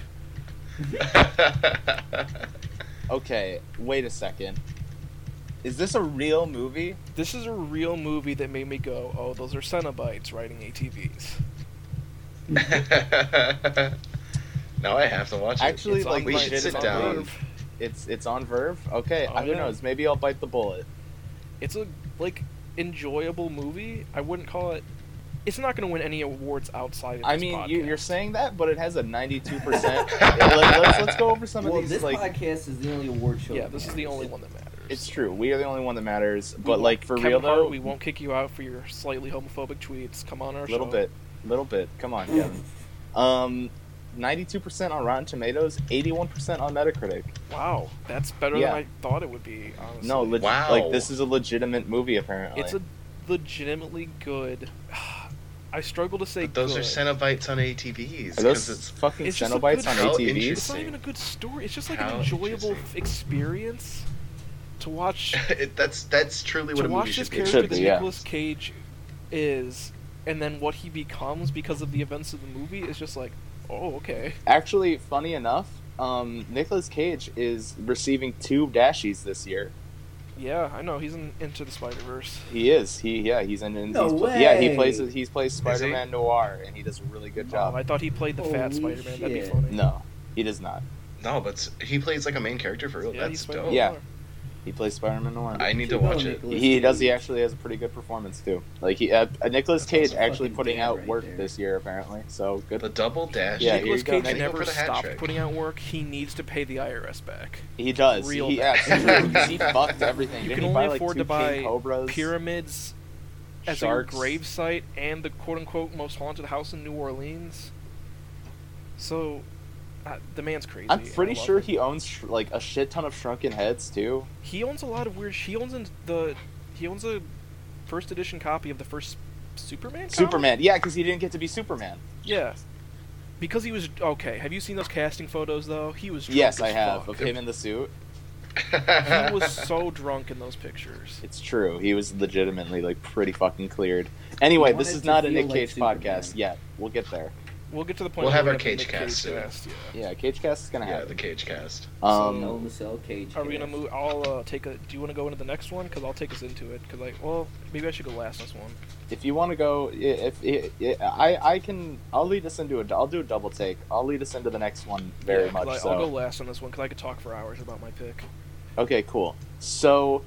Speaker 1: Okay, wait a second. Is this a real movie?
Speaker 2: this is a real movie that made me go, "Oh, those are Xenobites riding ATVs."
Speaker 3: now I have to watch it.
Speaker 1: Actually,
Speaker 2: It's
Speaker 1: like
Speaker 2: on
Speaker 3: we
Speaker 2: my-
Speaker 3: should
Speaker 2: it's
Speaker 3: sit
Speaker 2: on
Speaker 3: down.
Speaker 2: Verve.
Speaker 1: It's it's on Verve. Okay,
Speaker 2: Oh,
Speaker 1: I who
Speaker 2: yeah.
Speaker 1: knows? Maybe I'll bite the bullet.
Speaker 2: It's a like enjoyable movie. I wouldn't call it. It's not going to win any awards outside of
Speaker 1: I
Speaker 2: this
Speaker 1: mean, you, you're
Speaker 2: podcast.
Speaker 1: saying that, but it has a 92. percent Let's let's go over some
Speaker 4: well,
Speaker 1: of these.
Speaker 4: this
Speaker 1: Like,
Speaker 4: podcast is the only award show.
Speaker 2: yeah,
Speaker 4: that
Speaker 2: this is the
Speaker 4: matters.
Speaker 2: only one that matters.
Speaker 1: it's true. We are the only one that matters.
Speaker 2: We
Speaker 1: But
Speaker 2: won't-
Speaker 1: like for
Speaker 2: Kevin
Speaker 1: real
Speaker 2: Hart,
Speaker 1: though,
Speaker 2: we won't kick you out for your slightly homophobic tweets. Come on, our
Speaker 1: little
Speaker 2: show.
Speaker 1: bit, little bit. Come on, Kevin. um, 92 percent on Rotten Tomatoes, 81 percent on Metacritic.
Speaker 2: Wow, that's better
Speaker 1: Yeah.
Speaker 2: than I thought it would be. Honestly.
Speaker 1: No, leg-
Speaker 3: Wow.
Speaker 1: like this is a legitimate movie apparently.
Speaker 2: it's a legitimately good. I struggle to say
Speaker 3: But those
Speaker 2: good.
Speaker 3: are Cenobites on ATVs.
Speaker 1: Are
Speaker 3: 'cause
Speaker 1: those
Speaker 3: it's
Speaker 1: fucking
Speaker 2: It's just a
Speaker 1: Cenobites
Speaker 2: good-
Speaker 1: on
Speaker 3: How
Speaker 1: ATVs?
Speaker 3: interesting.
Speaker 2: It's not even a good story. It's just like
Speaker 3: How
Speaker 2: an enjoyable
Speaker 3: interesting.
Speaker 2: experience to watch
Speaker 3: it, that's that's truly what
Speaker 2: to
Speaker 3: a movie
Speaker 2: watch this
Speaker 3: should be.
Speaker 2: character
Speaker 1: Should
Speaker 2: that
Speaker 1: be, yeah.
Speaker 2: Nicolas Cage is, and then what he becomes because of the events of the movie is just like, oh okay.
Speaker 1: Actually, funny enough, um, Nicolas Cage is receiving two dashies this year.
Speaker 2: Yeah, I know he's in Into the Spider Verse.
Speaker 1: He is. He yeah. He's in. in
Speaker 4: No
Speaker 1: he's pla- yeah. He
Speaker 4: way.
Speaker 1: plays. He plays Spider-Man Noir, and he does a really good job.
Speaker 2: Um, I thought he played the fat
Speaker 4: Holy
Speaker 2: Spider Man. That'd be
Speaker 4: shit.
Speaker 2: funny.
Speaker 1: no, he does not.
Speaker 3: No, but he plays like a main character for real.
Speaker 2: Yeah, he's
Speaker 3: that's
Speaker 2: Spider-Man.
Speaker 3: dope.
Speaker 1: Yeah. He plays Spider-Man Noir.
Speaker 3: I need to
Speaker 4: You know
Speaker 3: watch it.
Speaker 4: Nicolas
Speaker 1: he does. He
Speaker 4: Cage.
Speaker 1: actually has a pretty good performance too. Like he, uh, uh, Nicolas
Speaker 4: That's
Speaker 1: Cage
Speaker 4: awesome.
Speaker 1: actually
Speaker 4: Fucking
Speaker 1: putting
Speaker 4: damn
Speaker 1: out
Speaker 4: right
Speaker 1: work
Speaker 4: there.
Speaker 1: this year apparently. So good.
Speaker 3: The double dash.
Speaker 1: Yeah, here
Speaker 2: Nicolas
Speaker 1: you go.
Speaker 2: Cage
Speaker 1: Heading
Speaker 2: never
Speaker 3: for the hat
Speaker 2: stopped
Speaker 3: trick.
Speaker 2: putting out work. He needs to pay the IRS back.
Speaker 1: He does.
Speaker 2: Real
Speaker 1: he
Speaker 2: bad.
Speaker 1: absolutely. 'cause he fucked everything.
Speaker 2: You
Speaker 1: Didn't
Speaker 2: can
Speaker 1: he
Speaker 2: only
Speaker 1: buy, like,
Speaker 2: afford
Speaker 1: two
Speaker 2: to buy
Speaker 1: king cobras,
Speaker 2: Pyramids as
Speaker 1: sharks.
Speaker 2: your grave site and the quote unquote most haunted house in New Orleans. So, uh, the man's crazy.
Speaker 1: I'm
Speaker 2: and I
Speaker 1: pretty
Speaker 2: love
Speaker 1: sure
Speaker 2: him.
Speaker 1: he owns sh- like a shit ton of shrunken heads too.
Speaker 2: He owns a lot of weird. He owns in the. He owns a first edition copy of the first Superman. comic?
Speaker 1: Superman, yeah, because he didn't get to be Superman.
Speaker 2: Yeah. Because he was okay. Have you seen those casting photos though? He was. Drunk
Speaker 1: yes,
Speaker 2: as
Speaker 1: I have
Speaker 2: fuck.
Speaker 1: of him in the suit.
Speaker 2: He was so drunk in those pictures.
Speaker 1: It's true. He was legitimately like pretty fucking cleared. Anyway,
Speaker 4: He
Speaker 1: this
Speaker 4: wanted
Speaker 1: is
Speaker 4: to
Speaker 1: not a
Speaker 4: feel
Speaker 1: Nick
Speaker 4: like
Speaker 1: Cage
Speaker 4: Superman.
Speaker 1: podcast yet. We'll get there.
Speaker 2: We'll get to the point.
Speaker 3: We'll
Speaker 2: where
Speaker 3: have
Speaker 2: we're
Speaker 3: our
Speaker 2: gonna
Speaker 3: cage
Speaker 2: Nick
Speaker 3: cast soon.
Speaker 2: cast, yeah.
Speaker 1: Yeah, Cage Cast is gonna
Speaker 3: yeah,
Speaker 1: happen.
Speaker 3: the cage cast.
Speaker 1: um,
Speaker 4: Hell in a Cell Cage.
Speaker 2: Are we gonna
Speaker 4: cast.
Speaker 2: move? I'll uh, take a. Do you want to go into the next one? Cause I'll take us into it. Cause like, well, maybe I should go last on this one.
Speaker 1: if you want to go, i- if, if, if I I can, I'll lead us into a. I'll do a double take. I'll lead us into the next one very
Speaker 2: Yeah, 'cause
Speaker 1: much.
Speaker 2: I,
Speaker 1: so Um,
Speaker 2: I'll go last on this one because I could talk for hours about my pick.
Speaker 1: Okay, cool. So,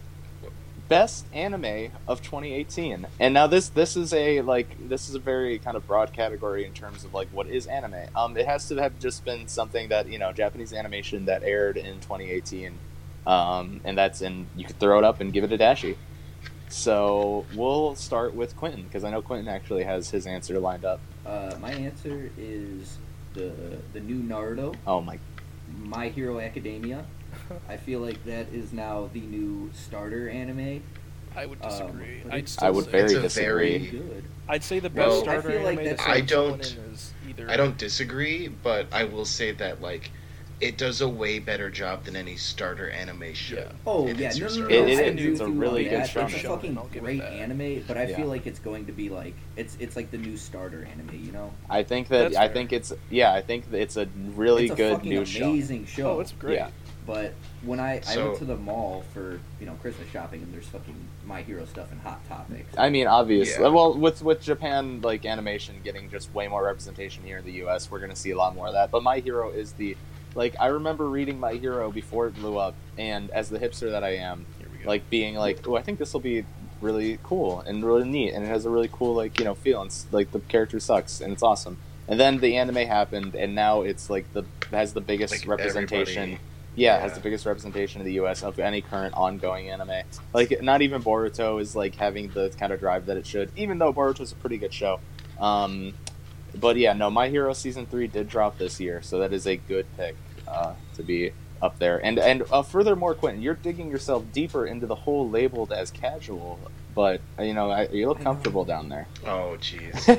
Speaker 1: best anime of 2018, and now this this is a like this is a very kind of broad category in terms of like what is anime. Um, it has to have just been something that you know Japanese animation that aired in 2018, um, and that's in you could throw it up and give it a dashi. So we'll start with Quentin because I know Quentin actually has his answer lined up.
Speaker 4: Uh, my answer is the the new Naruto,
Speaker 1: Oh my,
Speaker 4: My Hero Academia. I feel like that is now the new starter anime.
Speaker 2: I would
Speaker 4: Um,
Speaker 2: disagree.
Speaker 4: but
Speaker 2: I'd
Speaker 4: it's-
Speaker 2: still
Speaker 1: I would
Speaker 2: say,
Speaker 1: very
Speaker 3: a
Speaker 1: disagree.
Speaker 3: very-
Speaker 4: Good.
Speaker 2: I'd say the best
Speaker 3: Well, I
Speaker 2: starter
Speaker 4: feel like
Speaker 2: anime
Speaker 4: that's-
Speaker 2: that
Speaker 3: I
Speaker 2: I've seen
Speaker 3: don't-
Speaker 2: is either.
Speaker 3: I don't disagree, but I will say that like it does a way better job than any starter anime should.
Speaker 2: Yeah.
Speaker 4: Oh
Speaker 3: It
Speaker 4: yeah,
Speaker 3: is
Speaker 4: no,
Speaker 3: your
Speaker 4: no, no,
Speaker 3: starter.
Speaker 4: no,
Speaker 2: It
Speaker 4: I
Speaker 2: is.
Speaker 4: agree
Speaker 2: It's
Speaker 4: with
Speaker 1: a
Speaker 4: you on
Speaker 1: really good
Speaker 4: that. It's a
Speaker 1: shonen.
Speaker 4: fucking
Speaker 2: I'll give it
Speaker 4: great
Speaker 2: that.
Speaker 4: anime, but I
Speaker 1: Yeah.
Speaker 4: feel like it's going to be like it's it's like the new starter anime. You know,
Speaker 1: I think that
Speaker 2: That's
Speaker 1: I
Speaker 2: fair.
Speaker 1: think it's yeah I think that it's a really
Speaker 4: it's a
Speaker 1: good
Speaker 4: fucking
Speaker 1: new show.
Speaker 4: amazing show.
Speaker 2: Oh, it's great.
Speaker 1: Yeah.
Speaker 4: But when I, I
Speaker 3: So-
Speaker 4: went to the mall for you know Christmas shopping and there's fucking My Hero stuff and Hot Topics.
Speaker 1: I mean, obviously.
Speaker 3: Yeah.
Speaker 1: Well, with with Japan like animation getting just way more representation here in the U.S., we're gonna see a lot more of that. But My Hero is the like I remember reading My Hero before it blew up, and as the hipster that I am,
Speaker 2: Here we go.
Speaker 1: like being like, oh, I think this will be really cool and really neat, and it has a really cool like you know feel. And, s- like the character sucks, and it's awesome. And then the anime happened, and now it's like the has the biggest
Speaker 3: Like,
Speaker 1: representation.
Speaker 3: everybody-
Speaker 1: Yeah, it has
Speaker 3: yeah.
Speaker 1: the biggest representation in the U.S. of any current ongoing anime. Like, not even Boruto is like having the kind of drive that it should. Even though Boruto's a pretty good show, um, but yeah, no, My Hero season three did drop this year, so that is a good pick uh, to be up there. And and uh, furthermore, Quentin, you're digging yourself deeper into the whole labeled as casual, but uh, you know I, you look
Speaker 4: I know.
Speaker 1: comfortable down there.
Speaker 3: Oh jeez.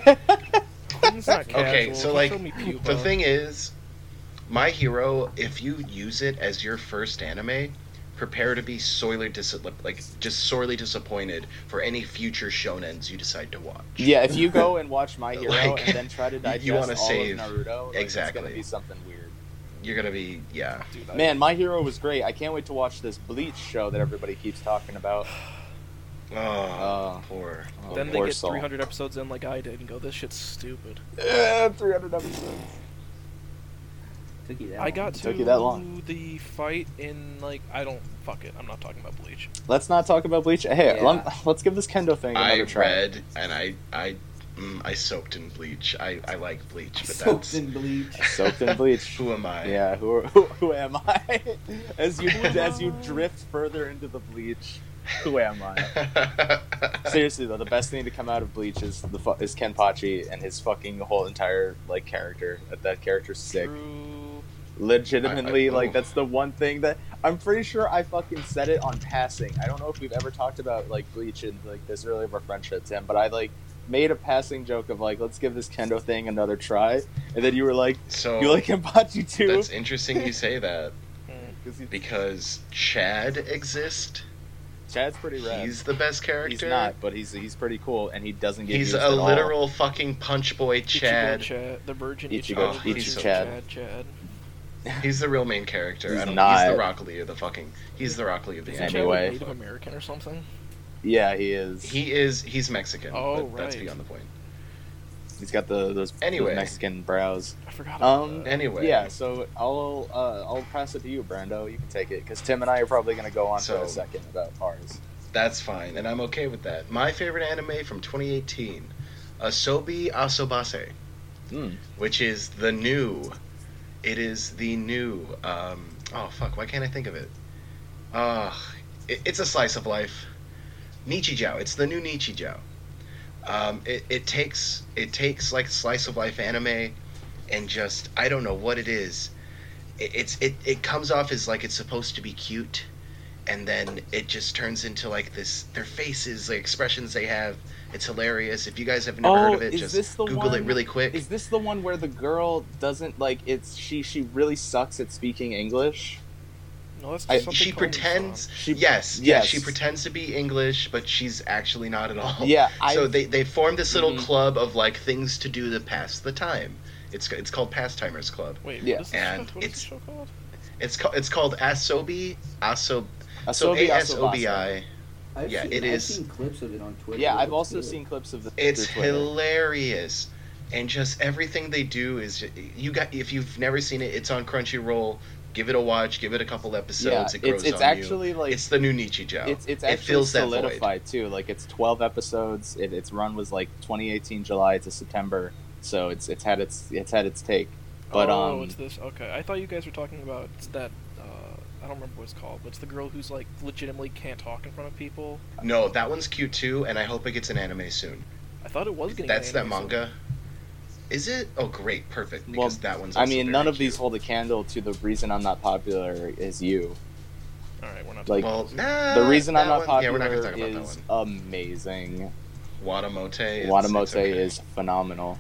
Speaker 2: Quentin's not casual.
Speaker 3: Okay, so
Speaker 2: He
Speaker 3: like
Speaker 2: showed me Pupa.
Speaker 3: the thing is, My Hero, if you use it as your first anime, prepare to be sorely dis- like just sorely disappointed for any future shonens you decide to watch.
Speaker 1: Yeah, if you go and watch My Hero
Speaker 3: Like,
Speaker 1: and then try to digest
Speaker 3: you
Speaker 1: all
Speaker 3: wanna
Speaker 1: of
Speaker 3: save-
Speaker 1: Naruto, like, it's
Speaker 3: exactly.
Speaker 1: gonna be something weird.
Speaker 3: You're gonna be yeah.
Speaker 2: Dude, I-
Speaker 1: Man, My Hero was great. I can't wait to watch this Bleach show that everybody keeps talking about.
Speaker 3: Oh,
Speaker 1: Oh.
Speaker 3: poor.
Speaker 1: Oh,
Speaker 2: then they
Speaker 1: poor
Speaker 2: get
Speaker 1: soul.
Speaker 2: 300 episodes in like I did and go, this shit's stupid.
Speaker 1: Eh, 300 episodes.
Speaker 4: Took you that
Speaker 2: I
Speaker 4: long.
Speaker 2: got to
Speaker 1: Took you that long.
Speaker 2: the fight in like I don't fuck it. I'm not talking about Bleach.
Speaker 1: Let's not talk about Bleach. Hey,
Speaker 4: Yeah.
Speaker 1: lem- let's give this Kendo thing another
Speaker 3: I
Speaker 1: try.
Speaker 3: read and I I mm, I soaked in bleach. I I like bleach, but
Speaker 4: soaked
Speaker 3: that's
Speaker 4: in bleach.
Speaker 1: Soaked in bleach.
Speaker 3: who am I?
Speaker 1: Yeah, who, who who am I? As you
Speaker 2: Who am
Speaker 1: as you
Speaker 2: I?
Speaker 1: drift further into the bleach, who am I? Seriously though, the best thing to come out of Bleach is the fu- is Kenpachi and his fucking whole entire like character. That- That character's sick.
Speaker 2: True.
Speaker 1: Legitimately,
Speaker 3: I- oh. I-
Speaker 1: like
Speaker 3: oof.
Speaker 1: that's the one thing that I'm pretty sure I fucking said it on passing. I don't know if we've ever talked about like Bleach and like this early of our friendship, Tim, but I like made a passing joke of like let's give this Kendo thing another try, and then you were like
Speaker 3: so
Speaker 1: you like Kenpachi too
Speaker 3: that's interesting you say that
Speaker 2: Mm.
Speaker 1: 'Cause he-
Speaker 3: because Chad exist
Speaker 1: Chad's pretty rad.
Speaker 3: He's the best character.
Speaker 1: He's not, but he's he's pretty cool, and he doesn't get.
Speaker 3: He's
Speaker 1: used
Speaker 3: a
Speaker 1: at all.
Speaker 3: literal fucking punch boy, Chad.
Speaker 2: Ichigo, Chad, the Virgin
Speaker 1: Ichigo,
Speaker 2: Ichigo,
Speaker 3: Ichigo,
Speaker 2: Virgin
Speaker 1: Chad.
Speaker 2: Chad, Chad.
Speaker 3: He's the real main character.
Speaker 1: He's
Speaker 3: I don't, He's
Speaker 1: not.
Speaker 3: the Rock Lee of the fucking. He's the Rock Lee of the
Speaker 2: Isn't
Speaker 1: Yeah.
Speaker 3: anime.
Speaker 2: Chad
Speaker 1: Anyway.
Speaker 2: like Native American or something?
Speaker 1: Yeah, he is. He,
Speaker 3: He is. He's Mexican.
Speaker 2: Oh,
Speaker 3: but That's
Speaker 2: right.
Speaker 3: beyond the point.
Speaker 1: has got the those those
Speaker 3: Anyway.
Speaker 1: Mexican brows.
Speaker 2: I forgot. About
Speaker 1: Um.
Speaker 2: that.
Speaker 3: Anyway.
Speaker 1: Yeah. So I'll uh, I'll pass it to you, Brando. You can take it because Tim and I are probably going to go on for
Speaker 3: So-
Speaker 1: a second about ours.
Speaker 3: That's fine, and I'm okay with that. My favorite anime from 2018, Asobi Asobase,
Speaker 1: Hmm.
Speaker 3: which is the new. It is the new. Um, oh fuck! Why can't I think of it? Ah, it, it's a slice of life. Nichijou. It's the new Nichijou. Um, it, it takes it takes like slice of life anime, and just I don't know what it is. It, it's it it comes off as like it's supposed to be cute, and then it just turns into like this their faces, the expressions they have. It's hilarious. If you guys have never heard
Speaker 1: Oh,
Speaker 3: of it,
Speaker 1: is
Speaker 3: just
Speaker 1: this the
Speaker 3: Google it
Speaker 1: one-
Speaker 3: really quick.
Speaker 1: Is this the one where the girl doesn't like? It's she. She really sucks at speaking English.
Speaker 2: No, that's
Speaker 1: I-
Speaker 2: something
Speaker 3: she
Speaker 2: Conan
Speaker 3: pretends.
Speaker 2: saw.
Speaker 1: She
Speaker 3: yes, yes.
Speaker 1: yes.
Speaker 3: She pretends to be English, but she's actually not at all.
Speaker 1: Yeah. I,
Speaker 3: Oh, So they they formed this little
Speaker 1: Mhm.
Speaker 3: club of like things to do to pass the time. It's it's called Pastimers Club.
Speaker 2: Wait,
Speaker 1: Yeah.
Speaker 2: what is this
Speaker 3: And
Speaker 2: show? What is
Speaker 3: it's-
Speaker 2: this show called?
Speaker 3: It's called it's called Asobi Asob. So
Speaker 1: Asobi
Speaker 3: A S O B
Speaker 1: Asobasa.
Speaker 3: I.
Speaker 4: I've
Speaker 3: Yeah,
Speaker 4: seen,
Speaker 3: it
Speaker 4: I've
Speaker 3: is-
Speaker 4: seen clips of it on Twitter.
Speaker 1: Yeah,
Speaker 4: It
Speaker 1: I've
Speaker 4: looks
Speaker 1: also
Speaker 4: good.
Speaker 1: seen clips of the.
Speaker 3: It's
Speaker 1: through Twitter.
Speaker 3: hilarious, and just everything they do is you got. If you've never seen it, it's on Crunchyroll. Give it a watch. Give it a couple
Speaker 1: Yeah,
Speaker 3: episodes. it grows
Speaker 1: it's it's
Speaker 3: on
Speaker 1: actually
Speaker 3: you.
Speaker 1: like
Speaker 3: It's the new Nichijou.
Speaker 1: it's it's
Speaker 3: It
Speaker 1: actually
Speaker 3: fills that void.
Speaker 1: solidified too. Like it's twelve episodes. It, its run was like 2018 July to September, so it's it's had its it's had its take. But
Speaker 2: oh,
Speaker 1: um,
Speaker 2: it's this. Okay, I thought you guys were talking about it's that. Uh, I don't remember what it's called, but it's the girl who's like legitimately can't talk in front of people.
Speaker 3: No, that one's cute too, and I hope it gets an anime soon.
Speaker 2: I thought it was getting.
Speaker 3: That's
Speaker 2: an
Speaker 3: that
Speaker 2: anime, so-
Speaker 3: manga. Is it? Oh, great, perfect.
Speaker 1: Well,
Speaker 3: Because that one's.
Speaker 1: I
Speaker 3: also
Speaker 1: mean,
Speaker 3: very
Speaker 1: none of
Speaker 3: cute.
Speaker 1: these hold a candle to the reason I'm not popular is you.
Speaker 2: All right, we're not.
Speaker 1: Like,
Speaker 3: Well, nah,
Speaker 1: the reason I'm
Speaker 3: Uh, that
Speaker 1: not
Speaker 3: one-
Speaker 1: popular
Speaker 3: Yeah, we're not gonna talk about
Speaker 1: is
Speaker 3: that
Speaker 1: amazing.
Speaker 3: one. Watamote. Is,
Speaker 1: Watamote
Speaker 3: it's okay.
Speaker 1: is phenomenal.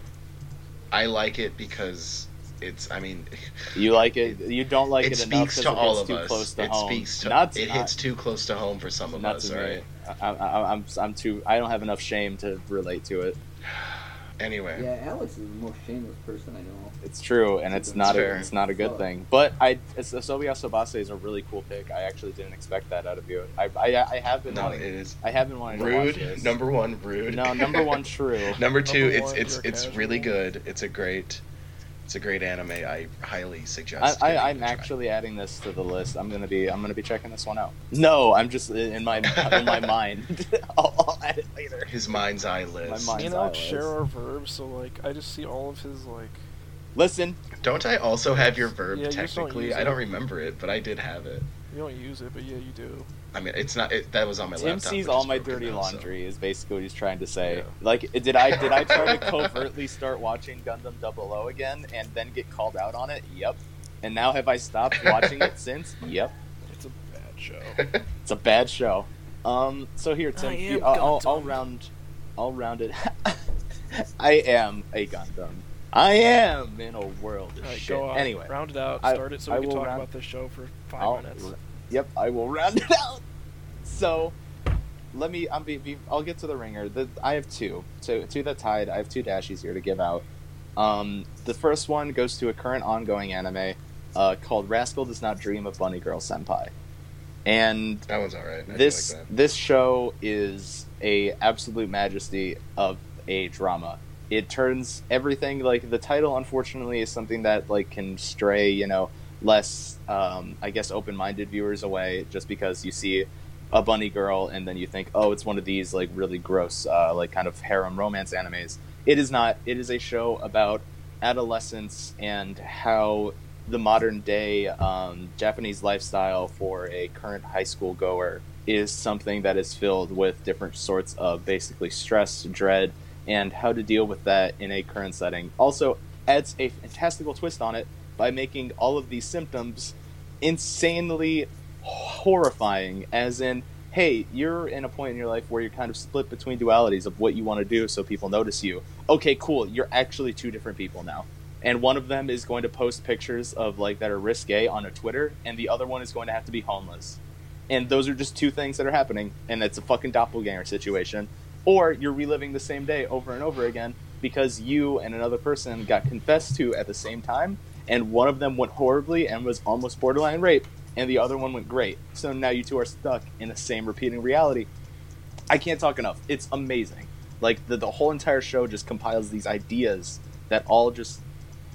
Speaker 3: I like it because it's. I mean,
Speaker 1: You like it? You don't like it,
Speaker 3: it
Speaker 1: enough
Speaker 3: speaks
Speaker 1: 'cause
Speaker 3: to
Speaker 1: it
Speaker 3: all
Speaker 1: gets
Speaker 3: of
Speaker 1: too
Speaker 3: us.
Speaker 1: close to
Speaker 3: it
Speaker 1: home.
Speaker 3: speaks to.
Speaker 1: nuts,
Speaker 3: it
Speaker 1: not-
Speaker 3: hits too close to home for some of
Speaker 1: nuts
Speaker 3: us.
Speaker 1: to
Speaker 3: All
Speaker 1: me.
Speaker 3: right.
Speaker 1: I, I, I'm I'm too. I don't have enough shame to relate to it.
Speaker 3: Anyway,
Speaker 4: Yeah, Alex is the most shameless person I know.
Speaker 1: It's true, and it's not
Speaker 3: fair.
Speaker 1: a, it's not a good
Speaker 4: Fuck.
Speaker 1: thing. But I Sobia Sobase is a really cool pick. I actually didn't expect that out of you. I I, I have been
Speaker 3: no, it
Speaker 1: wanting,
Speaker 3: is
Speaker 1: I have been wanting to watch
Speaker 3: rude.
Speaker 1: this.
Speaker 3: Number one, rude.
Speaker 1: no number one true.
Speaker 3: Number two,
Speaker 2: Number
Speaker 3: it's
Speaker 2: one,
Speaker 3: it's
Speaker 2: you're
Speaker 3: it's really
Speaker 2: casual.
Speaker 3: good. It's a great, it's a great anime. I highly
Speaker 1: I,
Speaker 3: suggest. giving
Speaker 1: I,
Speaker 3: it
Speaker 1: I'm
Speaker 3: a try.
Speaker 1: actually adding this to the list. I'm gonna be I'm gonna be checking this one out. No, I'm just uh, in my in my mind. I'll, I'll add it later.
Speaker 3: his mind's eye list.
Speaker 1: mind-
Speaker 2: Me
Speaker 1: Mine's
Speaker 2: and
Speaker 1: eyelids.
Speaker 2: Alex share our verbs, so like I just see all of his like.
Speaker 1: Listen,
Speaker 3: Don't I also have your verb
Speaker 2: Yeah, you just don't
Speaker 3: technically?
Speaker 2: use
Speaker 3: I
Speaker 2: it.
Speaker 3: don't remember it, but I did have it.
Speaker 2: You don't use it, but yeah, you do.
Speaker 3: I mean, it's not it, that was on my
Speaker 1: Tim
Speaker 3: laptop.
Speaker 1: sees
Speaker 3: which
Speaker 1: all
Speaker 3: is
Speaker 1: my
Speaker 3: broken
Speaker 1: dirty
Speaker 3: now, so-
Speaker 1: laundry is basically what he's trying to say.
Speaker 2: Yeah.
Speaker 1: Like, did I did I try to covertly start watching Gundam 00 again and then get called out on it? Yep. And now have I stopped watching it since? Yep.
Speaker 2: It's a bad show.
Speaker 1: It's a bad show. Um. So here,
Speaker 2: I
Speaker 1: Tim,
Speaker 2: am
Speaker 1: you- I'll, I'll, I'll
Speaker 2: Gundam.
Speaker 1: round, I'll round it. I am a Gundam. I am in a world of
Speaker 2: All right,
Speaker 1: shit.
Speaker 2: go on.
Speaker 1: Anyway,
Speaker 2: round it out.
Speaker 1: I-
Speaker 2: Start it so
Speaker 1: I
Speaker 2: we can
Speaker 1: will
Speaker 2: talk
Speaker 1: round-
Speaker 2: about this show for 5
Speaker 1: I'll-
Speaker 2: minutes.
Speaker 1: Yep, I will round it out. So, let me. I'm be, be, I'll get to the ringer. The, I have two. So two that tied. I have two dashies here to give out. Um, the first one goes to a current ongoing anime uh, called Rascal Does Not Dream of Bunny Girl Senpai, and
Speaker 3: That one's all right. I do
Speaker 1: this
Speaker 3: like
Speaker 1: this show is a absolute majesty of a drama. It turns everything like the title. Unfortunately, is something that like can stray you know less um, I guess open minded viewers away just because you see a bunny girl and then you think oh it's one of these like really gross uh, like kind of harem romance animes. It is not. It is a show about adolescence and how the modern day um, Japanese lifestyle for a current high school goer is something that is filled with different sorts of basically stress, dread, and how to deal with that in a current setting. Also, adds a fantastical twist on it by making all of these symptoms insanely horrifying, as in, hey, you're in a point in your life where you're kind of split between dualities of what you want to do so people notice you. Okay, cool, you're actually two different people now and one of them is going to post pictures of like that are risque on a Twitter, and the other one is going to have to be homeless. and those are just two things that are happening, and it's a fucking doppelganger situation. Or you're reliving the same day over and over again because you and another person got confessed to at the same time, and one of them went horribly and was almost borderline rape, and the other one went great. So now you two are stuck in the same repeating reality. I can't talk enough. It's amazing. Like the, the whole entire show just compiles these ideas that all just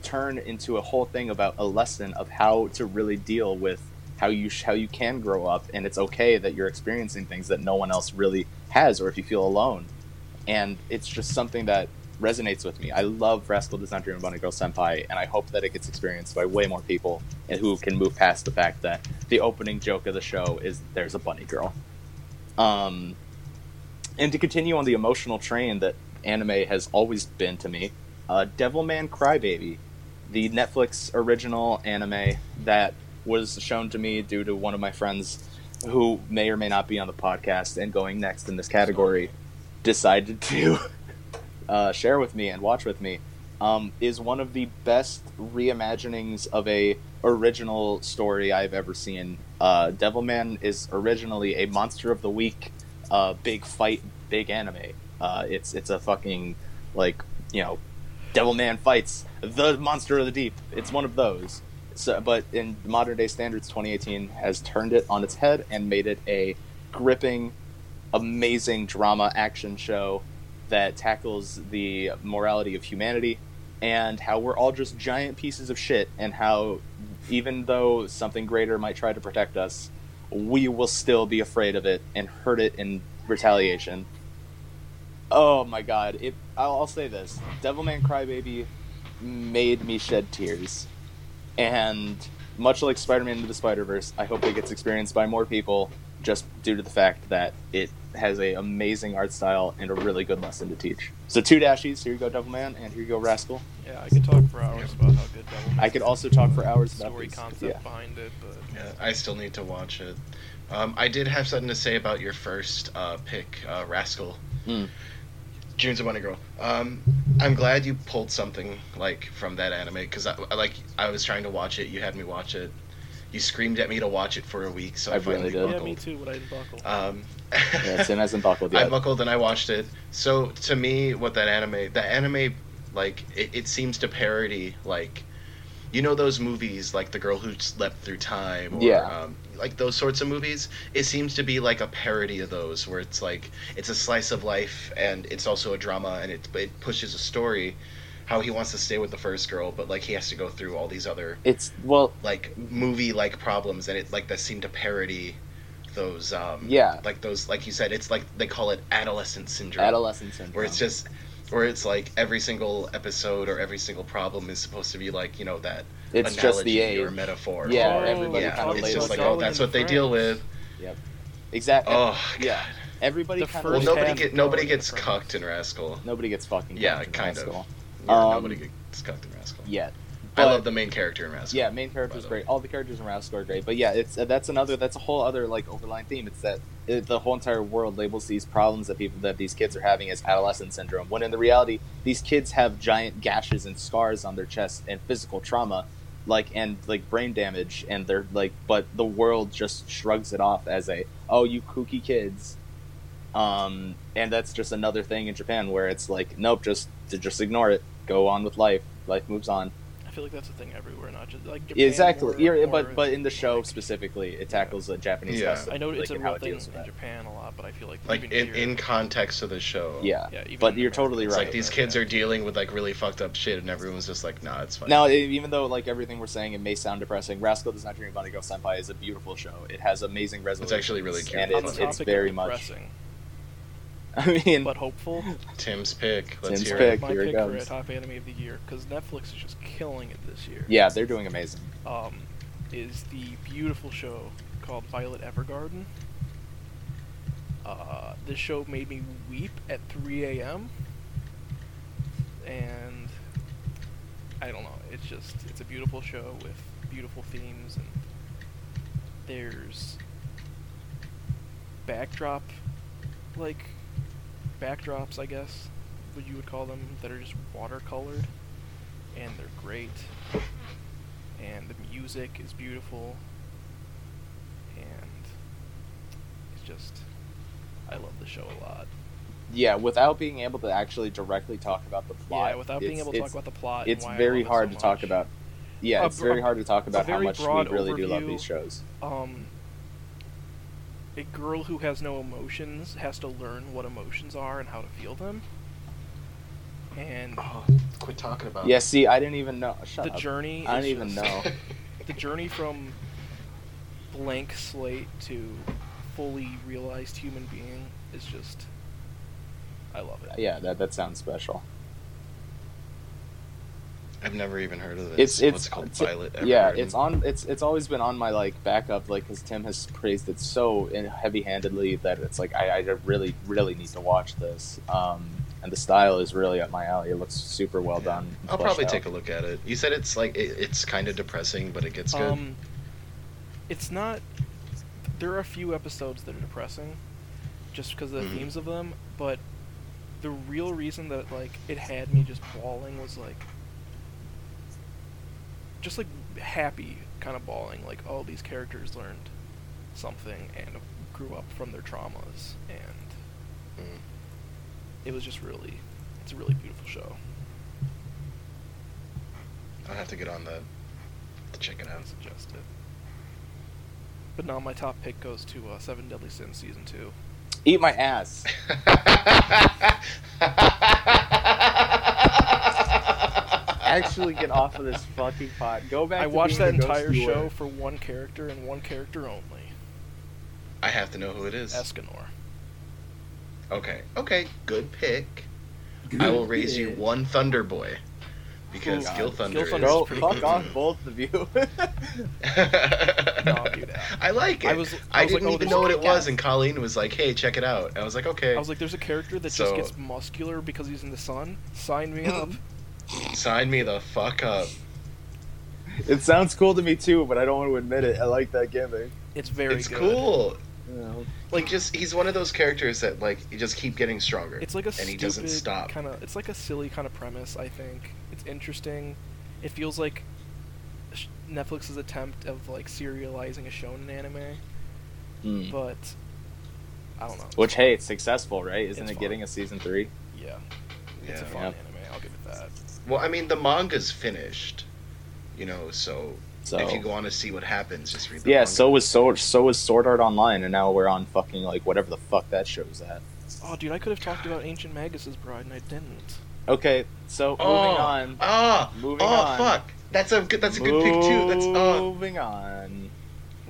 Speaker 1: turn into a whole thing about a lesson of how to really deal with how you sh- how you can grow up and it's okay that you're experiencing things that no one else really has or if you feel alone and it's just something that resonates with me i love rascal does not dream of bunny girl senpai and i hope that it gets experienced by way more people and who can move past the fact that the opening joke of the show is there's a bunny girl um and to continue on the emotional train that anime has always been to me uh, devilman crybaby the netflix original anime that was shown to me due to one of my friends who may or may not be on the podcast and going next in this category decided to uh, share with me and watch with me um, is one of the best reimaginings of a original story I've ever seen. Uh, Devilman is originally a monster of the week, uh, big fight, big anime. Uh, it's it's a fucking like you know, Devilman fights the monster of the deep. It's one of those. So, but in modern day standards, 2018 has turned it on its head and made it a gripping, amazing drama action show that tackles the morality of humanity and how we're all just giant pieces of shit and how even though something greater might try to protect us, we will still be afraid of it and hurt it in retaliation. Oh my god! It, I'll, I'll say this: Devilman Crybaby made me shed tears and much like Spider-Man into the Spider-Verse, I hope it gets experienced by more people just due to the fact that it has a amazing art style and a really good lesson to teach. So two dashies, here you go Devilman, and here you go Rascal.
Speaker 2: Yeah, I could talk for hours about how good Devilman.
Speaker 1: I could also talk for hours about
Speaker 2: story
Speaker 1: these.
Speaker 2: concept
Speaker 1: Yeah.
Speaker 2: behind it, but
Speaker 3: Yeah, I still need to watch it. Um, I did have something to say about your first uh, pick, uh, Rascal.
Speaker 1: Mm.
Speaker 3: June's a Wonder Girl. Um, I'm glad you pulled something like from that anime because I I- like I was trying to watch it. You had me watch it. You screamed at me to watch it for a week, so I,
Speaker 1: I
Speaker 3: finally
Speaker 1: really did.
Speaker 2: yeah, me
Speaker 3: buckled.
Speaker 2: too. But I didn't buckle.
Speaker 3: Um,
Speaker 1: Yeah, Sin hasn't buckled
Speaker 3: I
Speaker 1: yet.
Speaker 3: buckled and I watched it. So to me, what that anime, that anime, like it, it seems to parody like, you know those movies like The Girl Who Slept Through Time, or,
Speaker 1: Yeah.
Speaker 3: um, like those sorts of movies. It seems to be like a parody of those, where it's like it's a slice of life and it's also a drama and it it pushes a story, how he wants to stay with the first girl, but like he has to go through all these other
Speaker 1: It's well,
Speaker 3: like movie like problems and it like that seem to parody those um
Speaker 1: Yeah.
Speaker 3: like those like you said it's like they call it adolescent syndrome
Speaker 1: adolescent syndrome.
Speaker 3: where it's just where it's like every single episode or every single problem is supposed to be like you know that
Speaker 1: It's just the
Speaker 3: analogy or
Speaker 1: age.
Speaker 3: metaphor
Speaker 1: Yeah,
Speaker 2: Oh,
Speaker 1: everybody
Speaker 2: yeah,
Speaker 1: kind of
Speaker 2: it's
Speaker 1: labels
Speaker 2: just like,
Speaker 1: it.
Speaker 2: all
Speaker 3: oh that's what they deal with
Speaker 1: exactly.
Speaker 3: oh
Speaker 1: yeah,
Speaker 3: God.
Speaker 1: everybody
Speaker 2: The
Speaker 1: kind
Speaker 3: well
Speaker 1: of
Speaker 2: First
Speaker 3: nobody
Speaker 2: hand
Speaker 3: get nobody
Speaker 2: going to
Speaker 3: gets
Speaker 2: the
Speaker 3: cucked
Speaker 2: premise.
Speaker 3: in rascal
Speaker 1: nobody gets fucking
Speaker 3: Yeah,
Speaker 1: punched in
Speaker 3: kind of.
Speaker 1: Rascal
Speaker 3: yeah,
Speaker 1: Um,
Speaker 3: nobody gets cucked in rascal
Speaker 1: yet.
Speaker 3: i
Speaker 1: But-
Speaker 3: love the main character in rascal
Speaker 1: Yeah, main character's
Speaker 3: By the
Speaker 1: great. All the characters in Rascal are great. But yeah, it's uh, that's another that's a whole other like overlying theme. It's that it, the whole entire world labels these problems that people that these kids are having as adolescent syndrome. When in the reality, these kids have giant gashes and scars on their chest and physical trauma, like and like brain damage, and they're like. But the world just shrugs it off as a oh you kooky kids. Um, and that's just another thing in Japan where it's like, nope, just to just ignore it, go on with life. Life moves on.
Speaker 2: I feel like that's a thing everywhere, not just like Japan,
Speaker 1: Yeah, exactly.
Speaker 2: more-
Speaker 1: yeah,
Speaker 2: more,
Speaker 1: but but in the show
Speaker 2: like-
Speaker 1: specifically, it tackles a Japanese
Speaker 3: Yeah.
Speaker 1: custom.
Speaker 2: I know
Speaker 1: like,
Speaker 2: it's a
Speaker 1: and
Speaker 2: real
Speaker 1: how it
Speaker 2: thing in
Speaker 1: deals with that.
Speaker 2: Japan a lot, but I feel like
Speaker 3: like
Speaker 2: even
Speaker 3: in,
Speaker 2: here,
Speaker 3: in context of the show
Speaker 1: Yeah.
Speaker 2: yeah, even
Speaker 1: but
Speaker 2: in
Speaker 1: you're
Speaker 2: America,
Speaker 1: totally
Speaker 3: It's
Speaker 1: right.
Speaker 3: like these kids are dealing with like really fucked up shit, and everyone's just like, "Nah, it's fine."
Speaker 1: Now, i- even though like everything we're saying, it may sound depressing. Rascal does not dream about a girl senpai is a beautiful show. It has amazing resolution.
Speaker 3: actually really cute.
Speaker 1: And
Speaker 2: on
Speaker 1: it's,
Speaker 2: the topic
Speaker 1: it's very
Speaker 2: of
Speaker 1: much.
Speaker 2: depressing,
Speaker 1: I mean,
Speaker 2: but hopeful.
Speaker 3: Tim's pick. Let's
Speaker 1: Tim's
Speaker 3: hear
Speaker 1: pick.
Speaker 3: it.
Speaker 2: My
Speaker 1: here it
Speaker 2: pick for a
Speaker 1: comes.
Speaker 2: top anime of the year because Netflix is just killing it this year.
Speaker 1: yeah, they're doing amazing.
Speaker 2: Um, is the beautiful show called Violet Evergarden. Uh, this show made me weep at 3 a.m. And I don't know. It's just it's a beautiful show with beautiful themes and there's backdrop like backdrops I guess what you would call them that are just watercolored and they're great and the music is beautiful and just I love the show a lot.
Speaker 1: Yeah, without being able to actually directly talk about the plot.
Speaker 2: yeah, without being
Speaker 1: it's-
Speaker 2: able to talk
Speaker 1: it's-
Speaker 2: about the plot,
Speaker 1: It's
Speaker 2: and why I
Speaker 1: very
Speaker 2: love it so
Speaker 1: hard to talk
Speaker 2: much.
Speaker 1: about. Yeah,
Speaker 2: A
Speaker 1: it's
Speaker 2: bro-
Speaker 1: very hard to talk about how
Speaker 2: very
Speaker 1: much we
Speaker 2: broad
Speaker 1: really do love
Speaker 2: overview.
Speaker 1: these shows.
Speaker 2: Um, a girl who has no emotions has to learn what emotions are and how to feel them. And
Speaker 3: Oh, quit talking about
Speaker 1: Yeah, see, I didn't even know. Shut
Speaker 2: the
Speaker 1: up.
Speaker 2: journey.
Speaker 1: I
Speaker 2: is
Speaker 1: don't even
Speaker 2: just-
Speaker 1: know. No.
Speaker 2: the journey from blank slate to fully realized human being is just I love it.
Speaker 1: Yeah, that that sounds special.
Speaker 3: I've never even heard of
Speaker 1: It's
Speaker 3: this. What's
Speaker 1: it's
Speaker 3: it called
Speaker 1: it's-
Speaker 3: Violet.
Speaker 1: Yeah,
Speaker 3: Evergarden?
Speaker 1: it's on. It's it's always been on my like backup, like because Tim has praised it so in- heavy-handedly that it's like I, I really really need to watch this. Um, and the style is really up my alley. It looks super well
Speaker 3: Yeah.
Speaker 1: done.
Speaker 3: I'll probably take a look at it. You said it's like it, it's kind of depressing, but it gets good.
Speaker 2: Um it's not there are a few episodes that are depressing just because of the
Speaker 3: Mhm.
Speaker 2: themes of them, but the real reason that like it had me just bawling was like just like happy kind of bawling like all these characters learned something and grew up from their traumas and
Speaker 3: Mm.
Speaker 2: it was just really it's a really beautiful show
Speaker 3: I'll have to get on that to check it
Speaker 2: i
Speaker 3: out.
Speaker 2: would suggest it but now my top pick goes to uh, seven deadly sins season two
Speaker 1: Eat my ass. Actually, get off of this fucking pot. Go back.
Speaker 2: i
Speaker 1: to
Speaker 2: watched that
Speaker 1: being the
Speaker 2: entire
Speaker 1: ghost you
Speaker 2: show
Speaker 1: were.
Speaker 2: for one character and one character only
Speaker 3: I have to know who it is.
Speaker 2: escanor
Speaker 3: Okay. Okay. Good pick. I will raise you one Thunder Boy because
Speaker 1: Ooh,
Speaker 3: Gil
Speaker 1: God.
Speaker 3: Thunder.
Speaker 2: Oh Gil Thunder's
Speaker 1: Go
Speaker 2: It's pretty
Speaker 1: fuck
Speaker 2: good.
Speaker 1: off, both of you.
Speaker 3: is...
Speaker 2: No, dude, I-
Speaker 3: I like it.
Speaker 2: I
Speaker 3: I,
Speaker 2: was- I was like,
Speaker 3: didn't
Speaker 2: oh,
Speaker 3: even
Speaker 2: there's
Speaker 3: know
Speaker 2: a
Speaker 3: what it was,
Speaker 2: podcast.
Speaker 3: and Colleen was like, "Hey, check it out." I was like, "Okay."
Speaker 2: i was like there's a character that
Speaker 3: So-
Speaker 2: just gets muscular because he's in the sun sign me up
Speaker 3: Sign me the fuck up.
Speaker 1: it sounds cool to me too, but I don't want to admit it. I like that gimmick.
Speaker 2: it's very
Speaker 3: it's
Speaker 2: good
Speaker 3: cool.
Speaker 1: You know,
Speaker 3: Like, just he's one of those characters that like you just keep getting stronger.
Speaker 2: It's like a
Speaker 3: and he doesn't stop.
Speaker 2: kind of. It's like a silly kind of premise. I think it's interesting. It feels like sh- Netflix's attempt of like serializing a shonen anime,
Speaker 1: Hmm.
Speaker 2: but I don't know.
Speaker 1: Which hey, it's successful, right? Isn't
Speaker 2: It's
Speaker 1: it
Speaker 2: fun.
Speaker 1: getting a season three?
Speaker 2: yeah, it's a
Speaker 3: Yeah.
Speaker 2: fun
Speaker 1: Yep.
Speaker 2: anime. I'll give it that.
Speaker 3: Well, I mean, the manga's finished, you know. So,
Speaker 1: So
Speaker 3: if you go on to see what happens, just read. The
Speaker 1: yeah,
Speaker 3: manga.
Speaker 1: so was so so was Sword Art Online, and now we're on fucking like whatever the fuck that show's at.
Speaker 2: Oh, dude, I could have talked about Ancient Magus's Bride, and I didn't.
Speaker 1: Okay, so
Speaker 3: Oh,
Speaker 1: moving on.
Speaker 3: Ah,
Speaker 1: Moving
Speaker 3: oh
Speaker 1: on.
Speaker 3: fuck, that's a good. That's a good pick too. That's uh,
Speaker 1: moving on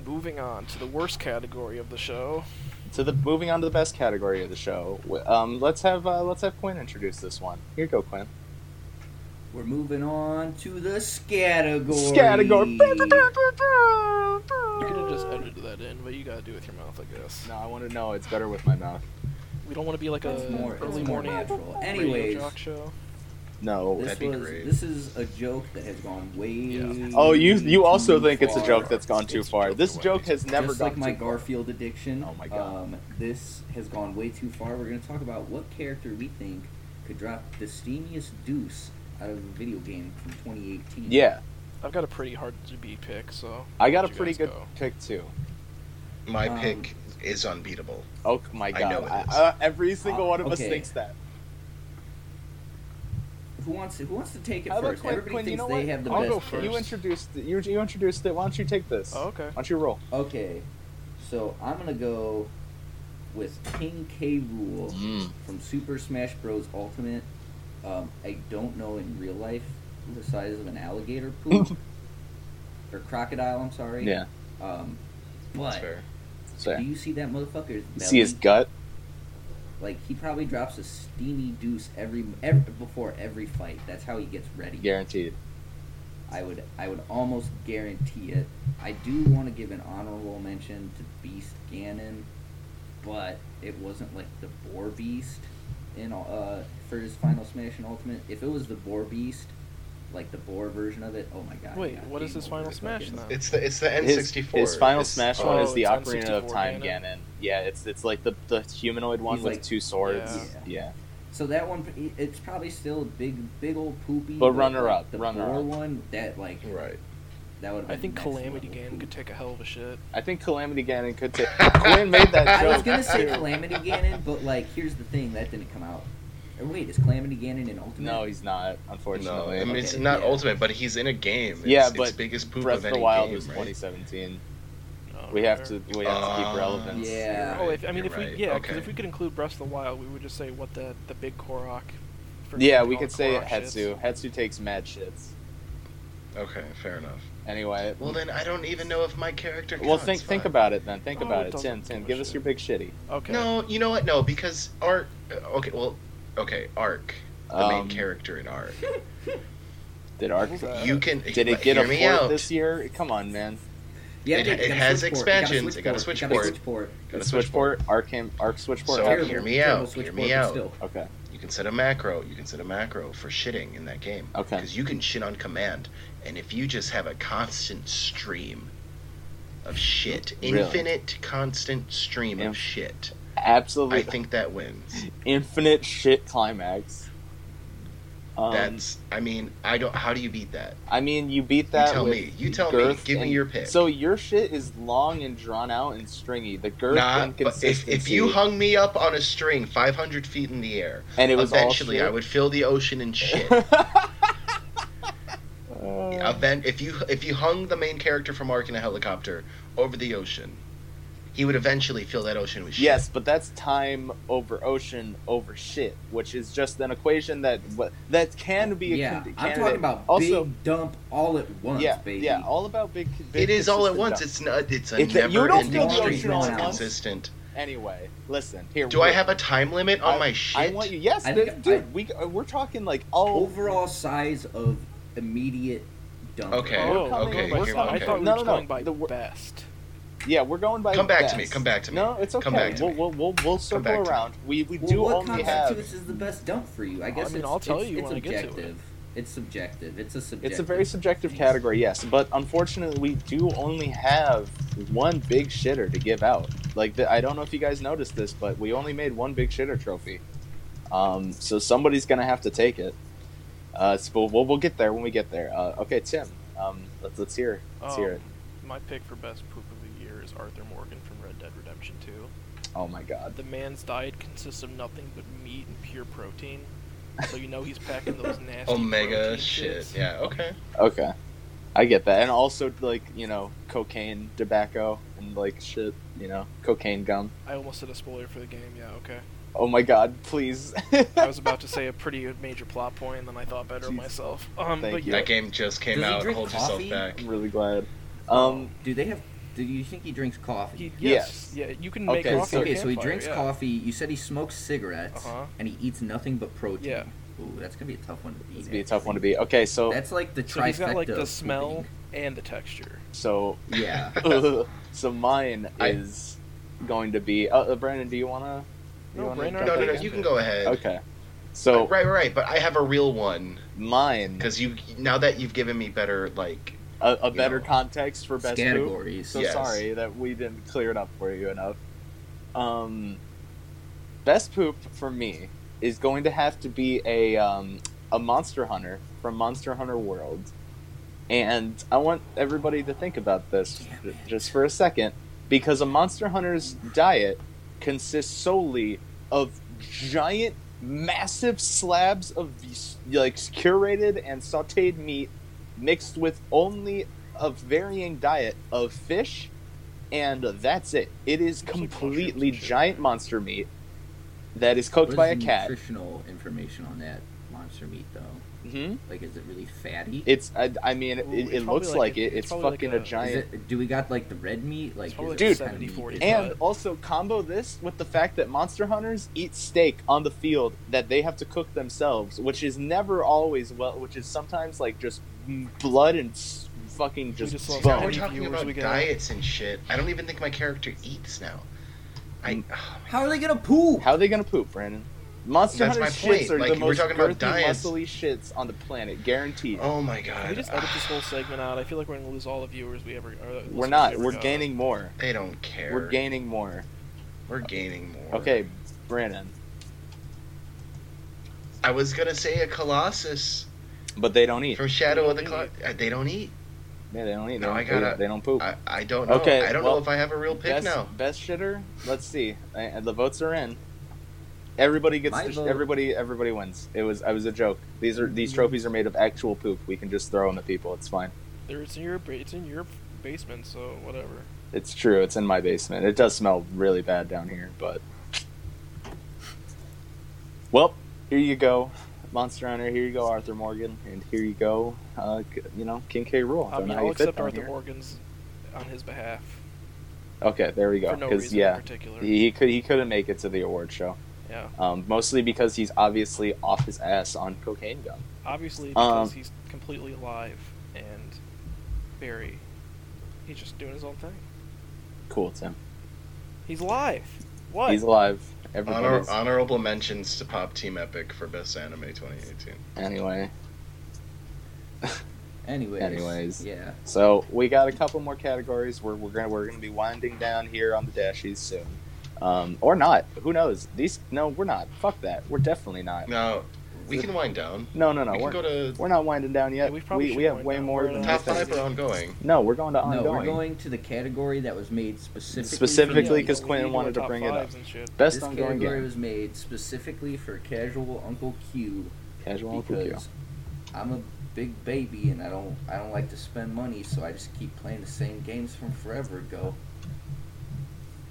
Speaker 2: Moving on to the worst category of the show.
Speaker 1: to the moving on to the best category of the show. Wh- Um, let's have uh, let's have Quinn introduce this one. Here you go, Quinn.
Speaker 4: We're moving on to the scategory.
Speaker 1: Category.
Speaker 2: You could have just
Speaker 1: No,
Speaker 2: edited that in, but you gotta do it with your mouth, I guess.
Speaker 1: I want to know. It's better with my mouth.
Speaker 2: We don't want to be like
Speaker 4: It's
Speaker 2: a
Speaker 4: more, it's
Speaker 2: early
Speaker 4: more
Speaker 2: morning
Speaker 4: natural.
Speaker 2: radio
Speaker 4: Anyways,
Speaker 2: jock show.
Speaker 1: No.
Speaker 4: this
Speaker 3: That'd be
Speaker 4: was
Speaker 3: great.
Speaker 4: this is a joke that has gone way.
Speaker 2: Yeah.
Speaker 1: Oh, you you
Speaker 4: too
Speaker 1: also think it's a
Speaker 4: far.
Speaker 1: joke that's gone too
Speaker 2: It's a
Speaker 1: far?
Speaker 2: joke
Speaker 1: This
Speaker 2: that
Speaker 1: joke
Speaker 2: went-
Speaker 1: has never
Speaker 4: Just
Speaker 1: gone
Speaker 4: like my
Speaker 1: too far.
Speaker 4: Garfield addiction.
Speaker 1: Oh my God.
Speaker 4: Um, this has gone way too far. We're going to talk about what character we think could drop the steamiest deuce out of a video game from 2018.
Speaker 1: Yeah,
Speaker 2: I've got a pretty hard to beat pick, so
Speaker 1: I got a
Speaker 2: Let you
Speaker 1: pretty
Speaker 2: guys
Speaker 1: good
Speaker 2: go.
Speaker 1: pick too.
Speaker 3: my
Speaker 4: Um,
Speaker 3: pick is unbeatable.
Speaker 1: Oh my
Speaker 3: I
Speaker 1: god!
Speaker 3: know it
Speaker 1: I-
Speaker 3: is.
Speaker 1: I- every single
Speaker 4: Uh,
Speaker 1: one of us
Speaker 4: okay.
Speaker 1: thinks that.
Speaker 4: Who wants to Who wants to take it
Speaker 1: How about
Speaker 4: first?
Speaker 1: Quinn?
Speaker 4: Everybody
Speaker 1: Quinn, you
Speaker 4: thinks
Speaker 1: know
Speaker 4: they
Speaker 1: what?
Speaker 4: have the
Speaker 2: I'll
Speaker 4: best.
Speaker 2: go
Speaker 4: pick.
Speaker 2: first.
Speaker 1: You introduced it. You, you introduced it. Why don't you take this?
Speaker 2: Oh, okay.
Speaker 1: Why don't you roll?
Speaker 4: Okay, so I'm going to go with King K. Rule.
Speaker 3: Mm.
Speaker 4: from Super Smash Bros. Ultimate. Um, I don't know in real life the size of an alligator poop or crocodile. I'm sorry.
Speaker 1: Yeah.
Speaker 4: Um,
Speaker 3: That's
Speaker 4: but
Speaker 3: fair.
Speaker 1: So
Speaker 4: do you see that motherfucker's belly?
Speaker 1: see his gut.
Speaker 4: like he probably drops a steamy deuce every, every before every fight. That's how he gets ready.
Speaker 1: Guaranteed.
Speaker 4: I would I would almost guarantee it. I do want to give an honorable mention to Beast Ganon, but it wasn't like the Boar Beast in uh for his final Smash and Ultimate. If it was the Boar Beast, like the Boar version of it, oh my god.
Speaker 2: Wait,
Speaker 4: yeah,
Speaker 2: what is
Speaker 4: game
Speaker 2: his
Speaker 4: over.
Speaker 2: final Smash
Speaker 4: Fucking-
Speaker 2: then?
Speaker 3: It's the it's the
Speaker 1: His,
Speaker 3: N64.
Speaker 1: his final
Speaker 3: It's-
Speaker 1: Smash
Speaker 2: oh,
Speaker 1: one is the
Speaker 2: it's
Speaker 1: Ocarina of
Speaker 2: N64
Speaker 1: Time
Speaker 2: Ganon.
Speaker 1: Ganon. Yeah, it's it's like the the humanoid one
Speaker 4: He's
Speaker 1: with
Speaker 4: like-
Speaker 1: two swords.
Speaker 4: Yeah.
Speaker 1: Yeah.
Speaker 4: So that one, it's probably still a big, big old poopy.
Speaker 1: But runner
Speaker 4: like,
Speaker 1: up,
Speaker 4: the
Speaker 1: runner
Speaker 4: Boar
Speaker 1: up.
Speaker 4: one that like
Speaker 3: Right.
Speaker 4: That would.
Speaker 2: I think Calamity Ganon could take a hell of a shit.
Speaker 1: I think Calamity Ganon could take. Quinn made that
Speaker 4: I
Speaker 1: joke.
Speaker 4: was gonna say
Speaker 1: too.
Speaker 4: Calamity Ganon, but like, here's the thing that didn't come out. Or wait, is Calamity Ganon an ultimate?
Speaker 1: No, he's not.
Speaker 3: No,
Speaker 1: Unfortunately,
Speaker 3: I mean, it's
Speaker 4: Okay,
Speaker 3: not
Speaker 4: yeah.
Speaker 3: ultimate, but he's in a game. It's,
Speaker 1: Yeah,
Speaker 3: it's
Speaker 1: but
Speaker 3: biggest poop
Speaker 1: Breath
Speaker 3: of
Speaker 1: of
Speaker 3: any
Speaker 1: the Wild
Speaker 3: game,
Speaker 1: was
Speaker 3: right?
Speaker 1: 2017.
Speaker 2: Um,
Speaker 1: We have
Speaker 2: or-
Speaker 1: to. We have to
Speaker 3: Uh,
Speaker 1: keep relevance.
Speaker 4: Yeah.
Speaker 2: Oh, if, I mean,
Speaker 3: You're
Speaker 2: if
Speaker 3: right,
Speaker 2: we yeah, 'cause
Speaker 3: okay.
Speaker 2: if we could include Breath of the Wild, we would just say what the the big Korok. for
Speaker 1: Yeah,
Speaker 2: all
Speaker 1: we
Speaker 2: the
Speaker 1: could say
Speaker 2: Korok shits.
Speaker 1: Hetsu. Hetsu takes mad shits.
Speaker 3: Okay, fair enough.
Speaker 1: Anyway,
Speaker 3: Well, then I don't even know if my character.
Speaker 1: well,
Speaker 3: counts,
Speaker 1: think think
Speaker 3: fine.
Speaker 1: about it then. Think
Speaker 2: Oh,
Speaker 1: about
Speaker 2: it
Speaker 1: it, Tim.
Speaker 2: doesn't
Speaker 1: Tim,
Speaker 2: give a
Speaker 1: give us
Speaker 2: shit.
Speaker 1: your big shitty.
Speaker 2: Okay.
Speaker 3: No, you know what? No, because Ark. uh, Okay, well, okay, Ark, the main
Speaker 1: Um,
Speaker 3: character in Ark.
Speaker 1: Did Arc?
Speaker 2: What was that?
Speaker 3: You can.
Speaker 1: Did it get
Speaker 3: hear
Speaker 1: a
Speaker 3: me
Speaker 1: port
Speaker 3: out.
Speaker 1: this year? Come on, man.
Speaker 4: Yeah,
Speaker 3: It-
Speaker 4: dude, you
Speaker 3: it
Speaker 4: got a
Speaker 3: has
Speaker 4: Switch port,
Speaker 3: expansions,
Speaker 4: you
Speaker 3: it got a Switch port.
Speaker 4: port.
Speaker 3: Got a
Speaker 1: Switch
Speaker 3: switch port.
Speaker 1: port. Arc came. Arc switch port.
Speaker 3: So
Speaker 1: happened.
Speaker 3: hear
Speaker 4: Terrible,
Speaker 3: me
Speaker 4: terrible
Speaker 3: out,
Speaker 4: Switch
Speaker 3: hear
Speaker 4: port,
Speaker 3: me
Speaker 4: but
Speaker 3: out.
Speaker 4: still.
Speaker 1: Okay.
Speaker 3: You can set a macro. You can set a macro for shitting in that game.
Speaker 1: Okay.
Speaker 3: Because you can shit on command, and if you just have a constant stream of shit,
Speaker 1: Really?
Speaker 3: infinite constant stream
Speaker 1: Yeah.
Speaker 3: of shit, I
Speaker 1: Absolutely.
Speaker 3: think that wins.
Speaker 1: infinite shit climax. Um,
Speaker 3: That's. I mean, I don't. How do you beat that?
Speaker 1: I mean, you beat that.
Speaker 3: tell
Speaker 1: with
Speaker 3: me. You tell me.
Speaker 1: girth
Speaker 3: Give me
Speaker 1: and-
Speaker 3: your pick.
Speaker 1: So your shit is long and drawn out and stringy. The girth
Speaker 3: Nah,
Speaker 1: and
Speaker 3: but
Speaker 1: consistency.
Speaker 3: if, if you hung me up on a string 500 feet in the air,
Speaker 1: and it was
Speaker 3: eventually I
Speaker 1: all
Speaker 3: would fill the ocean in shit.
Speaker 4: Oh.
Speaker 1: Uh,
Speaker 3: Event if you if you hung the main character from Ark in a helicopter over the ocean, he would eventually fill that ocean with shit.
Speaker 1: yes, but that's time over ocean over shit, which is just an equation that that can be. a
Speaker 4: Yeah,
Speaker 1: con-
Speaker 4: I'm
Speaker 1: candidate.
Speaker 4: talking about
Speaker 1: also.
Speaker 4: big dump all at once,
Speaker 1: yeah,
Speaker 4: baby.
Speaker 1: yeah, all about big. big
Speaker 3: it is all at
Speaker 1: consistent
Speaker 3: once.
Speaker 1: dump.
Speaker 3: It's not. It's a
Speaker 1: It's that you
Speaker 3: never
Speaker 1: don't
Speaker 3: ending
Speaker 4: fill the
Speaker 3: stream.
Speaker 4: ocean all
Speaker 3: It's
Speaker 4: at once.
Speaker 3: consistent.
Speaker 1: anyway. Listen here.
Speaker 3: Do I
Speaker 1: we're-
Speaker 3: have a time limit on
Speaker 1: I-
Speaker 3: my shit?
Speaker 1: I want you. Yes,
Speaker 4: I
Speaker 1: dude.
Speaker 4: think
Speaker 1: dude, we uh, we're talking like all
Speaker 4: Overall size of immediate dump.
Speaker 3: Okay,
Speaker 2: Oh,
Speaker 1: coming
Speaker 3: okay,
Speaker 1: in-
Speaker 2: we're
Speaker 1: we're
Speaker 3: here,
Speaker 2: not- I
Speaker 1: coming-
Speaker 3: okay.
Speaker 2: thought we
Speaker 1: no, no,
Speaker 2: were just
Speaker 1: no.
Speaker 2: going by
Speaker 1: The wor-
Speaker 2: best.
Speaker 1: Yeah, we're going by.
Speaker 3: Come back to
Speaker 1: best.
Speaker 3: me. Come back to me.
Speaker 1: No, it's okay.
Speaker 3: Come back to
Speaker 1: we'll,
Speaker 3: me.
Speaker 1: we'll we'll we'll circle
Speaker 3: back to me.
Speaker 1: around. We we
Speaker 4: Well,
Speaker 1: do
Speaker 4: what
Speaker 1: only have.
Speaker 4: constitutes as the best dump for you? I guess
Speaker 2: mean,
Speaker 4: it's,
Speaker 2: I'll tell
Speaker 4: it's,
Speaker 2: you
Speaker 4: it's
Speaker 2: when I get to it.
Speaker 4: subjective. It's subjective. It's a subjective.
Speaker 1: It's a very subjective
Speaker 4: thing.
Speaker 1: category, yes, but unfortunately, we do only have one big shitter to give out. Like, the, I don't know if you guys noticed this, but we only made one big shitter trophy. Um, so somebody's gonna have to take it. Uh, so we'll, we'll, we'll get there when we get there. Uh, okay, Tim, um, let's let's hear let's hear it.
Speaker 2: Um, My pick for best poop of the year is Arthur Morgan from Red Dead Redemption 2.
Speaker 1: Oh my god.
Speaker 2: Uh, The man's diet consists of nothing but meat and pure protein, so you know he's packing those nasty
Speaker 3: Omega
Speaker 2: protein
Speaker 3: shit.
Speaker 2: shits.
Speaker 3: Yeah. Okay.
Speaker 1: Okay, I get that, and also like you know, cocaine, tobacco, and like shit, you know, cocaine gum.
Speaker 2: I almost did a spoiler for the game. Yeah, okay.
Speaker 1: Oh my god, please.
Speaker 2: I was about to say a pretty major plot point, and then I thought better of
Speaker 1: Jeez.
Speaker 2: myself. Um,
Speaker 1: Thank
Speaker 2: but
Speaker 1: you.
Speaker 2: yeah,
Speaker 3: That game just came
Speaker 4: Does he
Speaker 3: out.
Speaker 4: drink
Speaker 3: Hold
Speaker 4: coffee?
Speaker 3: yourself
Speaker 1: I'm
Speaker 3: back.
Speaker 1: really glad. Um,
Speaker 4: Do they have? Do you think he drinks coffee?
Speaker 2: He,
Speaker 1: Yes.
Speaker 2: yes. Yeah, you can make
Speaker 1: Okay,
Speaker 2: coffee.
Speaker 1: so-
Speaker 2: at a
Speaker 4: okay, so he
Speaker 2: campfire,
Speaker 4: drinks
Speaker 2: yeah.
Speaker 4: coffee. You said he smokes cigarettes
Speaker 2: Uh-huh.
Speaker 4: and he eats nothing but protein.
Speaker 2: Yeah.
Speaker 4: Ooh, that's gonna be a tough one to beat.
Speaker 1: It'd be a tough one to be. Okay, so
Speaker 4: That's like the
Speaker 2: So
Speaker 4: trifecta.
Speaker 2: he's got like
Speaker 4: of
Speaker 2: the
Speaker 4: pooping.
Speaker 2: smell and the texture.
Speaker 1: so
Speaker 4: Yeah.
Speaker 1: so mine
Speaker 3: I-
Speaker 1: is going to be. Uh, uh, Brandon, do you wanna? do you
Speaker 2: No,
Speaker 1: wanna
Speaker 2: Brandon,
Speaker 1: jump
Speaker 3: No, no,
Speaker 1: in
Speaker 2: Okay.
Speaker 3: no.
Speaker 1: again?
Speaker 3: You can go ahead.
Speaker 1: Okay, so
Speaker 3: Right, right, right. But I have a real one
Speaker 1: mine
Speaker 3: because you now that you've given me better like
Speaker 1: a, a better
Speaker 3: know,
Speaker 1: context for best poop.
Speaker 4: categories.
Speaker 1: So
Speaker 3: Yes.
Speaker 1: sorry that we didn't clear it up for you enough. Um, best poop for me is going to have to be a um, a Monster Hunter from Monster Hunter World, and I want everybody to think about this
Speaker 4: Damn it.
Speaker 1: just for a second because a Monster Hunter's diet consists solely of giant, massive slabs of like curated and sautéed meat mixed with only a varying diet of fish, and that's it. It is
Speaker 2: Looks like mushrooms
Speaker 1: completely
Speaker 2: and shit.
Speaker 1: giant monster meat that is cooked
Speaker 4: What
Speaker 1: by
Speaker 4: is
Speaker 1: a
Speaker 4: the
Speaker 1: cat.
Speaker 4: Nutritional information on that monster meat, though.
Speaker 1: hmm
Speaker 4: Like, is it really fatty?
Speaker 1: It's I, I mean it,
Speaker 2: Ooh, it's
Speaker 1: it looks
Speaker 2: probably
Speaker 1: like
Speaker 2: like-
Speaker 1: it.
Speaker 2: it's
Speaker 1: It's
Speaker 2: probably like
Speaker 1: fucking
Speaker 2: a-
Speaker 1: a
Speaker 2: Is
Speaker 1: giant.
Speaker 4: Is it, do we got like the red meat? Like,
Speaker 2: probably
Speaker 4: is
Speaker 1: like
Speaker 4: it what kind of
Speaker 2: 70-40
Speaker 4: meat is
Speaker 1: And
Speaker 4: it?
Speaker 2: But-
Speaker 1: also combo this with the fact that monster hunters eat steak on the field that they have to cook themselves, which is never always well, which is sometimes like just m- blood and s- fucking just,
Speaker 2: just lost
Speaker 3: See, now
Speaker 2: How
Speaker 1: bone.
Speaker 3: we're
Speaker 2: many
Speaker 3: talking
Speaker 2: viewers
Speaker 3: about
Speaker 2: we got?
Speaker 3: diets and shit. I don't even think my character eats now. I
Speaker 1: Mm.
Speaker 3: oh my
Speaker 4: How are they gonna poop?
Speaker 1: How are they gonna poop, Brandon? Monster
Speaker 3: That's
Speaker 1: hunter
Speaker 3: my
Speaker 1: shits
Speaker 3: point.
Speaker 1: are
Speaker 3: Like,
Speaker 1: the
Speaker 3: we're
Speaker 1: most
Speaker 3: talking about
Speaker 1: girthy,
Speaker 3: diets.
Speaker 1: muscly shits on the planet, guaranteed.
Speaker 3: Oh my
Speaker 2: Can we
Speaker 3: god.
Speaker 2: just edit this whole segment out? I feel like we're gonna lose all the viewers we ever. Or the listeners
Speaker 1: we're
Speaker 2: we
Speaker 1: not.
Speaker 2: ever
Speaker 1: We're
Speaker 2: got.
Speaker 1: gaining more.
Speaker 3: They don't care.
Speaker 1: We're gaining more.
Speaker 3: We're gaining more.
Speaker 1: Okay, Brandon.
Speaker 3: I was gonna say a Colossus
Speaker 1: But they don't eat.
Speaker 3: from Shadow of the
Speaker 2: They
Speaker 3: Colossus.
Speaker 2: don't
Speaker 3: They don't eat.
Speaker 1: Yeah, they don't eat. They,
Speaker 3: No,
Speaker 1: don't,
Speaker 3: I
Speaker 1: they don't-
Speaker 3: gotta-
Speaker 1: they don't poop.
Speaker 3: I, I don't know.
Speaker 1: Okay,
Speaker 3: I don't
Speaker 1: well,
Speaker 3: know if I have a real pick
Speaker 1: best,
Speaker 3: now.
Speaker 1: best shitter. Let's see. I, the votes are in. Everybody gets.
Speaker 4: My
Speaker 1: to-
Speaker 4: vote- Mm.
Speaker 1: everybody. Everybody wins. It was. I was a joke. These are. These trophies are made of actual poop. We can just throw them at people. It's fine.
Speaker 2: There, it's in your ba- it's in your basement, so whatever.
Speaker 1: It's true. It's in my basement. It does smell really bad down here, but. Well, here you go, Monster Hunter. Here you go, Arthur Morgan, and here you go. Uh, c- you know, King K. Rule.
Speaker 2: I
Speaker 1: Don't
Speaker 2: mean,
Speaker 1: know how
Speaker 2: I'll
Speaker 1: you fit
Speaker 2: accept
Speaker 1: down
Speaker 2: Arthur
Speaker 1: here.
Speaker 2: Morgan's on his behalf
Speaker 1: Okay, there we go.
Speaker 2: for no
Speaker 1: 'cause,
Speaker 2: reason in
Speaker 1: yeah,
Speaker 2: particular.
Speaker 1: he, he could he couldn't make it to the award show.
Speaker 2: yeah,
Speaker 1: um, mostly because he's obviously off his ass on cocaine gum.
Speaker 2: obviously because
Speaker 1: Um,
Speaker 2: he's completely alive and very. He's just doing his own thing.
Speaker 1: Cool, Tim.
Speaker 2: He's alive. What?
Speaker 1: He's alive.
Speaker 3: Honor,
Speaker 1: Everybody's
Speaker 3: honorable mentions to Pop Team Epic for Best Anime 2018.
Speaker 1: anyway.
Speaker 4: Anyways.
Speaker 1: Anyways.
Speaker 4: Yeah.
Speaker 1: So we got a couple more categories. We're we're gonna we're gonna be winding down here on the dashies soon, um, or not? Who knows? These no, we're not. Fuck that. We're definitely not.
Speaker 3: Now, we can wind down.
Speaker 1: No, no, no.
Speaker 3: we
Speaker 1: We
Speaker 3: can
Speaker 1: are
Speaker 3: go to
Speaker 1: we're not winding down yet.
Speaker 2: Yeah, we probably
Speaker 1: we,
Speaker 2: should
Speaker 1: we have
Speaker 2: wind
Speaker 1: way
Speaker 2: down.
Speaker 1: more
Speaker 2: We're
Speaker 1: than
Speaker 2: at
Speaker 3: top
Speaker 1: we think.
Speaker 3: five or ongoing.
Speaker 1: No, we're going to
Speaker 4: No,
Speaker 1: ongoing.
Speaker 4: we're going to the category that was made specifically. for
Speaker 1: Specifically
Speaker 4: young
Speaker 1: 'cause
Speaker 2: We
Speaker 4: people.
Speaker 1: Quentin
Speaker 2: need more
Speaker 1: wanted to
Speaker 2: top
Speaker 1: bring it
Speaker 2: fives and shit.
Speaker 1: Best
Speaker 4: this
Speaker 1: ongoing
Speaker 4: category
Speaker 1: game.
Speaker 4: was made specifically for casual Uncle Q
Speaker 1: Casual Fuku.
Speaker 4: because I'm a big baby and I don't I don't like to spend money, so I just keep playing the same games from forever ago.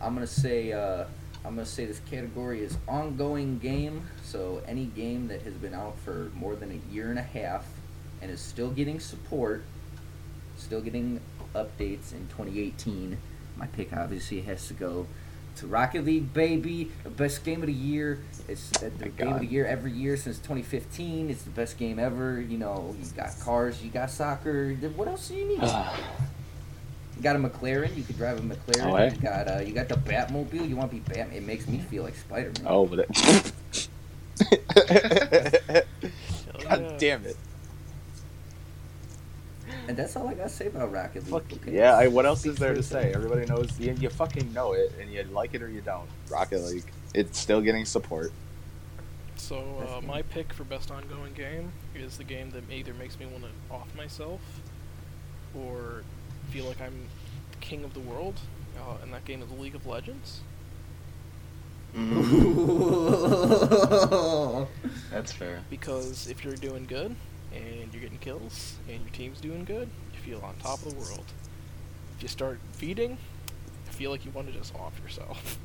Speaker 4: I'm gonna say uh, I'm gonna say this category is ongoing game, so any game that has been out for more than a year and a half and is still getting support, still getting updates in 2018. My pick obviously has to go to Rocket League, baby. The best game of the year. It's the the
Speaker 1: Thank
Speaker 4: game of
Speaker 1: God.
Speaker 4: the year every year since 2015. It's the best game ever. You know, you got cars, you got soccer. Th- What else do you need?
Speaker 1: Uh-huh.
Speaker 4: You got a McLaren. You could drive a McLaren.
Speaker 1: Oh, hey.
Speaker 4: You got uh, you got the Batmobile. You want to be Batman? It makes me feel like Spider Man.
Speaker 1: Oh, with
Speaker 2: Oh,
Speaker 1: it.
Speaker 2: Hell yeah.
Speaker 1: God damn it.
Speaker 4: And that's all I gotta say about Rocket League.
Speaker 1: Fuck
Speaker 4: okay?
Speaker 1: yeah! I, what else is there to
Speaker 4: Speaks for
Speaker 1: say?
Speaker 4: itself.
Speaker 1: Everybody knows you, you fucking know it, and you like it or you don't. Rocket League, it's still getting support.
Speaker 2: So
Speaker 4: Best
Speaker 2: uh,
Speaker 4: game.
Speaker 2: my pick for best ongoing game is the game that either makes me want to off myself, or feel like I'm king of the world, uh, and that game is League of Legends.
Speaker 3: Mhm, that's fair.
Speaker 2: Because if you're doing good, and you're getting kills, and your team's doing good, you feel on top of the world. If you start feeding, you feel like you want to just off yourself.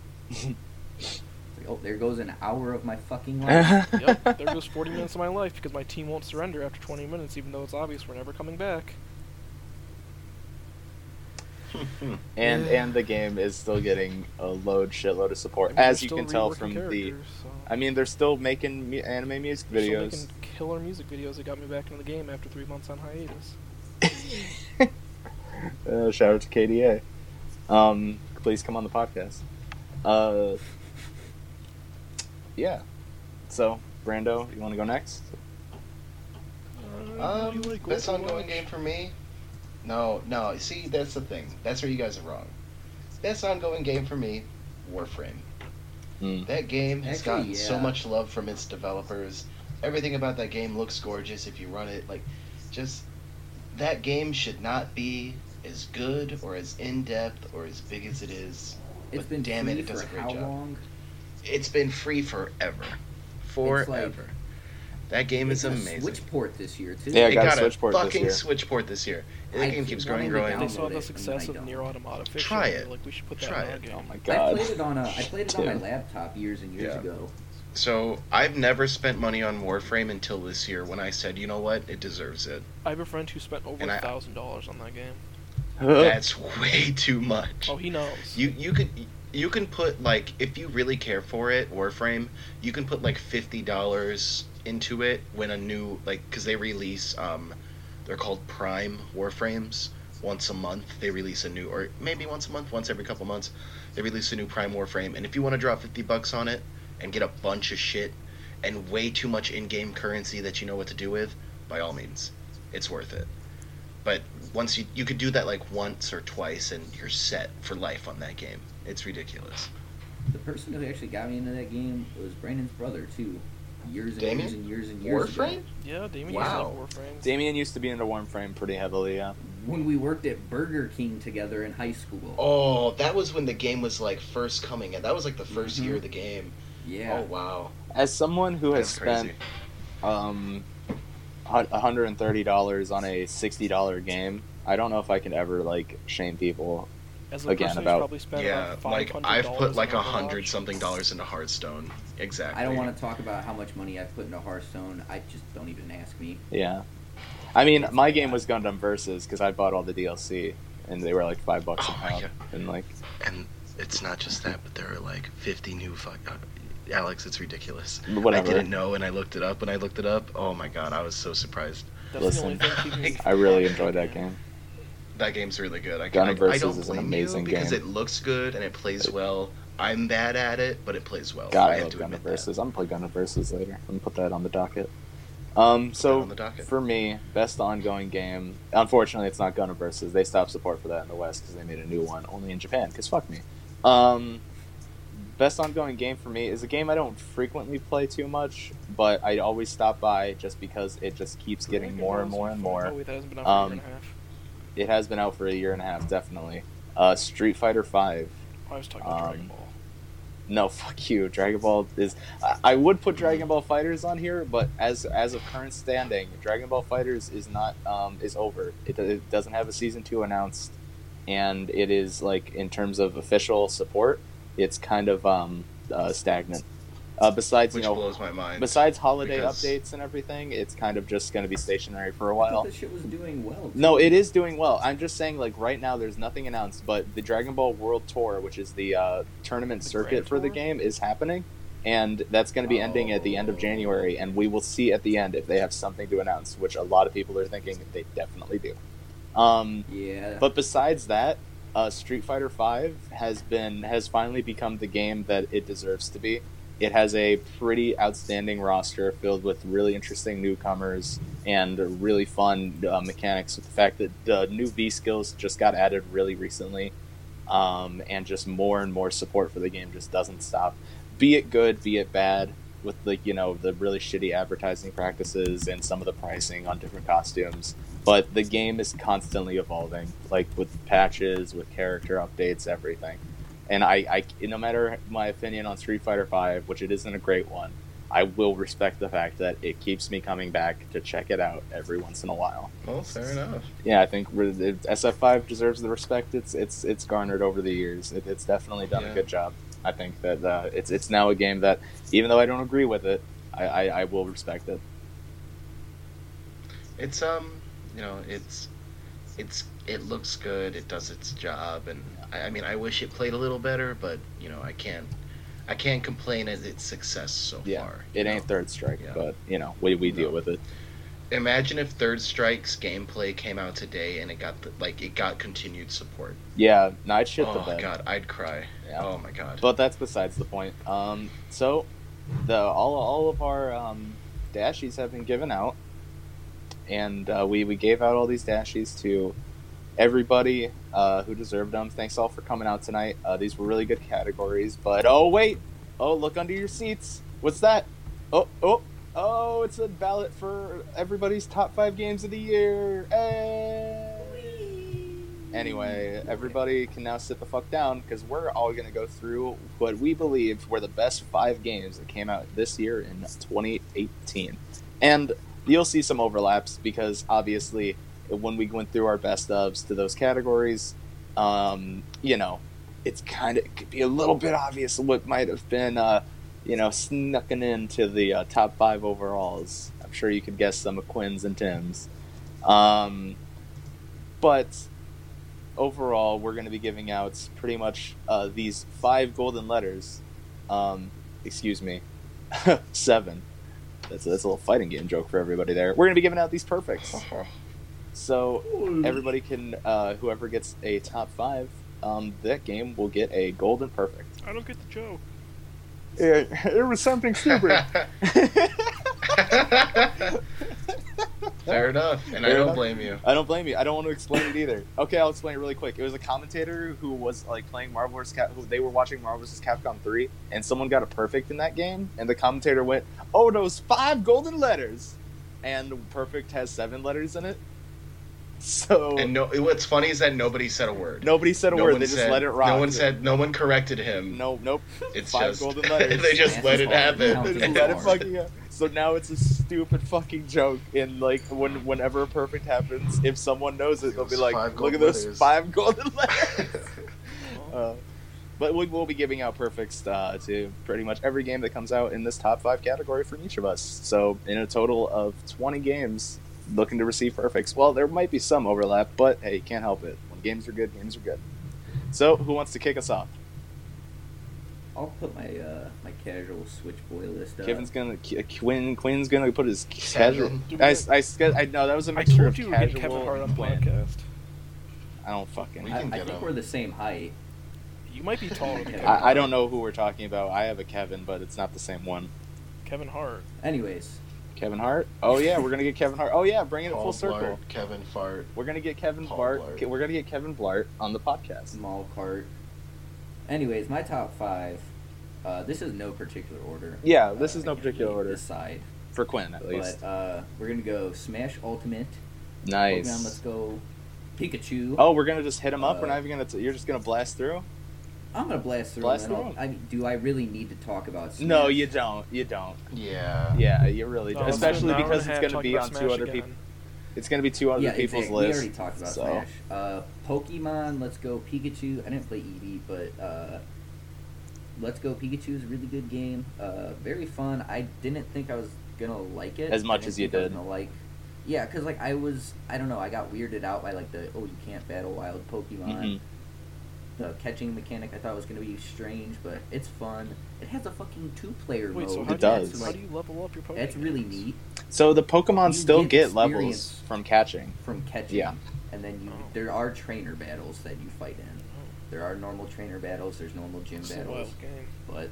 Speaker 4: oh, there goes an hour of my fucking life.
Speaker 1: Uh-huh.
Speaker 2: yep, there goes 40 minutes of my life because my team won't surrender after 20 minutes, even though it's obvious we're never coming back.
Speaker 1: and and the game is still getting a load shitload of support,
Speaker 2: I mean, they're
Speaker 1: as you
Speaker 2: still
Speaker 1: can tell
Speaker 2: reworking
Speaker 1: from the.
Speaker 2: characters, so-
Speaker 1: I mean, they're still making mu- anime music
Speaker 2: They're still
Speaker 1: videos.
Speaker 2: making killer music videos that got me back into the game after three months on hiatus.
Speaker 1: Uh, shout out to KDA. Um, please come on the podcast. Uh, yeah. So, Brando, you want to go next?
Speaker 3: Um, best ongoing game for me? No, no. See, that's the thing. That's where you guys are wrong. Best ongoing game for me, Warframe.
Speaker 1: Mm.
Speaker 3: That game has
Speaker 4: Actually,
Speaker 3: gotten so
Speaker 4: yeah.
Speaker 3: much love from its developers. Everything about that game looks gorgeous if you run it. Like, just that game should not be as good or as in depth or as big as it is.
Speaker 4: It's
Speaker 3: But
Speaker 4: been
Speaker 3: damn it,
Speaker 4: free
Speaker 3: it does
Speaker 4: for
Speaker 3: a great
Speaker 4: how
Speaker 3: job.
Speaker 4: long?
Speaker 3: It's been free forever, forever. that game
Speaker 4: It's
Speaker 3: is
Speaker 4: gonna
Speaker 3: amazing.
Speaker 4: Switch port this year too.
Speaker 1: Yeah, I
Speaker 3: it
Speaker 1: got a
Speaker 3: got a
Speaker 1: Switch port this
Speaker 3: fucking
Speaker 1: year.
Speaker 3: Switch port this year. That
Speaker 4: I
Speaker 3: game keeps
Speaker 4: keep
Speaker 3: growing and
Speaker 4: wanting to
Speaker 3: growing.
Speaker 2: They saw
Speaker 4: Download it,
Speaker 2: the
Speaker 4: and
Speaker 2: success
Speaker 4: then I
Speaker 2: of Nier
Speaker 4: don't.
Speaker 2: Automata Fiction.
Speaker 3: Try
Speaker 2: and
Speaker 3: it.
Speaker 2: they're Like we should put
Speaker 3: Try
Speaker 2: that
Speaker 3: it.
Speaker 2: in
Speaker 1: Oh
Speaker 2: our game.
Speaker 1: my
Speaker 4: I
Speaker 1: god.
Speaker 4: played it on a I played it on my
Speaker 1: Dude.
Speaker 4: laptop years and years
Speaker 3: Yeah.
Speaker 4: ago.
Speaker 3: So I've never spent money on Warframe until this year when I said, you know what, it deserves it.
Speaker 2: I have a friend who spent over
Speaker 3: And I-
Speaker 2: a thousand dollars on that game.
Speaker 3: That's way too much.
Speaker 2: Oh, he knows.
Speaker 3: You you could you can put like if you really care for it, Warframe, you can put like fifty dollars into it when a new like because they release um, they're called Prime Warframes. Once a month they release a new, or maybe once a month, once every couple months, they release a new Prime Warframe. And if you want to drop fifty bucks on it and get a bunch of shit and way too much in-game currency that you know what to do with, by all means, it's worth it. But once you you could do that like once or twice and you're set for life on that game. It's ridiculous.
Speaker 4: The person who actually got me into that game was Brandon's brother too. Years and
Speaker 3: Damien?
Speaker 4: years and years and years. ago.
Speaker 2: yeah, Damien
Speaker 3: Wow.
Speaker 2: used to like Warframes.
Speaker 1: Damien used to be into Warframe pretty heavily, yeah.
Speaker 4: when we worked at Burger King together in high school.
Speaker 3: Oh, that was when the game was like first coming, and that was like the 1st
Speaker 4: Mhm.
Speaker 3: year of the game.
Speaker 4: Yeah.
Speaker 3: Oh wow,
Speaker 1: As someone who has
Speaker 3: that's
Speaker 1: spent
Speaker 3: crazy.
Speaker 1: um, hun- $130 on a $60 game, I don't know if I can ever like shame people.
Speaker 2: As a
Speaker 1: Again,
Speaker 2: person
Speaker 1: about-
Speaker 2: who's probably spent
Speaker 3: Yeah,
Speaker 2: about
Speaker 3: like
Speaker 2: $500
Speaker 3: I've put
Speaker 2: on
Speaker 3: like a
Speaker 2: Overwatch.
Speaker 3: hundred something dollars into Hearthstone. Exactly.
Speaker 4: I don't want to talk about how much money I put into Hearthstone. I just don't even ask me.
Speaker 1: Yeah. I mean, my game was Gundam Versus because I bought all the DLC and they were like five bucks a
Speaker 3: Oh my
Speaker 1: pound.
Speaker 3: God.
Speaker 1: And like,
Speaker 3: And it's not just that, but there are like fifty new fuck. uh, Alex, it's ridiculous.
Speaker 1: whatever.
Speaker 3: I didn't know, and I looked it up. When I looked it up, oh my god, I was so surprised.
Speaker 2: That's
Speaker 1: Listen,
Speaker 2: the only thing keeping me
Speaker 1: I really enjoyed that game.
Speaker 3: That game's really good. I,
Speaker 1: Gunna
Speaker 3: I, I
Speaker 1: Versus
Speaker 3: don't
Speaker 1: is an
Speaker 3: blame
Speaker 1: amazing
Speaker 3: you because
Speaker 1: game.
Speaker 3: it looks good and it plays well. I'm bad at it, but it plays well.
Speaker 1: God,
Speaker 3: Oh, I
Speaker 1: I
Speaker 3: have
Speaker 1: love
Speaker 3: to
Speaker 1: Gundam
Speaker 3: admit
Speaker 1: Versus. I'm gonna play Gundam Versus later. I'm gonna put that on the docket. Um,
Speaker 3: that
Speaker 1: so
Speaker 3: on the docket.
Speaker 1: for me, best ongoing game. Unfortunately, it's not Gundam Versus. They stopped support for that in the West because they made a new one only in Japan. Cause fuck me. Um, best ongoing game for me is a game I don't frequently play too much, but I always stop by just because it just keeps getting more and more and
Speaker 2: Oh
Speaker 1: more.
Speaker 2: wait, that hasn't been out for a
Speaker 1: Um,
Speaker 2: year and a half.
Speaker 1: It has been out for a year and a half, definitely. Uh, Street Fighter Five.
Speaker 2: I was talking about
Speaker 1: um,
Speaker 2: Dragon Ball.
Speaker 1: No, fuck you. Dragon Ball is. I- I would put Dragon Ball Fighters on here, but as as of current standing, Dragon Ball Fighters is not um, is over. It, it doesn't have a season two announced, and it is like in terms of official support, it's kind of um, uh, stagnant. Uh, besides,
Speaker 3: which
Speaker 1: you know,
Speaker 3: blows my mind.
Speaker 1: besides holiday
Speaker 3: because-
Speaker 1: updates and everything, it's kind of just going to be stationary for a
Speaker 4: I thought
Speaker 1: while.
Speaker 4: this shit was doing well.
Speaker 1: No, it is doing well. I'm just saying, like right now, there's nothing announced, but the Dragon Ball World Tour, which is the uh, tournament
Speaker 2: The
Speaker 1: circuit
Speaker 2: Grand
Speaker 1: for the
Speaker 2: Tour?
Speaker 1: game, is happening, and that's going to be ending at the end of
Speaker 4: Oh.
Speaker 1: January, and we will see at the end if they have something to announce, which a lot of people are thinking they definitely do. Um,
Speaker 4: Yeah.
Speaker 1: but besides that, uh, Street Fighter V has been has finally become the game that it deserves to be. It has a pretty outstanding roster filled with really interesting newcomers and really fun uh, mechanics. With the fact that the new V skills just got added really recently, um, and just more and more support for the game just doesn't stop. Be it good, be it bad, with like you know the really shitty advertising practices and some of the pricing on different costumes but the game is constantly evolving, like with patches, with character updates, everything. And I, I no matter my opinion on Street Fighter V, which it isn't a great one, I will respect the fact that it keeps me coming back to check it out every once in a while.
Speaker 3: well, fair enough.
Speaker 1: Yeah, I think we're- it- SF5 deserves the respect it's it's it's garnered over the years. It, it's definitely done
Speaker 3: Yeah.
Speaker 1: a good job. I think that uh, it's it's now a game that, even though I don't agree with it, I, I, I will respect it.
Speaker 3: It's um, you know, it's it's it looks good. It does its job, and I, I mean, I wish it played a little better, but you know, I can't I can't complain at its success so
Speaker 1: Yeah,
Speaker 3: far. you
Speaker 1: It
Speaker 3: know?
Speaker 1: ain't Third Strike,
Speaker 3: Yeah.
Speaker 1: but you know we, we deal
Speaker 3: No.
Speaker 1: with it.
Speaker 3: Imagine if Third Strike's gameplay came out today and it got the, like it got continued support.
Speaker 1: Yeah, no, I'd shit the
Speaker 3: oh
Speaker 1: bed.
Speaker 3: god, I'd cry.
Speaker 1: Yeah.
Speaker 3: Oh my god.
Speaker 1: But that's besides the point. Um, so the all all of our um, dashies have been given out, and uh, we we gave out all these dashies to everybody uh, who deserved them. Thanks all for coming out tonight. Uh, these were really good categories. But oh wait, oh look under your seats. What's that? Oh oh. Oh, it's a ballot for everybody's top five games of the year. Hey! Anyway, everybody can now sit the fuck down because we're all going to go through what we believe were the best five games that came out this year in 2018. And you'll see some overlaps because obviously, when we went through our best ofs to those categories, um, you know, it's kind of it could be a little bit obvious what might have been uh, you know, snucking into the uh, top five overalls. I'm sure you could guess some of Quinn's and Tim's. Um, but overall, we're going to be giving out pretty much uh, these five golden letters. Um, excuse me, seven. That's that's a little fighting game joke for everybody there. We're going to be giving out these perfects.
Speaker 3: Oh.
Speaker 1: So everybody can, uh, whoever gets a top five, um, that game will get a golden perfect.
Speaker 2: I don't get the joke.
Speaker 1: It, it was something
Speaker 3: Fair enough, and
Speaker 1: Fair
Speaker 3: I don't
Speaker 1: enough.
Speaker 3: blame you.
Speaker 1: I don't blame you. I don't want to explain it either. Okay, I'll explain it really quick. It was a commentator who was like playing Marvel vs. Cap. Who, they were watching Marvel vs. Capcom three, and someone got a perfect in that game, and the commentator went, "Oh, those five golden letters," and perfect has seven letters in it. So
Speaker 3: And no, what's funny is that nobody said a word.
Speaker 1: nobody said a
Speaker 3: No
Speaker 1: word.
Speaker 3: one
Speaker 1: They just
Speaker 3: said-
Speaker 1: let it rock.
Speaker 3: No one said. No one corrected him.
Speaker 1: Nope, nope.
Speaker 3: It's
Speaker 1: Five
Speaker 3: just
Speaker 1: golden letters.
Speaker 3: they just
Speaker 4: That's
Speaker 3: let it
Speaker 4: hard.
Speaker 1: They
Speaker 3: happen.
Speaker 1: just let it fucking happen. So now it's a stupid fucking joke. And like when whenever a perfect happens, if someone knows it, they'll be
Speaker 3: Those
Speaker 1: like,
Speaker 3: five
Speaker 1: "Look
Speaker 3: gold
Speaker 1: at those
Speaker 3: letters."
Speaker 1: five golden letters." Uh, but we will be giving out perfects uh, to pretty much every game that comes out in this top five category from each of us. So in a total of twenty games, looking to receive perfects. Well, there might be some overlap, but hey, can't help it. When games are good, games are good. So who wants to kick us off?
Speaker 4: I'll put my uh, my casual Switch boy list up.
Speaker 1: Kevin's gonna Qu- Quinn. Quinn's gonna put his casual.
Speaker 3: Kevin.
Speaker 1: I, I, I know that was a
Speaker 2: I
Speaker 1: mixture
Speaker 2: told
Speaker 1: of
Speaker 2: you we were getting
Speaker 1: casual.
Speaker 2: Kevin Hart on
Speaker 1: and Quinn.
Speaker 2: podcast.
Speaker 1: I don't fucking.
Speaker 3: We
Speaker 4: I,
Speaker 3: can
Speaker 4: I
Speaker 3: get
Speaker 4: think
Speaker 3: him.
Speaker 4: we're the same height.
Speaker 2: You might be taller than
Speaker 4: I-
Speaker 2: Kevin.
Speaker 1: I, I
Speaker 2: Hart.
Speaker 1: don't know who we're talking about. I have a Kevin, but it's not the same one.
Speaker 2: Kevin Hart.
Speaker 4: Anyways,
Speaker 1: Kevin Hart. Oh yeah, we're gonna get Kevin Hart. Oh yeah, bringing it
Speaker 3: Paul
Speaker 1: full circle.
Speaker 3: Blart, Kevin Fart.
Speaker 1: We're gonna get Kevin
Speaker 3: Paul
Speaker 1: Blart.
Speaker 3: Blart.
Speaker 1: Ke- We're gonna get Kevin Blart on the podcast.
Speaker 4: small cart. Anyways, my top five. Uh, this is no particular order.
Speaker 1: Yeah, this
Speaker 4: Uh,
Speaker 1: is no
Speaker 4: I can't
Speaker 1: particular
Speaker 4: really
Speaker 1: order.
Speaker 4: Decide,
Speaker 1: For Quinn, at least.
Speaker 4: but uh, we're gonna go Smash Ultimate. Pokemon Let's
Speaker 1: nice.
Speaker 4: go, Pikachu.
Speaker 1: Oh, we're gonna just hit him up. we're
Speaker 4: Uh,
Speaker 1: not even gonna. T- you're just gonna blast through.
Speaker 4: I'm gonna blast through.
Speaker 1: Blast
Speaker 4: and I'll-
Speaker 1: through 'em.
Speaker 4: I, do I really need to talk about? Smash?
Speaker 1: No, you don't. You don't.
Speaker 3: Yeah.
Speaker 1: Yeah, you really
Speaker 2: No,
Speaker 1: don't.
Speaker 2: let's do
Speaker 1: Especially
Speaker 2: an hour
Speaker 1: because
Speaker 2: and a
Speaker 1: it's
Speaker 2: half
Speaker 1: gonna be on
Speaker 2: talking about
Speaker 1: two other
Speaker 2: Smash
Speaker 1: people.
Speaker 2: again.
Speaker 1: It's gonna be two other
Speaker 4: yeah,
Speaker 1: people's
Speaker 4: exactly. We
Speaker 1: lists.
Speaker 4: already talked about
Speaker 1: so.
Speaker 4: Smash. Uh, Pokemon, let's go Pikachu. I didn't play Eevee, but uh, let's go Pikachu is a really good game. Uh, very fun. I didn't think I was gonna like it
Speaker 1: As much
Speaker 4: I didn't
Speaker 1: as you
Speaker 4: think I was
Speaker 1: did.
Speaker 4: gonna like, yeah, because like I was, I don't know, I got weirded out by like the oh you can't battle wild Pokemon.
Speaker 1: Mhm.
Speaker 4: The catching mechanic I thought was gonna be strange, but it's fun. It has a fucking two-player
Speaker 2: Wait,
Speaker 4: mode.
Speaker 2: so
Speaker 1: It
Speaker 2: how,
Speaker 1: does.
Speaker 2: Do you, how do you level up your Pokemon?
Speaker 4: That's really neat.
Speaker 1: So the Pokemon
Speaker 4: You
Speaker 1: still
Speaker 4: get
Speaker 1: get levels
Speaker 4: experience.
Speaker 1: from catching.
Speaker 4: from catching.
Speaker 1: Yeah.
Speaker 4: And then you,
Speaker 2: Oh.
Speaker 4: there are trainer battles that you fight in. There are normal trainer battles. There's normal gym
Speaker 2: It's a Oh.
Speaker 4: battles.
Speaker 2: wild game.
Speaker 4: But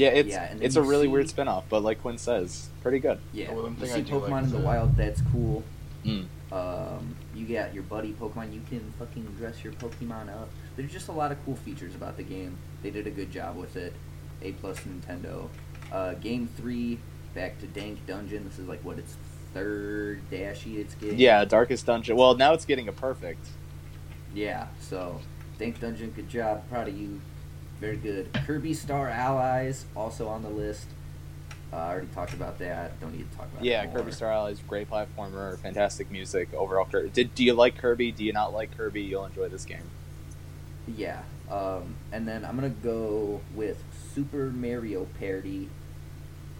Speaker 1: Yeah, it's
Speaker 4: Yeah, and then
Speaker 1: it's a
Speaker 4: you
Speaker 1: really
Speaker 4: see-
Speaker 1: weird spin-off, but like Quinn says, pretty good.
Speaker 4: yeah,
Speaker 3: Oh, Well, one
Speaker 4: you
Speaker 3: thing
Speaker 4: see
Speaker 3: I do
Speaker 4: Pokemon
Speaker 3: like is
Speaker 4: in the
Speaker 3: that-
Speaker 4: wild. That's cool.
Speaker 1: Mm.
Speaker 4: Um, you got your buddy Pokemon. You can fucking dress your Pokemon up. There's just a lot of cool features about the game. They did a good job with it. A plus Nintendo. Uh, game three, back to Dank Dungeon. This is like what its third dashy it's getting.
Speaker 1: Yeah, Darkest Dungeon. Well, now it's getting a perfect.
Speaker 4: Yeah, so Dank Dungeon, good job. Proud of you. Very good. Kirby Star Allies, also on the list. Uh, I already talked about that. Don't need to talk about
Speaker 1: Yeah,
Speaker 4: that. more.
Speaker 1: Kirby Star Allies, great platformer, fantastic music overall. Kirby. Did do you like Kirby? Do you not like Kirby? You'll enjoy this game.
Speaker 4: Yeah. Um, and then I'm going to go with Super Mario Parody.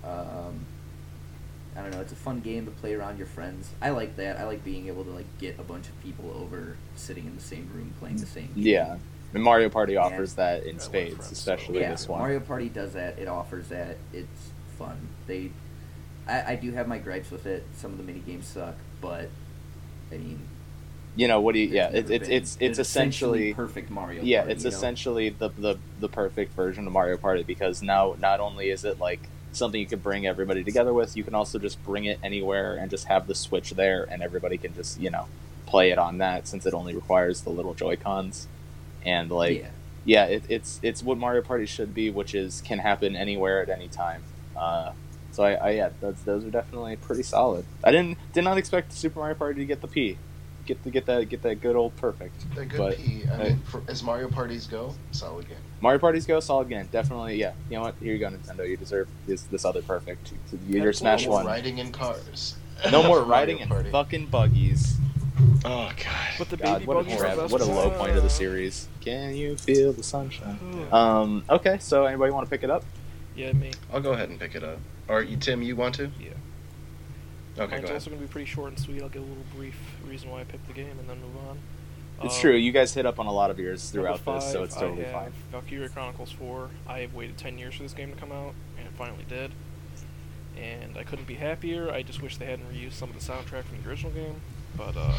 Speaker 4: Um, I don't know. It's a fun game to play around your friends. I like that. I like being able to like get a bunch of people over, sitting in the same room playing the same. game.
Speaker 1: Yeah, and Mario Party
Speaker 4: Yeah.
Speaker 1: offers that in
Speaker 2: love
Speaker 1: spades,
Speaker 2: Friends,
Speaker 1: especially
Speaker 4: Yeah,
Speaker 1: this one.
Speaker 4: Mario Party does that. It offers that. It's fun. They, I, I do have my gripes with it. Some of the mini games suck, but I mean,
Speaker 1: you know what do you?
Speaker 4: it's
Speaker 1: Yeah,
Speaker 4: never
Speaker 1: it's it's
Speaker 4: been-
Speaker 1: it's, it's essentially
Speaker 4: perfect Mario.
Speaker 1: yeah,
Speaker 4: Party,
Speaker 1: it's
Speaker 4: you know?
Speaker 1: essentially the, the the perfect version of Mario Party because now not only is it like something you can bring everybody together with, you can also just bring it anywhere and just have the Switch there, and everybody can just you know play it on that since it only requires the little Joy Cons, and like yeah,
Speaker 4: yeah,
Speaker 1: it, it's it's what Mario Party should be, which is can happen anywhere at any time. Uh, so I, I yeah, those those are definitely pretty solid. I didn't did not expect Super Mario Party to get the P, get the get that get that good old perfect.
Speaker 3: The good
Speaker 1: But-
Speaker 3: P. I
Speaker 1: hey.
Speaker 3: mean, for, as Mario parties go, solid game.
Speaker 1: Mario Party's go solid game, definitely. Yeah, you know what? Here you go, Nintendo. You deserve this this other perfect. Your
Speaker 2: That's
Speaker 1: Smash
Speaker 3: no
Speaker 2: cool.
Speaker 3: more
Speaker 1: one.
Speaker 3: riding in cars.
Speaker 1: No more
Speaker 3: Mario
Speaker 1: riding in
Speaker 3: Party.
Speaker 1: fucking buggies.
Speaker 3: Oh god.
Speaker 2: But the
Speaker 1: God,
Speaker 2: baby
Speaker 1: what a,
Speaker 2: buggies are
Speaker 1: crap,
Speaker 2: best
Speaker 1: what a low
Speaker 2: part.
Speaker 1: point of the series. Can you feel the sunshine?
Speaker 2: Yeah.
Speaker 1: Um. Okay. So anybody want to pick it up?
Speaker 2: Oh. Yeah, me.
Speaker 3: I'll go ahead and pick it up. Or you, Tim, you want to?
Speaker 2: Yeah. Mine's
Speaker 3: Okay, go ahead.
Speaker 2: also going to be pretty short and sweet. I'll give a little brief reason why I picked the game and then move on.
Speaker 1: It's
Speaker 2: Um,
Speaker 1: true. You guys hit up on a lot of yours
Speaker 2: number
Speaker 1: throughout this, so
Speaker 2: five,
Speaker 1: it's totally
Speaker 2: I have
Speaker 1: fine.
Speaker 2: Valkyria Chronicles 4. I have waited 10 years for this game to come out, and it finally did. And I couldn't be happier. I just wish they hadn't reused some of the soundtrack from the original game, but uh,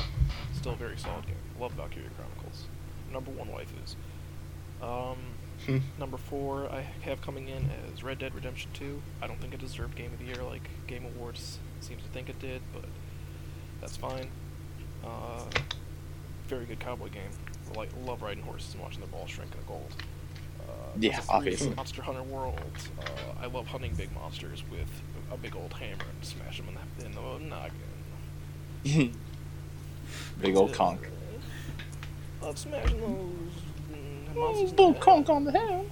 Speaker 2: still a very solid game. Love Valkyria Chronicles. Number one waifus. Um,
Speaker 3: Hmm.
Speaker 2: Number four, I have coming in as Red Dead Redemption 2. I don't think it deserved Game of the Year like Game Awards seems to think it did, but that's fine. Uh, very good cowboy game. Like, love riding horses and watching their balls shrink into gold. Uh,
Speaker 1: Yeah,
Speaker 2: number three is
Speaker 1: obviously.
Speaker 2: Monster Hunter World. Uh, I love hunting big monsters with a big old hammer and smash them in the, in the noggin.
Speaker 1: Big old conk.
Speaker 2: Love smashing those mm, monsters. in the head.
Speaker 1: on the head.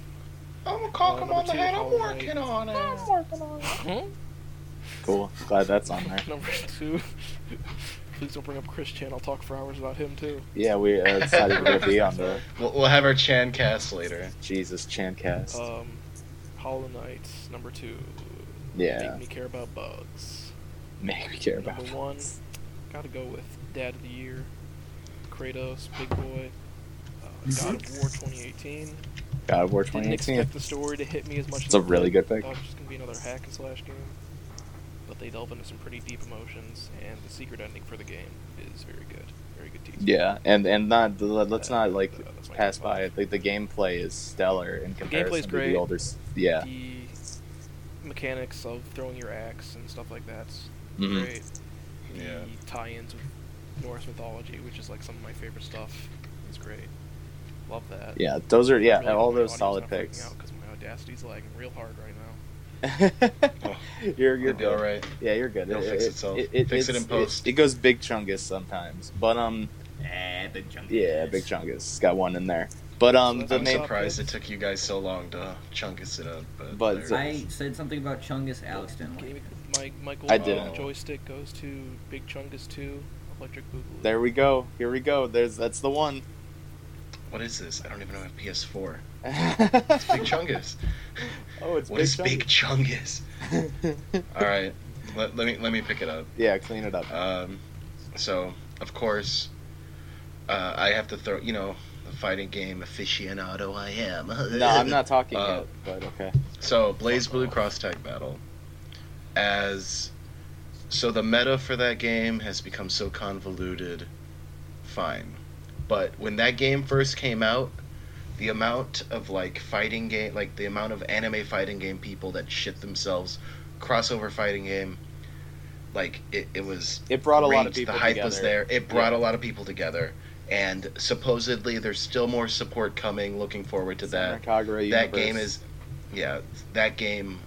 Speaker 3: I'm
Speaker 2: Uh, number two, Hollow Knight.
Speaker 3: on
Speaker 1: working on it.
Speaker 2: Huh?
Speaker 1: Cool. Glad that's on there.
Speaker 2: Number two. Please don't bring up Chris Chan. I'll talk for hours about him too.
Speaker 1: Yeah, we uh, decided we're gonna be on the
Speaker 3: We'll, we'll have our Chan cast later.
Speaker 1: Jesus Chancast.
Speaker 2: Um, Hollow Knight. Number two.
Speaker 1: yeah,
Speaker 2: Make me care about bugs.
Speaker 1: make me care about.
Speaker 2: Number one.
Speaker 1: this.
Speaker 2: Gotta go with Dad of the Year. Kratos, Big Boy. Uh, God of War 2018.
Speaker 1: God of War
Speaker 2: Didn't
Speaker 1: 2018.
Speaker 2: expect the story to hit me as much
Speaker 1: It's
Speaker 2: as
Speaker 1: a
Speaker 2: it
Speaker 1: really good
Speaker 2: did.
Speaker 1: pick.
Speaker 2: Thought it was just gonna be another hack and slash game, but they delve into some pretty deep emotions, and the secret ending for the game is very good. Very good teaser.
Speaker 1: Yeah, and and not let- let's
Speaker 2: Uh,
Speaker 1: not like
Speaker 2: uh, that's my
Speaker 1: pass
Speaker 2: top
Speaker 1: by
Speaker 2: five.
Speaker 1: it. Like the gameplay is stellar in comparison
Speaker 2: gameplay's
Speaker 1: to
Speaker 2: great.
Speaker 1: the older. s- Yeah.
Speaker 2: The mechanics of throwing your axe and stuff like that's
Speaker 1: Mhm.
Speaker 2: great. The
Speaker 3: Yeah.
Speaker 2: tie-ins with Norse mythology, which is like some of my favorite stuff, is great. Love that.
Speaker 1: Yeah, those are yeah,
Speaker 2: Really hope
Speaker 1: all
Speaker 2: my
Speaker 1: those
Speaker 2: audio's
Speaker 1: solid
Speaker 2: not freaking
Speaker 1: picks.
Speaker 2: out 'cause my audacity's lagging real hard right now.
Speaker 1: you're you're
Speaker 3: You'll be
Speaker 1: good.
Speaker 3: alright.
Speaker 1: Yeah, you're good.
Speaker 3: It'll fix itself. Fix it
Speaker 1: it's-
Speaker 3: in post.
Speaker 1: It, goes big chungus sometimes, but um,
Speaker 4: Eh, big jump.
Speaker 1: yeah, big chungus It's got one in there. But um,
Speaker 2: So
Speaker 1: the
Speaker 2: that's
Speaker 3: I'm
Speaker 2: main-
Speaker 1: main
Speaker 3: surprised it took you guys so long to chunkus it up. But,
Speaker 1: But
Speaker 3: there-
Speaker 1: so-
Speaker 4: I said something about Chungus. Alex didn't like.
Speaker 2: Game-
Speaker 4: it.
Speaker 2: My Michael
Speaker 1: I
Speaker 3: didn't.
Speaker 2: joystick goes to Big Chungus 2, Electric Boogaloo.
Speaker 1: there we go. Here we go. There's that's the one.
Speaker 3: what is this? I don't even know. I have PS4. It's Big
Speaker 1: oh,
Speaker 3: Chungus.
Speaker 1: it's
Speaker 3: What
Speaker 1: big
Speaker 3: is Big Chungus?
Speaker 1: chungus.
Speaker 3: All right, let, let me let me pick it up.
Speaker 1: yeah, clean it up.
Speaker 3: Um, so of course, uh, I have to throw. You know, the fighting game aficionado I am.
Speaker 1: No, I'm not talking
Speaker 3: Uh,
Speaker 1: yet. But okay.
Speaker 3: So Blaze
Speaker 2: Fuck
Speaker 3: Blue
Speaker 2: off.
Speaker 3: Cross Tag Battle, as so the meta for that game has become so convoluted. Fine, but when that game first came out, the amount of like fighting game, like the amount of anime fighting game people that shit themselves, crossover fighting game, like it, it was
Speaker 1: It brought a lot of
Speaker 3: great.
Speaker 1: people
Speaker 3: The hype
Speaker 1: together.
Speaker 3: was there. It brought
Speaker 1: Yeah.
Speaker 3: a lot of people together, and supposedly there's still more support coming. Looking forward to that
Speaker 1: Kagura
Speaker 3: that
Speaker 1: universe.
Speaker 3: game is yeah that game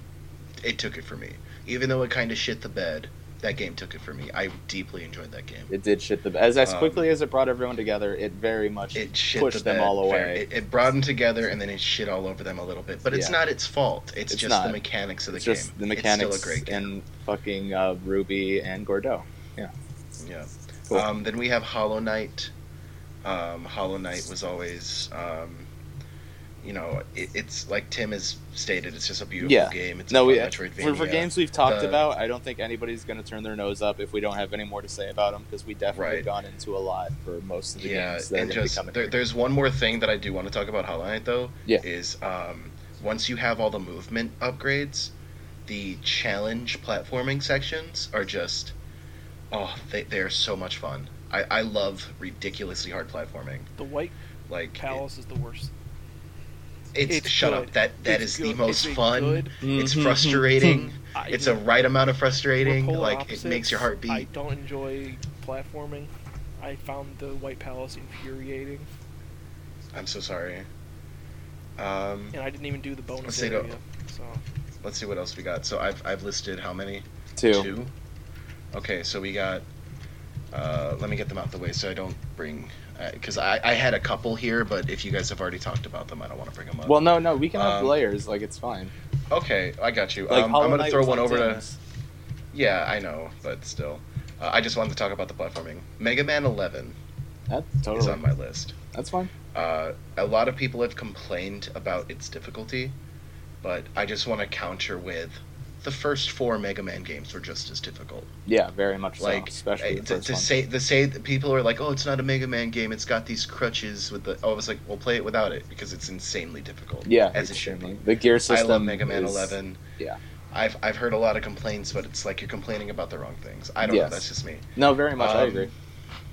Speaker 3: it took it for me even though it kind of shit the bed that game took it for me i deeply enjoyed that game
Speaker 1: It did shit the as as
Speaker 3: Um,
Speaker 1: quickly as it brought everyone together. It very much
Speaker 3: it shit
Speaker 1: pushed
Speaker 3: the bed
Speaker 1: them all
Speaker 3: fair-
Speaker 1: away.
Speaker 3: it, it brought them together and then it shit all over them a little bit but it's
Speaker 1: Yeah.
Speaker 3: not its fault it's,
Speaker 1: It's
Speaker 3: just
Speaker 1: not.
Speaker 3: the mechanics of the
Speaker 1: it's
Speaker 3: game
Speaker 1: just the mechanics
Speaker 3: it's still a great game
Speaker 1: and fucking uh, Ruby and Gordo.
Speaker 3: yeah
Speaker 1: Cool.
Speaker 3: um, then we have hollow knight um, hollow knight was always um, you know it, it's like tim has stated it's just a beautiful
Speaker 1: Yeah.
Speaker 3: game it's
Speaker 1: No,
Speaker 3: a
Speaker 1: we, for,
Speaker 3: Metroidvania.
Speaker 1: for games we've talked
Speaker 3: The-
Speaker 1: about, I don't think anybody's going to turn their nose up if we don't have any more to say about them because we definitely
Speaker 3: Right.
Speaker 1: gone into a lot for most of the
Speaker 3: yeah,
Speaker 1: games. that
Speaker 3: and
Speaker 1: are gonna be
Speaker 3: just
Speaker 1: coming.
Speaker 3: there, there's one more thing that I do want to talk about Hollow Knight though.
Speaker 1: Yeah.
Speaker 3: Is um once you have all the movement upgrades, the challenge platforming sections are just oh they they are so much fun. I I love ridiculously hard platforming.
Speaker 2: The White
Speaker 3: Like it,
Speaker 2: Palace is the worst.
Speaker 3: it's,
Speaker 2: it's
Speaker 3: shut
Speaker 2: good.
Speaker 3: up. That that
Speaker 2: It's
Speaker 3: is
Speaker 2: good.
Speaker 3: the most
Speaker 2: It's a
Speaker 3: fun.
Speaker 2: good-
Speaker 3: It's
Speaker 1: Mhm.
Speaker 3: frustrating.
Speaker 2: I-
Speaker 3: it's a right amount of frustrating.
Speaker 2: we're polar
Speaker 3: Like it makes
Speaker 2: opposites.
Speaker 3: your heart beat.
Speaker 2: I don't enjoy platforming. I found the White Palace infuriating,
Speaker 3: I'm so sorry. Um,
Speaker 2: and I didn't even do the bonus
Speaker 3: Let's see,
Speaker 2: area.
Speaker 3: though.
Speaker 2: So
Speaker 3: let's see what else we got. So I've I've listed how many.
Speaker 1: Two.
Speaker 3: Okay, so we got. Uh, let me get them out the way so I don't bring. Because I, I had a couple here, but if you guys have already talked about them, I don't want to bring them up.
Speaker 1: Well, no, no, we can have
Speaker 3: Um,
Speaker 1: layers. Like it's fine.
Speaker 3: okay, I got you.
Speaker 1: Like
Speaker 3: um,
Speaker 1: Hollow
Speaker 3: I'm going to
Speaker 1: Knight
Speaker 3: throw
Speaker 1: was
Speaker 3: one
Speaker 1: on
Speaker 3: over to.
Speaker 1: Tim's.
Speaker 3: Yeah, I know, but still. Uh, I just wanted to talk about the platforming. Mega Man 11
Speaker 1: That
Speaker 3: is
Speaker 1: totally.
Speaker 3: on my list.
Speaker 1: That's fine.
Speaker 3: Uh, a lot of people have complained about its difficulty, but I just want to counter with the first four Mega Man games were just as difficult.
Speaker 1: Yeah, very much
Speaker 3: like
Speaker 1: so. Especially the
Speaker 3: uh, to,
Speaker 1: first
Speaker 3: to
Speaker 1: one.
Speaker 3: say to say that people are like oh it's not a mega man game it's got these crutches with the oh, i was like we'll play it without it because it's insanely difficult
Speaker 1: yeah,
Speaker 3: as it should be
Speaker 1: extremely. The gear
Speaker 3: i
Speaker 1: system.
Speaker 3: love mega man
Speaker 1: is-
Speaker 3: 11
Speaker 1: yeah.
Speaker 3: I've, I've heard a lot of complaints but it's like you're complaining about the wrong things i don't
Speaker 1: Yes.
Speaker 3: know that's just me
Speaker 1: No, very much. I
Speaker 3: Um,
Speaker 1: agree.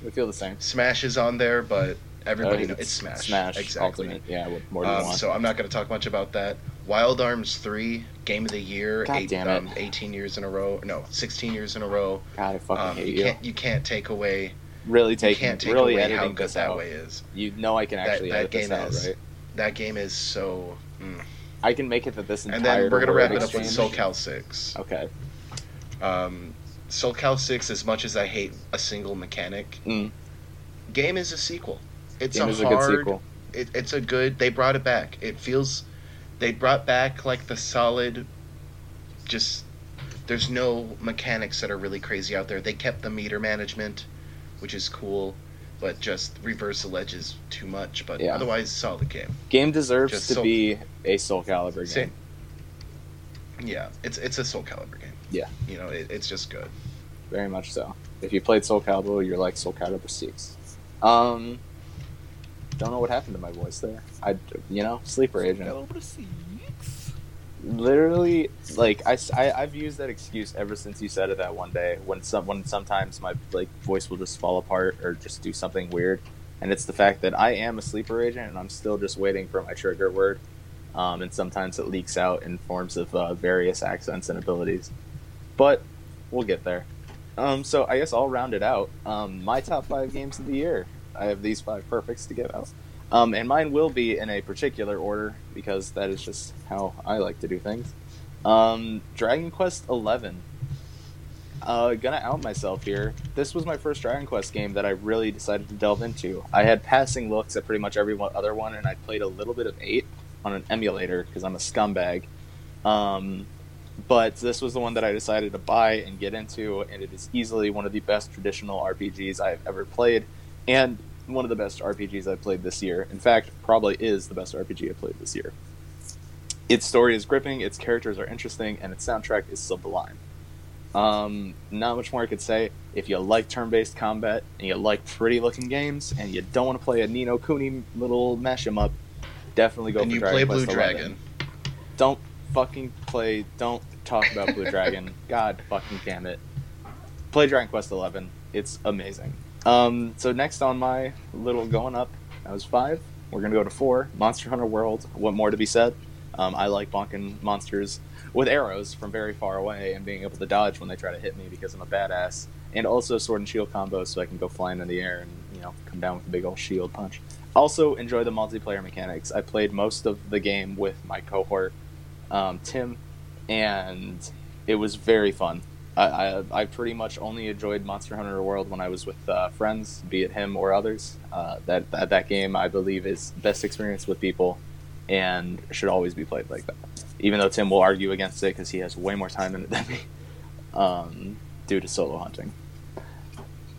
Speaker 1: We feel the same.
Speaker 3: smash is on there but everybody
Speaker 1: Uh,
Speaker 3: knows it's smash
Speaker 1: Smash.
Speaker 3: exactly
Speaker 1: Ultimate. Yeah. What more do you
Speaker 3: um,
Speaker 1: want?
Speaker 3: so i'm not going to talk much about that wild arms 3 game of the year
Speaker 1: God damn it.
Speaker 3: um, 18 years in a row no 16 years in a row
Speaker 1: God, I fucking
Speaker 3: um,
Speaker 1: hate
Speaker 3: you
Speaker 1: you.
Speaker 3: can't you can't take away
Speaker 1: really
Speaker 3: you
Speaker 1: taking,
Speaker 3: can't take
Speaker 1: really
Speaker 3: away
Speaker 1: editing
Speaker 3: how good
Speaker 1: this
Speaker 3: that
Speaker 1: out.
Speaker 3: way is.
Speaker 1: You know I can
Speaker 3: That-
Speaker 1: actually
Speaker 3: that
Speaker 1: edit this
Speaker 3: game
Speaker 1: out,
Speaker 3: is-
Speaker 1: right?
Speaker 3: That game is so. Mm.
Speaker 1: I can make it that this entire.
Speaker 3: And then we're gonna wrap
Speaker 1: word
Speaker 3: it up with
Speaker 1: exchange-
Speaker 3: SoCal Six.
Speaker 1: Okay.
Speaker 3: Um, SoCal Six, as much as I hate a single mechanic,
Speaker 1: Mm.
Speaker 3: Game is a sequel. It's
Speaker 1: Game
Speaker 3: a
Speaker 1: is a
Speaker 3: hard.
Speaker 1: good sequel.
Speaker 3: It, it's a good. They brought it back. It feels. They brought back like the solid. Just there's no mechanics that are really crazy out there. They kept the meter management, which is cool, but just reverse the ledge is too much. But
Speaker 1: Yeah.
Speaker 3: otherwise, solid game.
Speaker 1: Game deserves
Speaker 3: Just
Speaker 1: to
Speaker 3: Soul-
Speaker 1: be a Soul Calibur game.
Speaker 3: Same. Yeah, it's it's a Soul Calibur game.
Speaker 1: Yeah.
Speaker 3: you know it, it's just good.
Speaker 1: Very much so. If you played Soul Calibur, you're like Soul Calibur Six. Um, don't know what happened to my voice there. I, you know, sleeper agent.
Speaker 2: Caliber six.
Speaker 1: literally like I, have used that excuse ever since you said it that one day when some when sometimes my like voice will just fall apart or just do something weird and it's the fact that i am a sleeper agent and i'm still just waiting for my trigger word um, and sometimes it leaks out in forms of uh, various accents and abilities but we'll get there um, so i guess i'll round it out um, my top five games of the year i have these five perfects to give out um, and mine will be in a particular order because that is just how I like to do things. Um, Dragon Quest Eleven. Uh, gonna out myself here. This was my first Dragon Quest game that I really decided to delve into. I had passing looks at pretty much every one, other one, and I played a little bit of eight on an emulator because I'm a scumbag. Um, but this was the one that I decided to buy and get into, and it is easily one of the best traditional RPGs I've ever played, and one of the best RPGs I've played this year. In fact, probably is the best RPG I played this year. Its story is gripping, its characters are interesting, and its soundtrack is sublime. Um, not much more I could say. If you like turn-based combat and you like pretty-looking games and you don't want to play a Nino Cooney little mash 'em up, definitely go
Speaker 3: and
Speaker 1: for
Speaker 3: you
Speaker 1: Dragon
Speaker 3: play
Speaker 1: Quest
Speaker 3: Blue
Speaker 1: 11
Speaker 3: Dragon.
Speaker 1: don't fucking play don't talk about blue dragon god fucking damn it play dragon quest 11 it's amazing um, so next on my little going up that was five we're gonna go to four monster hunter world what more to be said um, i like bonking monsters with arrows from very far away and being able to dodge when they try to hit me because i'm a badass and also sword and shield combos so i can go flying in the air and you know come down with a big old shield punch also enjoy the multiplayer mechanics i played most of the game with my cohort um, Tim, and it was very fun. I, I, I pretty much only enjoyed Monster Hunter World when I was with uh, friends, be it him or others. Uh, that, that that game I believe is best experience with people, and should always be played like that. Even though Tim will argue against it because he has way more time in it than me, um, due to solo hunting.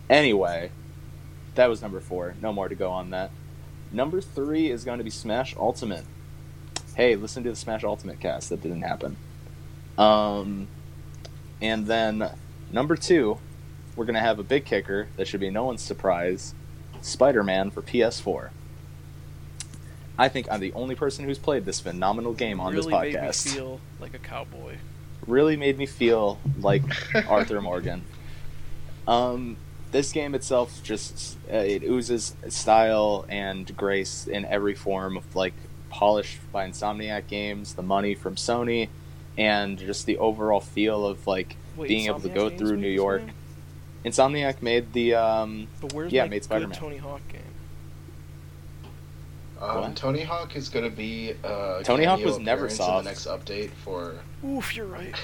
Speaker 1: Anyway, that was number four. No more to go on that. Number three is going to be Smash Ultimate hey, listen to the Smash Ultimate cast. That didn't happen. Um, and then number two, we're gonna have a big kicker that should be no one's surprise: Spider-Man for PS4. I think I'm the only person who's played this phenomenal game on
Speaker 2: really
Speaker 1: this podcast.
Speaker 2: made me feel like a cowboy.
Speaker 1: really made me feel like Arthur Morgan. Um, this game itself just uh, it oozes style and grace in every form of like polished by Insomniac Games, the money from Sony, and just the overall feel of like
Speaker 2: Wait,
Speaker 1: being able to
Speaker 2: Insomniac
Speaker 1: go
Speaker 2: Games
Speaker 1: through
Speaker 2: made
Speaker 1: New
Speaker 2: this
Speaker 1: York.
Speaker 2: game?
Speaker 1: Insomniac made the um,
Speaker 2: But where's
Speaker 1: Yeah,
Speaker 2: my
Speaker 1: made
Speaker 2: good
Speaker 1: Spider-Man.
Speaker 2: Tony Hawk game?
Speaker 1: What?
Speaker 5: Um, Tony Hawk is going to be. Uh,
Speaker 1: Tony Hawk
Speaker 5: cameo
Speaker 1: was never
Speaker 5: appearance
Speaker 1: soft.
Speaker 5: In the next update for.
Speaker 2: Oof, you're right.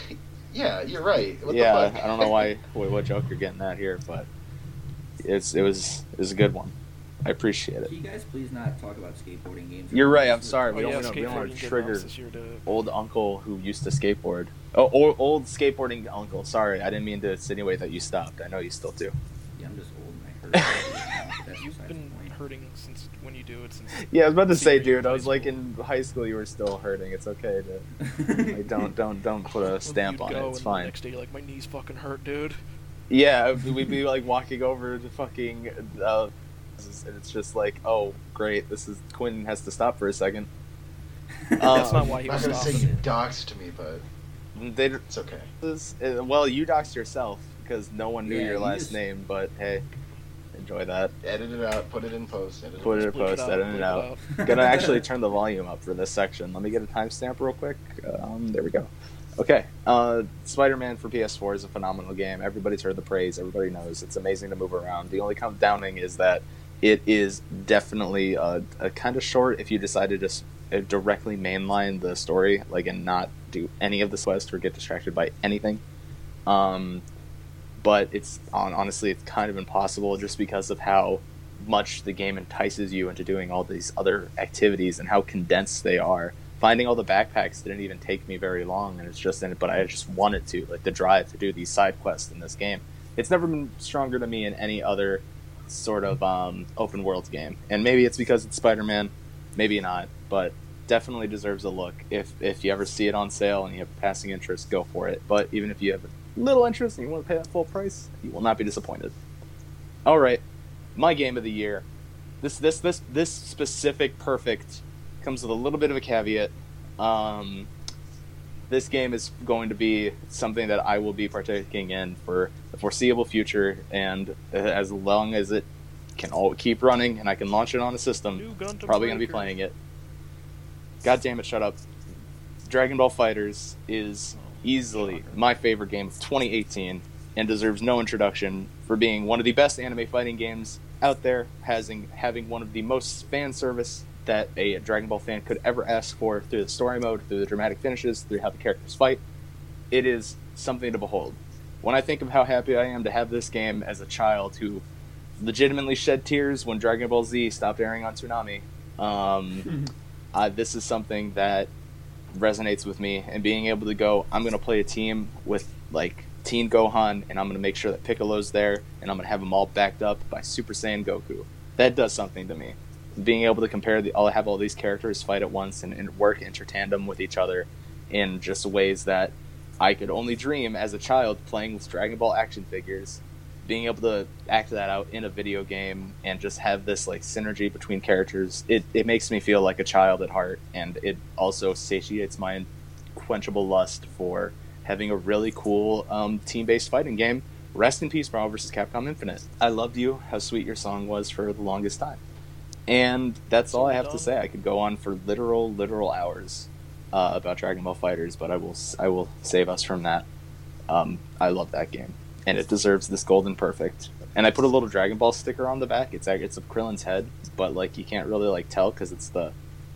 Speaker 5: Yeah, you're right. What
Speaker 1: yeah,
Speaker 5: the fuck?
Speaker 1: I don't know why what, what joke you're getting at here, but it's it was it was a good one. I appreciate
Speaker 4: Can
Speaker 1: it.
Speaker 4: you guys please not talk about skateboarding games?
Speaker 1: You're right, I'm sorry,
Speaker 2: oh,
Speaker 1: we don't
Speaker 2: yeah,
Speaker 1: wanna- we don't
Speaker 2: skateboarding
Speaker 1: wanna
Speaker 2: did
Speaker 1: trigger-
Speaker 2: this year to-
Speaker 1: Old uncle who used to skateboard. Oh, or old skateboarding uncle. Sorry, I didn't mean to insinuate that you stopped. I know you still do.
Speaker 4: Yeah, I'm just old and I hurt. That's
Speaker 2: You've
Speaker 4: besides the
Speaker 2: been
Speaker 4: point.
Speaker 2: hurting since when you do it since.
Speaker 1: Yeah, I was about to say,
Speaker 2: Senior year
Speaker 1: dude.
Speaker 2: of
Speaker 1: I
Speaker 2: high
Speaker 1: was like
Speaker 2: school.
Speaker 1: in high school, you were still hurting. It's okay to like, don't don't don't put a
Speaker 2: Well,
Speaker 1: stamp
Speaker 2: you'd
Speaker 1: on it.
Speaker 2: go
Speaker 1: It's
Speaker 2: and The
Speaker 1: fine.
Speaker 2: next day, you're like my knees fucking hurt, dude.
Speaker 1: Yeah, we'd be like walking over to fucking, uh, and it's just like, oh great, this is Quinn has to stop for a second.
Speaker 2: That's
Speaker 1: Um,
Speaker 2: not why
Speaker 5: I'm
Speaker 2: he
Speaker 5: not
Speaker 2: was
Speaker 5: going to say
Speaker 2: stopping.
Speaker 5: you doxed me, but
Speaker 1: They
Speaker 5: it's okay.
Speaker 1: This, uh, well, you doxed yourself because no one knew
Speaker 4: Yeah,
Speaker 1: your
Speaker 4: you
Speaker 1: last
Speaker 4: just-
Speaker 1: name, but hey, enjoy that.
Speaker 5: Edit it out. Put it in post. Edit
Speaker 1: Put
Speaker 5: it.
Speaker 1: it
Speaker 5: in
Speaker 1: in
Speaker 2: Bleep
Speaker 1: post,
Speaker 2: out,
Speaker 1: edit it
Speaker 2: bleep
Speaker 1: out. Gonna actually turn the volume up for this section. Let me get a timestamp real quick. Um, there we go. Okay, uh, Spider Man for PS4 is a phenomenal game. Everybody's heard the praise, everybody knows. It's amazing to move around. The only count downing is that it is definitely uh, a kind of short if you decide to just uh, directly mainline the story, like, and not do any of the quest or get distracted by anything. Um, but it's on, honestly, it's kind of impossible just because of how much the game entices you into doing all these other activities and how condensed they are. Finding all the backpacks didn't even take me very long, and it's just in it, but I just wanted to, like the drive to do these side quests in this game. It's never been stronger to me in any other sort of um, open world game, and maybe it's because it's Spider Man, maybe not, but definitely deserves a look. If if you ever see it on sale and you have passing interest, go for it. But even if you have little interest and you want to pay that full price, you will not be disappointed. All right, my game of the year. This this this this specific perfect comes with a little bit of a caveat. Um, this game is going to be something that I will be partaking in for the foreseeable future, and as long as it can all keep running and I can launch it on a
Speaker 2: New
Speaker 1: system,
Speaker 2: Gundam
Speaker 1: probably going to be
Speaker 2: Breaker.
Speaker 1: playing it. God damn it! Shut up. Dragon Ball Fighters is easily my favorite game of 2018 and deserves no introduction for being one of the best anime fighting games out there, having having one of the most fan service that a Dragon Ball fan could ever ask for through the story mode, through the dramatic finishes, through how the characters fight. It is something to behold. When I think of how happy I am to have this game as a child who legitimately shed tears when Dragon Ball Z stopped airing on Toonami, um, uh, this is something that resonates with me and being able to go i'm going to play a team with like teen gohan and i'm going to make sure that piccolo's there and i'm going to have them all backed up by super saiyan goku that does something to me being able to compare the all have all these characters fight at once and, and work inter tandem with each other in just ways that i could only dream as a child playing with dragon ball action figures being able to act that out in a video game and just have this like synergy between characters it, it makes me feel like a child at heart and it also satiates my unquenchable lust for having a really cool um, team-based fighting game rest in peace marvel vs capcom infinite i loved you how sweet your song was for the longest time and that's all i have to say i could go on for literal literal hours uh, about dragon ball fighters but i will s- i will save us from that um, i love that game and it deserves this golden perfect. And I put a little Dragon Ball sticker on the back. It's it's of Krillin's head, but like you can't really like tell because it's the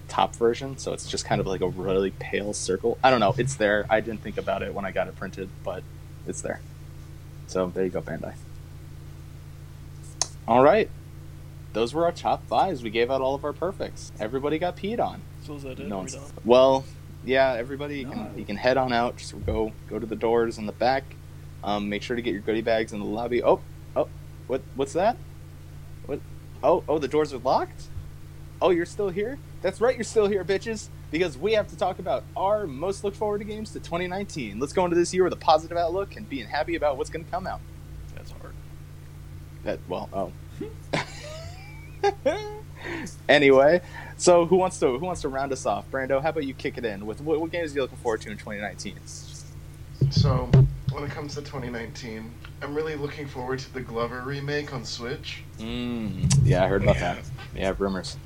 Speaker 1: top version, so it's just kind of like a really pale circle. I don't know. It's there. I didn't think about it when I got it printed, but it's there. So there you go, Bandai. All right, those were our top fives. We gave out all of our perfects. Everybody got peed on.
Speaker 2: So is that it?
Speaker 1: No
Speaker 2: We're
Speaker 1: one's-
Speaker 2: done?
Speaker 1: Well, yeah, everybody you can
Speaker 4: No.
Speaker 1: you can head on out. Just go go to the doors in the back. Um, make sure to get your goodie bags in the lobby. Oh, oh, what what's that? What? Oh, oh, the doors are locked. Oh, you're still here. That's right, you're still here, bitches. Because we have to talk about our most looked forward to games to 2019. Let's go into this year with a positive outlook and being happy about what's going to come out.
Speaker 2: That's hard.
Speaker 1: That well, oh. anyway, so who wants to who wants to round us off? Brando, how about you kick it in with what, what games are you looking forward to in 2019?
Speaker 5: So, when it comes to 2019, I'm really looking forward to the Glover remake on Switch.
Speaker 1: Mm, yeah, I heard about
Speaker 3: Yeah.
Speaker 1: that. Yeah, rumors.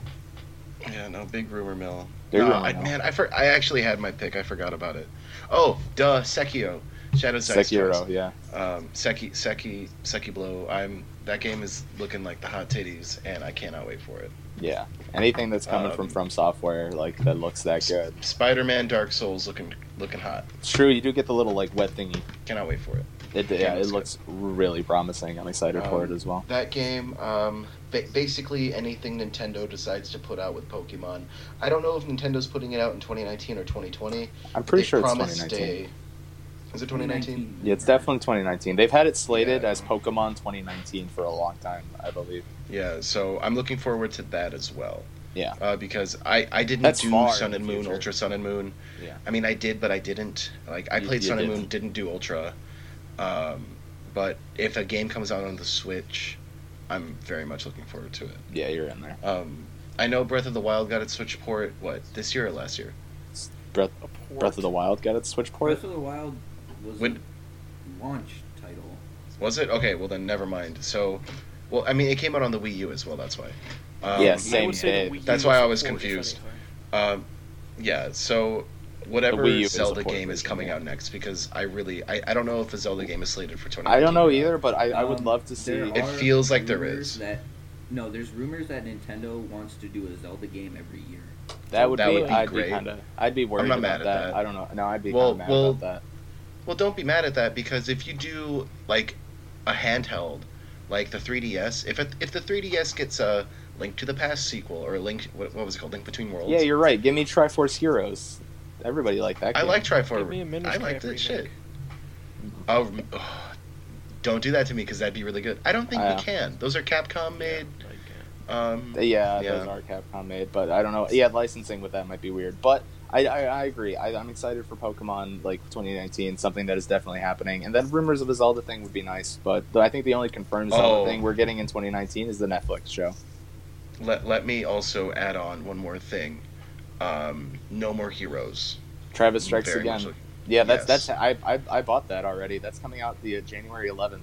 Speaker 3: Yeah, no, big rumor mill.
Speaker 1: Big
Speaker 3: No,
Speaker 1: rumor
Speaker 3: I,
Speaker 1: mill.
Speaker 3: man, I, for, I actually had my pick. I forgot about it. Oh, duh, Sekio, Shadows
Speaker 1: Sekiro, yeah.
Speaker 3: um, Seki Seki Seki Blow. I'm that game is looking like the hot titties, and I cannot wait for it.
Speaker 1: Yeah. Anything that's coming from
Speaker 3: Um,
Speaker 1: from software like that looks that good.
Speaker 3: Spider-Man Dark Souls looking looking hot.
Speaker 1: It's true, you do get the little like wet thingy.
Speaker 3: Cannot wait for it.
Speaker 1: It
Speaker 3: Yeah,
Speaker 1: yeah, it
Speaker 3: looks
Speaker 1: looks really promising. I'm excited for it
Speaker 5: Um,
Speaker 1: as well.
Speaker 5: That game, um, ba- basically anything Nintendo decides to put out with Pokemon. I don't know if Nintendo's putting it out in 2019 or 2020.
Speaker 1: I'm pretty
Speaker 5: They
Speaker 1: sure it's
Speaker 5: promised
Speaker 1: 2019.
Speaker 5: A, is it 2019?
Speaker 1: Yeah, it's definitely 2019. They've had it slated
Speaker 5: Yeah.
Speaker 1: as Pokemon 2019 for a long time, I believe.
Speaker 3: Yeah, so I'm looking forward to that as well.
Speaker 1: Yeah.
Speaker 3: Uh, because I I didn't
Speaker 1: That's
Speaker 3: do
Speaker 1: far
Speaker 3: Sun
Speaker 1: in
Speaker 3: and
Speaker 1: the
Speaker 3: Moon,
Speaker 1: future.
Speaker 3: Ultra Sun and Moon.
Speaker 1: Yeah.
Speaker 3: I mean, I did, but I didn't. Like I
Speaker 1: You-
Speaker 3: played
Speaker 1: you
Speaker 3: Sun and
Speaker 1: didn't.
Speaker 3: Moon, didn't do Ultra. Um, but if a game comes out on the Switch, I'm very much looking forward to it.
Speaker 1: Yeah, you're in there.
Speaker 3: Um, I know Breath of the Wild got its Switch port. What this year or last year?
Speaker 1: Breath
Speaker 2: A port.
Speaker 1: Breath of the Wild got its Switch port.
Speaker 4: Breath of the Wild was
Speaker 1: Mm-hmm.
Speaker 3: When-
Speaker 4: a launch title.
Speaker 3: Was it? Okay, well then never mind. So, well, I mean, it came out on the Wii U as well. That's why. Um,
Speaker 1: Yeah,
Speaker 2: I
Speaker 1: same
Speaker 2: would say the
Speaker 1: day.
Speaker 2: Wii U
Speaker 3: That's why I
Speaker 2: a
Speaker 3: was
Speaker 2: port, if
Speaker 3: confused.
Speaker 2: anything.
Speaker 3: Um, yeah. So, whatever
Speaker 1: Wii U is a
Speaker 3: Zelda
Speaker 1: port
Speaker 3: game is
Speaker 1: version,
Speaker 3: coming
Speaker 1: yeah.
Speaker 3: out next, because I really, I, I don't know if a Zelda game is slated for 2019.
Speaker 1: I don't know
Speaker 3: or not.
Speaker 1: either, but I, I would
Speaker 4: Um,
Speaker 1: love to see.
Speaker 4: there
Speaker 3: It
Speaker 4: are
Speaker 3: feels like there
Speaker 4: rumors
Speaker 3: is.
Speaker 4: That, no, there's rumors that Nintendo wants to do a Zelda game every year.
Speaker 1: that would
Speaker 3: that
Speaker 1: be,
Speaker 3: would be
Speaker 1: I'd
Speaker 3: great.
Speaker 1: Be kinda, I'd be worried
Speaker 3: I'm not
Speaker 1: about
Speaker 3: mad at
Speaker 1: that.
Speaker 3: that.
Speaker 1: I don't know. No, I'd be kind
Speaker 3: Well-
Speaker 1: of mad
Speaker 3: well-
Speaker 1: about that.
Speaker 3: Well, don't be mad at that because if you do like a handheld like the 3DS. If it, if the 3DS gets a Link to the Past sequel or a Link, what, what was it called? Link Between Worlds.
Speaker 1: Yeah, you're right. Give me Triforce Heroes. Everybody liked that.
Speaker 3: I
Speaker 1: game.
Speaker 3: like Triforce.
Speaker 2: Give me a Minish
Speaker 3: I like
Speaker 2: Cap
Speaker 3: that
Speaker 2: remake.
Speaker 3: shit. Um, oh, don't do that to me because that'd be really good. I don't think
Speaker 1: I know.
Speaker 3: we can. Those are Capcom made.
Speaker 2: Yeah, like, uh,
Speaker 3: Um,
Speaker 1: Yeah,
Speaker 3: Yeah.
Speaker 1: those are Capcom made, but I don't know. Yeah, licensing with that might be weird, but I I, I agree. I, I'm excited for Pokemon like 2019, something that is definitely happening, and then rumors of a Zelda thing would be nice. But the, I think the only confirmed Zelda
Speaker 3: Oh.
Speaker 1: thing we're getting in 2019 is the Netflix show.
Speaker 3: let, let me also add on one more thing. Um, no more heroes.
Speaker 1: Travis Strikes
Speaker 3: Very
Speaker 1: Again.
Speaker 3: much like-
Speaker 1: yeah, that's
Speaker 3: yes.
Speaker 1: that's I, I I bought that already. That's coming out the uh, January 11th.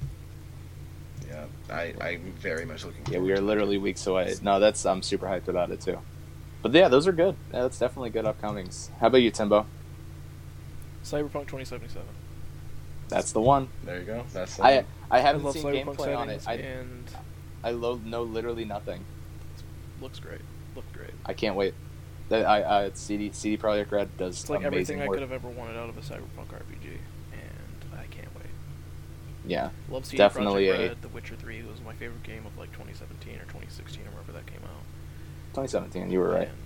Speaker 3: yeah, I, I'm very much looking.
Speaker 1: Yeah,
Speaker 3: forward
Speaker 1: we are
Speaker 3: to it.
Speaker 1: literally weeks away. No, that's I'm super hyped about it too. But yeah, those are good. Yeah, that's definitely good upcomings. How about you, Timbo?
Speaker 2: Cyberpunk 2077.
Speaker 1: That's the one.
Speaker 3: There you go. That's.
Speaker 1: I
Speaker 3: that.
Speaker 1: I
Speaker 2: I,
Speaker 1: haven't
Speaker 2: love
Speaker 1: seen
Speaker 2: Cyberpunk
Speaker 1: gameplay on it.
Speaker 2: settings,
Speaker 1: I
Speaker 2: and
Speaker 1: I lo- know literally nothing.
Speaker 2: looks great. Looked great.
Speaker 1: I can't wait. That I, I CD CD Projekt Red does
Speaker 2: It's like
Speaker 1: amazing
Speaker 2: everything I
Speaker 1: work.
Speaker 2: could have ever wanted out of a Cyberpunk RPG, and I can't wait.
Speaker 1: Yeah,
Speaker 2: Love CD
Speaker 1: Definitely
Speaker 2: Projekt
Speaker 1: a-
Speaker 2: Red. The Witcher 3 was my favorite game of like 2017 or 2016 or wherever that came out.
Speaker 1: 2017. You were right.
Speaker 2: And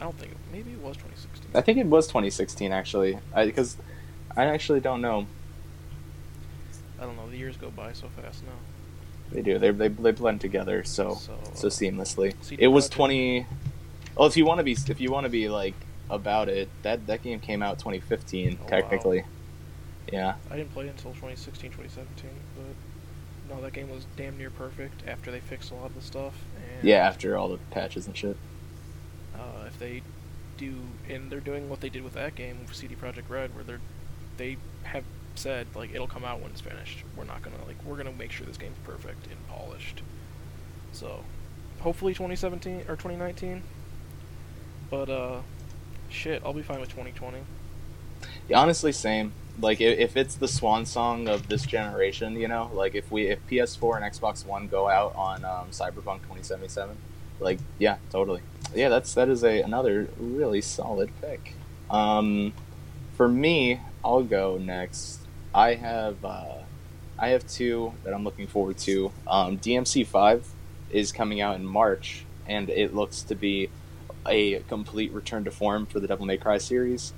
Speaker 2: I don't think maybe it was 2016.
Speaker 1: I think it was 2016 actually, because I, actually don't know.
Speaker 2: I don't know. The years go by so fast now.
Speaker 1: They do. They they, they blend together so
Speaker 2: So,
Speaker 1: so
Speaker 2: uh,
Speaker 1: seamlessly.
Speaker 2: CD
Speaker 1: It was
Speaker 2: Projekt-
Speaker 1: 20. Well, if you want to be if you want to be like about it, that that game came out 2015
Speaker 2: Oh, wow.
Speaker 1: technically. Yeah.
Speaker 2: I didn't play it until 2016, 2017, but no, that game was damn near perfect after they fixed a lot of the stuff. And,
Speaker 1: Yeah. After all the patches and shit.
Speaker 2: Uh, if they do, and they're doing what they did with that game, with CD Projekt Red, where they're they have said like it'll come out when it's finished. We're not gonna like we're gonna make sure this game's perfect and polished. So, hopefully 2017 or 2019. But uh, shit, I'll be fine with 2020.
Speaker 1: Yeah, honestly, same. Like i- if it's the swan song of this generation, you know, like if we if PS4 and Xbox One go out on um, Cyberpunk 2077, like yeah, totally. Yeah, that's that is a another really solid pick. Um, for me, I'll go next. I have uh, I have two that I'm looking forward to. Um, DMC Five is coming out in March, and it looks to be a complete return to form for the Devil May Cry series.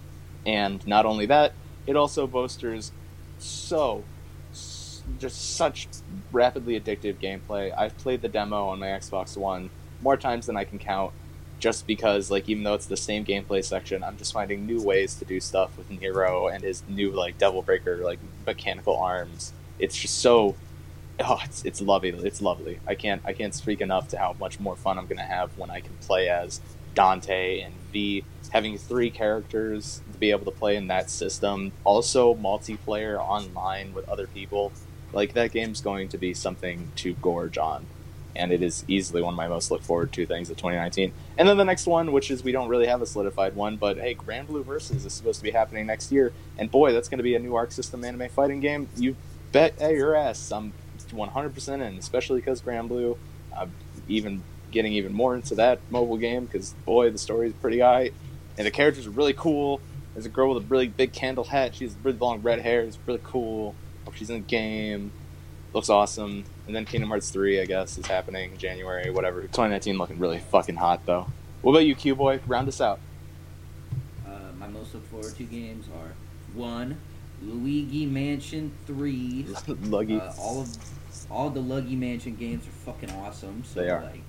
Speaker 1: And not only that, it also bolsters so s- just such rapidly addictive gameplay. I've played the demo on my Xbox One more times than I can count just because like even though it's the same gameplay section, I'm just finding new ways to do stuff with Nero and his new like Devil Breaker like mechanical arms. It's just so oh, it's it's lovely. It's lovely. I can't I can't speak enough to how much more fun I'm going to have when I can play as Dante and V having three characters to be able to play in that system, also multiplayer online with other people, like that game's going to be something to gorge on. And it is easily one of my most look forward to things of 2019. And then the next one, which is we don't really have a solidified one, but hey, Grand Blue Versus is supposed to be happening next year. And boy, that's going to be a new Arc System anime fighting game. You bet hey, your ass I'm 100% in, especially because Grand Blue. I'm even getting even more into that mobile game because boy, the story's pretty high and the characters are really cool. There's a girl with a really big candle hat. She has really long red hair. It's really cool. Hope she's in the game. Looks awesome. And then Kingdom Hearts 3, I guess, is happening in January, whatever. 2019 looking really fucking hot, though. What about you, Q Boy? Round us out.
Speaker 4: Uh, my most looked forward to games are one, Luigi Mansion Three.
Speaker 1: Luggy.
Speaker 4: Uh, all of all the Luigi Mansion games are fucking awesome. So
Speaker 1: They are.
Speaker 4: Like,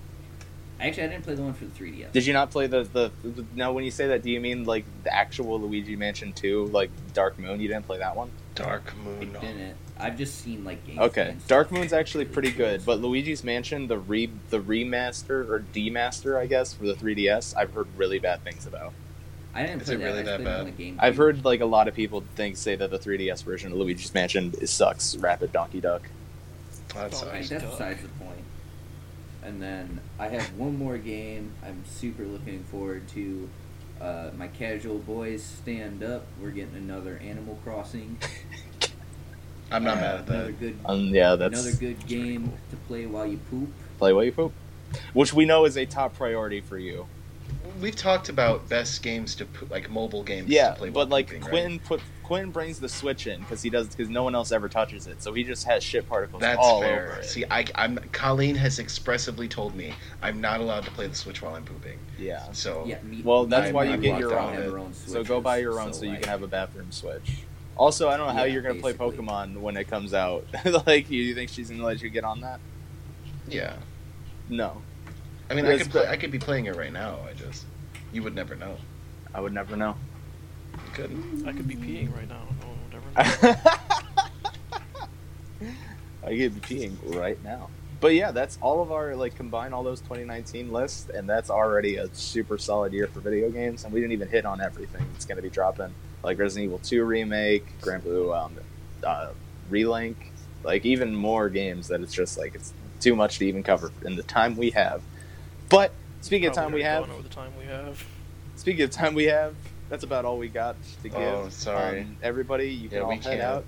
Speaker 4: actually, I didn't play the one for the 3DS.
Speaker 1: Did you not play the, the, the. Now, when you say that, do you mean, like, the actual Luigi Mansion 2, like Dark Moon? You didn't play that one?
Speaker 3: Dark
Speaker 4: I
Speaker 3: Moon.
Speaker 4: didn't. I've just seen like games.
Speaker 1: Okay,
Speaker 4: and
Speaker 1: Dark
Speaker 4: stuff.
Speaker 1: Moon's actually pretty
Speaker 4: Really
Speaker 1: good,
Speaker 4: cool.
Speaker 1: but Luigi's Mansion, the re the remaster or demaster, I guess, for the 3DS, I've heard really bad things about.
Speaker 4: I didn't
Speaker 3: Is
Speaker 4: play
Speaker 3: it really
Speaker 4: I
Speaker 3: that
Speaker 4: played it on
Speaker 3: bad?
Speaker 4: the GameCube.
Speaker 1: I've heard like a lot of people think say that the 3DS version of Luigi's Mansion is, sucks. Rapid Donkey Duck.
Speaker 3: That
Speaker 2: Oh,
Speaker 4: Right,
Speaker 3: sucks.
Speaker 4: that's
Speaker 2: Duck.
Speaker 4: besides the point. And then I have one more game I'm super looking forward to. Uh, my casual boys stand up. We're getting another Animal Crossing.
Speaker 3: I'm not
Speaker 4: Uh,
Speaker 3: mad at
Speaker 4: Another
Speaker 3: that.
Speaker 4: good,
Speaker 1: Um, yeah, that's
Speaker 4: another good game to play while you poop.
Speaker 1: play while you poop, which we know is a top priority for you.
Speaker 3: We've talked about best games to put, like mobile games.
Speaker 1: Yeah,
Speaker 3: to play while
Speaker 1: but like
Speaker 3: pooping, right?
Speaker 1: Quinn put Quinn brings the Switch in because he does because no one else ever touches it, so he just has shit particles
Speaker 3: That's
Speaker 1: all
Speaker 3: fair.
Speaker 1: over it.
Speaker 3: See, I, I'm Colleen has expressively told me I'm not allowed to play the Switch while I'm pooping.
Speaker 1: yeah.
Speaker 3: So
Speaker 4: Yeah, me,
Speaker 1: Well, that's
Speaker 4: me
Speaker 1: why
Speaker 4: and
Speaker 1: you
Speaker 4: my
Speaker 1: get
Speaker 4: wife
Speaker 1: your
Speaker 4: don't
Speaker 1: own.
Speaker 4: have our own
Speaker 1: So go buy your own
Speaker 4: switches,
Speaker 1: so, you
Speaker 4: like,
Speaker 1: can have a bathroom Switch. Also, I don't know how
Speaker 4: Yeah,
Speaker 1: you're gonna play
Speaker 4: basically.
Speaker 1: Pokemon when it comes out. like, you think she's gonna let you get on that?
Speaker 3: yeah,
Speaker 1: No,
Speaker 3: I mean, I
Speaker 1: That's
Speaker 3: could play,
Speaker 1: fair.
Speaker 3: I could be playing it right now. I just you would never know.
Speaker 1: I would never know.
Speaker 3: You couldn't.
Speaker 2: I could be peeing right now. No one would ever know.
Speaker 1: I could be peeing right now. But yeah, that's all of our like combine all those 2019 lists, and that's already a super solid year for video games. And we didn't even hit on everything that's going to be dropping, like Resident Evil 2 remake, Grand Blue um, uh, Relink, like even more games that it's just like it's too much to even cover in the time we have. But speaking of
Speaker 2: Probably
Speaker 1: time we
Speaker 2: already
Speaker 1: have,
Speaker 2: gone over the time we have.
Speaker 1: speaking of time we have, that's about all we got to give.
Speaker 3: Oh, sorry.
Speaker 1: Um, everybody, you can
Speaker 3: Yeah,
Speaker 1: all
Speaker 3: we
Speaker 1: head
Speaker 3: can't.
Speaker 1: out.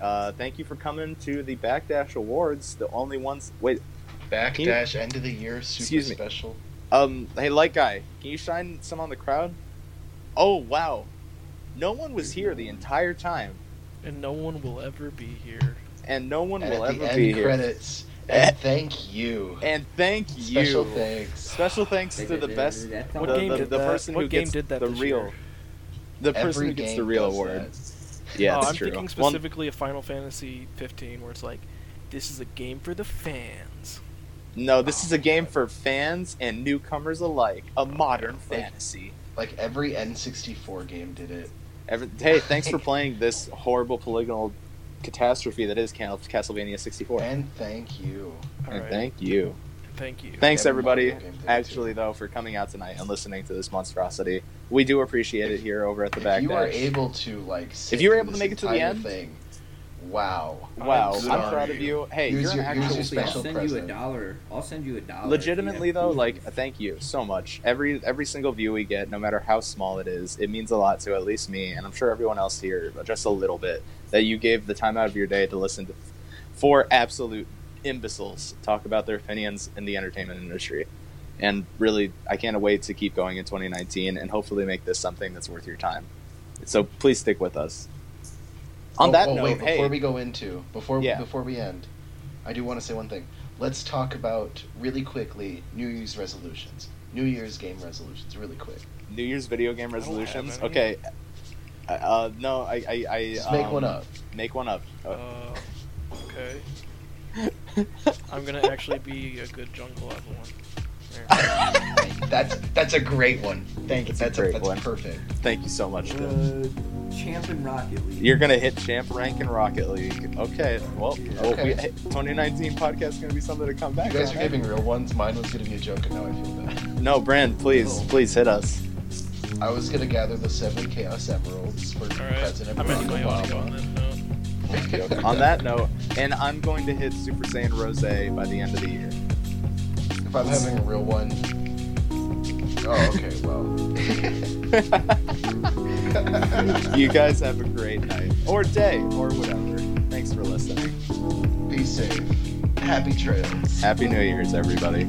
Speaker 1: Uh, thank you for coming to the Backdash Awards. The only ones. Wait, Can you-
Speaker 3: Backdash end of the year super
Speaker 1: Excuse me.
Speaker 3: special.
Speaker 1: um, hey, light guy, can you shine some on the crowd? Oh wow, no one was here the entire time,
Speaker 2: And no one will ever be here.
Speaker 1: and no one
Speaker 5: And
Speaker 1: will
Speaker 5: at the
Speaker 1: ever
Speaker 5: end
Speaker 1: be here.
Speaker 5: credits, and thank you.
Speaker 1: And thank you.
Speaker 5: Special thanks.
Speaker 1: Special thanks to the best,
Speaker 4: That
Speaker 2: What
Speaker 1: the,
Speaker 2: game
Speaker 1: the,
Speaker 2: did
Speaker 1: the
Speaker 2: that?
Speaker 1: person
Speaker 2: What
Speaker 1: who
Speaker 2: game
Speaker 1: gets
Speaker 2: did that
Speaker 1: the
Speaker 2: this
Speaker 1: real,
Speaker 2: year?
Speaker 1: the person
Speaker 5: Every
Speaker 1: who gets the
Speaker 5: game
Speaker 1: real
Speaker 5: does
Speaker 1: award.
Speaker 5: that.
Speaker 1: Yeah,
Speaker 2: Oh,
Speaker 1: that's
Speaker 2: I'm
Speaker 1: true.
Speaker 2: thinking
Speaker 1: One-
Speaker 2: specifically of Final Fantasy 15, where it's like, this is a game for the fans.
Speaker 1: No, this is a game for fans and newcomers alike. A modern fantasy.
Speaker 5: Like every N64 game did it.
Speaker 1: Every, hey, thanks for playing this horrible polygonal catastrophe that is Cal- Castlevania 64. And,
Speaker 5: And thank you.
Speaker 2: All right.
Speaker 1: thank you.
Speaker 2: Thank you.
Speaker 1: Thanks,
Speaker 5: Every
Speaker 1: everybody,
Speaker 5: Mario game did it, too.
Speaker 1: actually, though, for coming out tonight and listening to this monstrosity. We do appreciate it here over at the
Speaker 5: if
Speaker 1: back
Speaker 5: you were
Speaker 1: deck.
Speaker 5: able to like, sit
Speaker 1: If you were
Speaker 5: through
Speaker 1: able to
Speaker 5: this
Speaker 1: make it to the
Speaker 5: entire
Speaker 1: end,
Speaker 5: thing, wow.
Speaker 1: wow,
Speaker 3: I'm
Speaker 1: I'm,
Speaker 3: sorry.
Speaker 1: proud of you. Hey,
Speaker 5: Use
Speaker 1: you're an
Speaker 5: your- use your
Speaker 1: actual fan.
Speaker 5: special
Speaker 4: I'll send you a
Speaker 5: present.
Speaker 4: dollar. I'll send you a dollar. if you
Speaker 1: legitimately
Speaker 4: have
Speaker 1: though
Speaker 4: proof.
Speaker 1: like thank you so much every every single view we get no matter how small it is it means a lot to at least me and i'm sure everyone else here but just a little bit that you gave the time out of your day to listen to four absolute imbeciles talk about their opinions in the entertainment industry and really i can't wait to keep going in 2019 and hopefully make this something that's worth your time so please stick with us on
Speaker 5: Oh,
Speaker 1: that
Speaker 5: oh,
Speaker 1: note
Speaker 5: wait,
Speaker 1: hey
Speaker 5: before we go into before
Speaker 1: Yeah.
Speaker 5: before we end, I do want to say one thing. Let's talk about really quickly New Year's resolutions, New Year's game resolutions, really quick.
Speaker 1: new year's video game
Speaker 2: don't have
Speaker 1: resolutions
Speaker 2: any.
Speaker 1: okay Uh, uh, no, I, I, I
Speaker 5: Just make
Speaker 1: um,
Speaker 5: one up.
Speaker 1: Make one up. Oh,
Speaker 2: Uh, okay. I'm gonna actually be a good jungle level one. There.
Speaker 5: That's that's a great one. Thank you.
Speaker 1: That's a
Speaker 5: That's a,
Speaker 1: great
Speaker 5: that's
Speaker 1: one.
Speaker 5: perfect.
Speaker 1: Thank you so much, Tim.
Speaker 4: Uh, Champ and Rocket League.
Speaker 1: You're gonna hit champ rank in Rocket League. Okay, well, oh,
Speaker 5: Okay.
Speaker 1: we- hey, 2019 podcast is gonna be something to come
Speaker 5: You
Speaker 1: back.
Speaker 5: guys
Speaker 1: on,
Speaker 5: are
Speaker 1: eh?
Speaker 5: giving real ones. Mine was gonna be a joke, and now I feel bad.
Speaker 1: No, Brand, please,
Speaker 4: Oh.
Speaker 1: please hit us.
Speaker 5: I was gonna gather the seven chaos emeralds for
Speaker 2: All right.
Speaker 5: President
Speaker 2: I'm ending
Speaker 5: Barack
Speaker 2: my audio on
Speaker 5: Obama.
Speaker 2: that note.
Speaker 1: On that note, and I'm going to hit Super Saiyan Rose by the end of the year.
Speaker 5: If I'm having a real one. Oh, okay. Well.
Speaker 1: you guys have a great night, or day, or whatever. Thanks for listening.
Speaker 5: Be safe. Happy trails.
Speaker 1: Happy New Year's, everybody.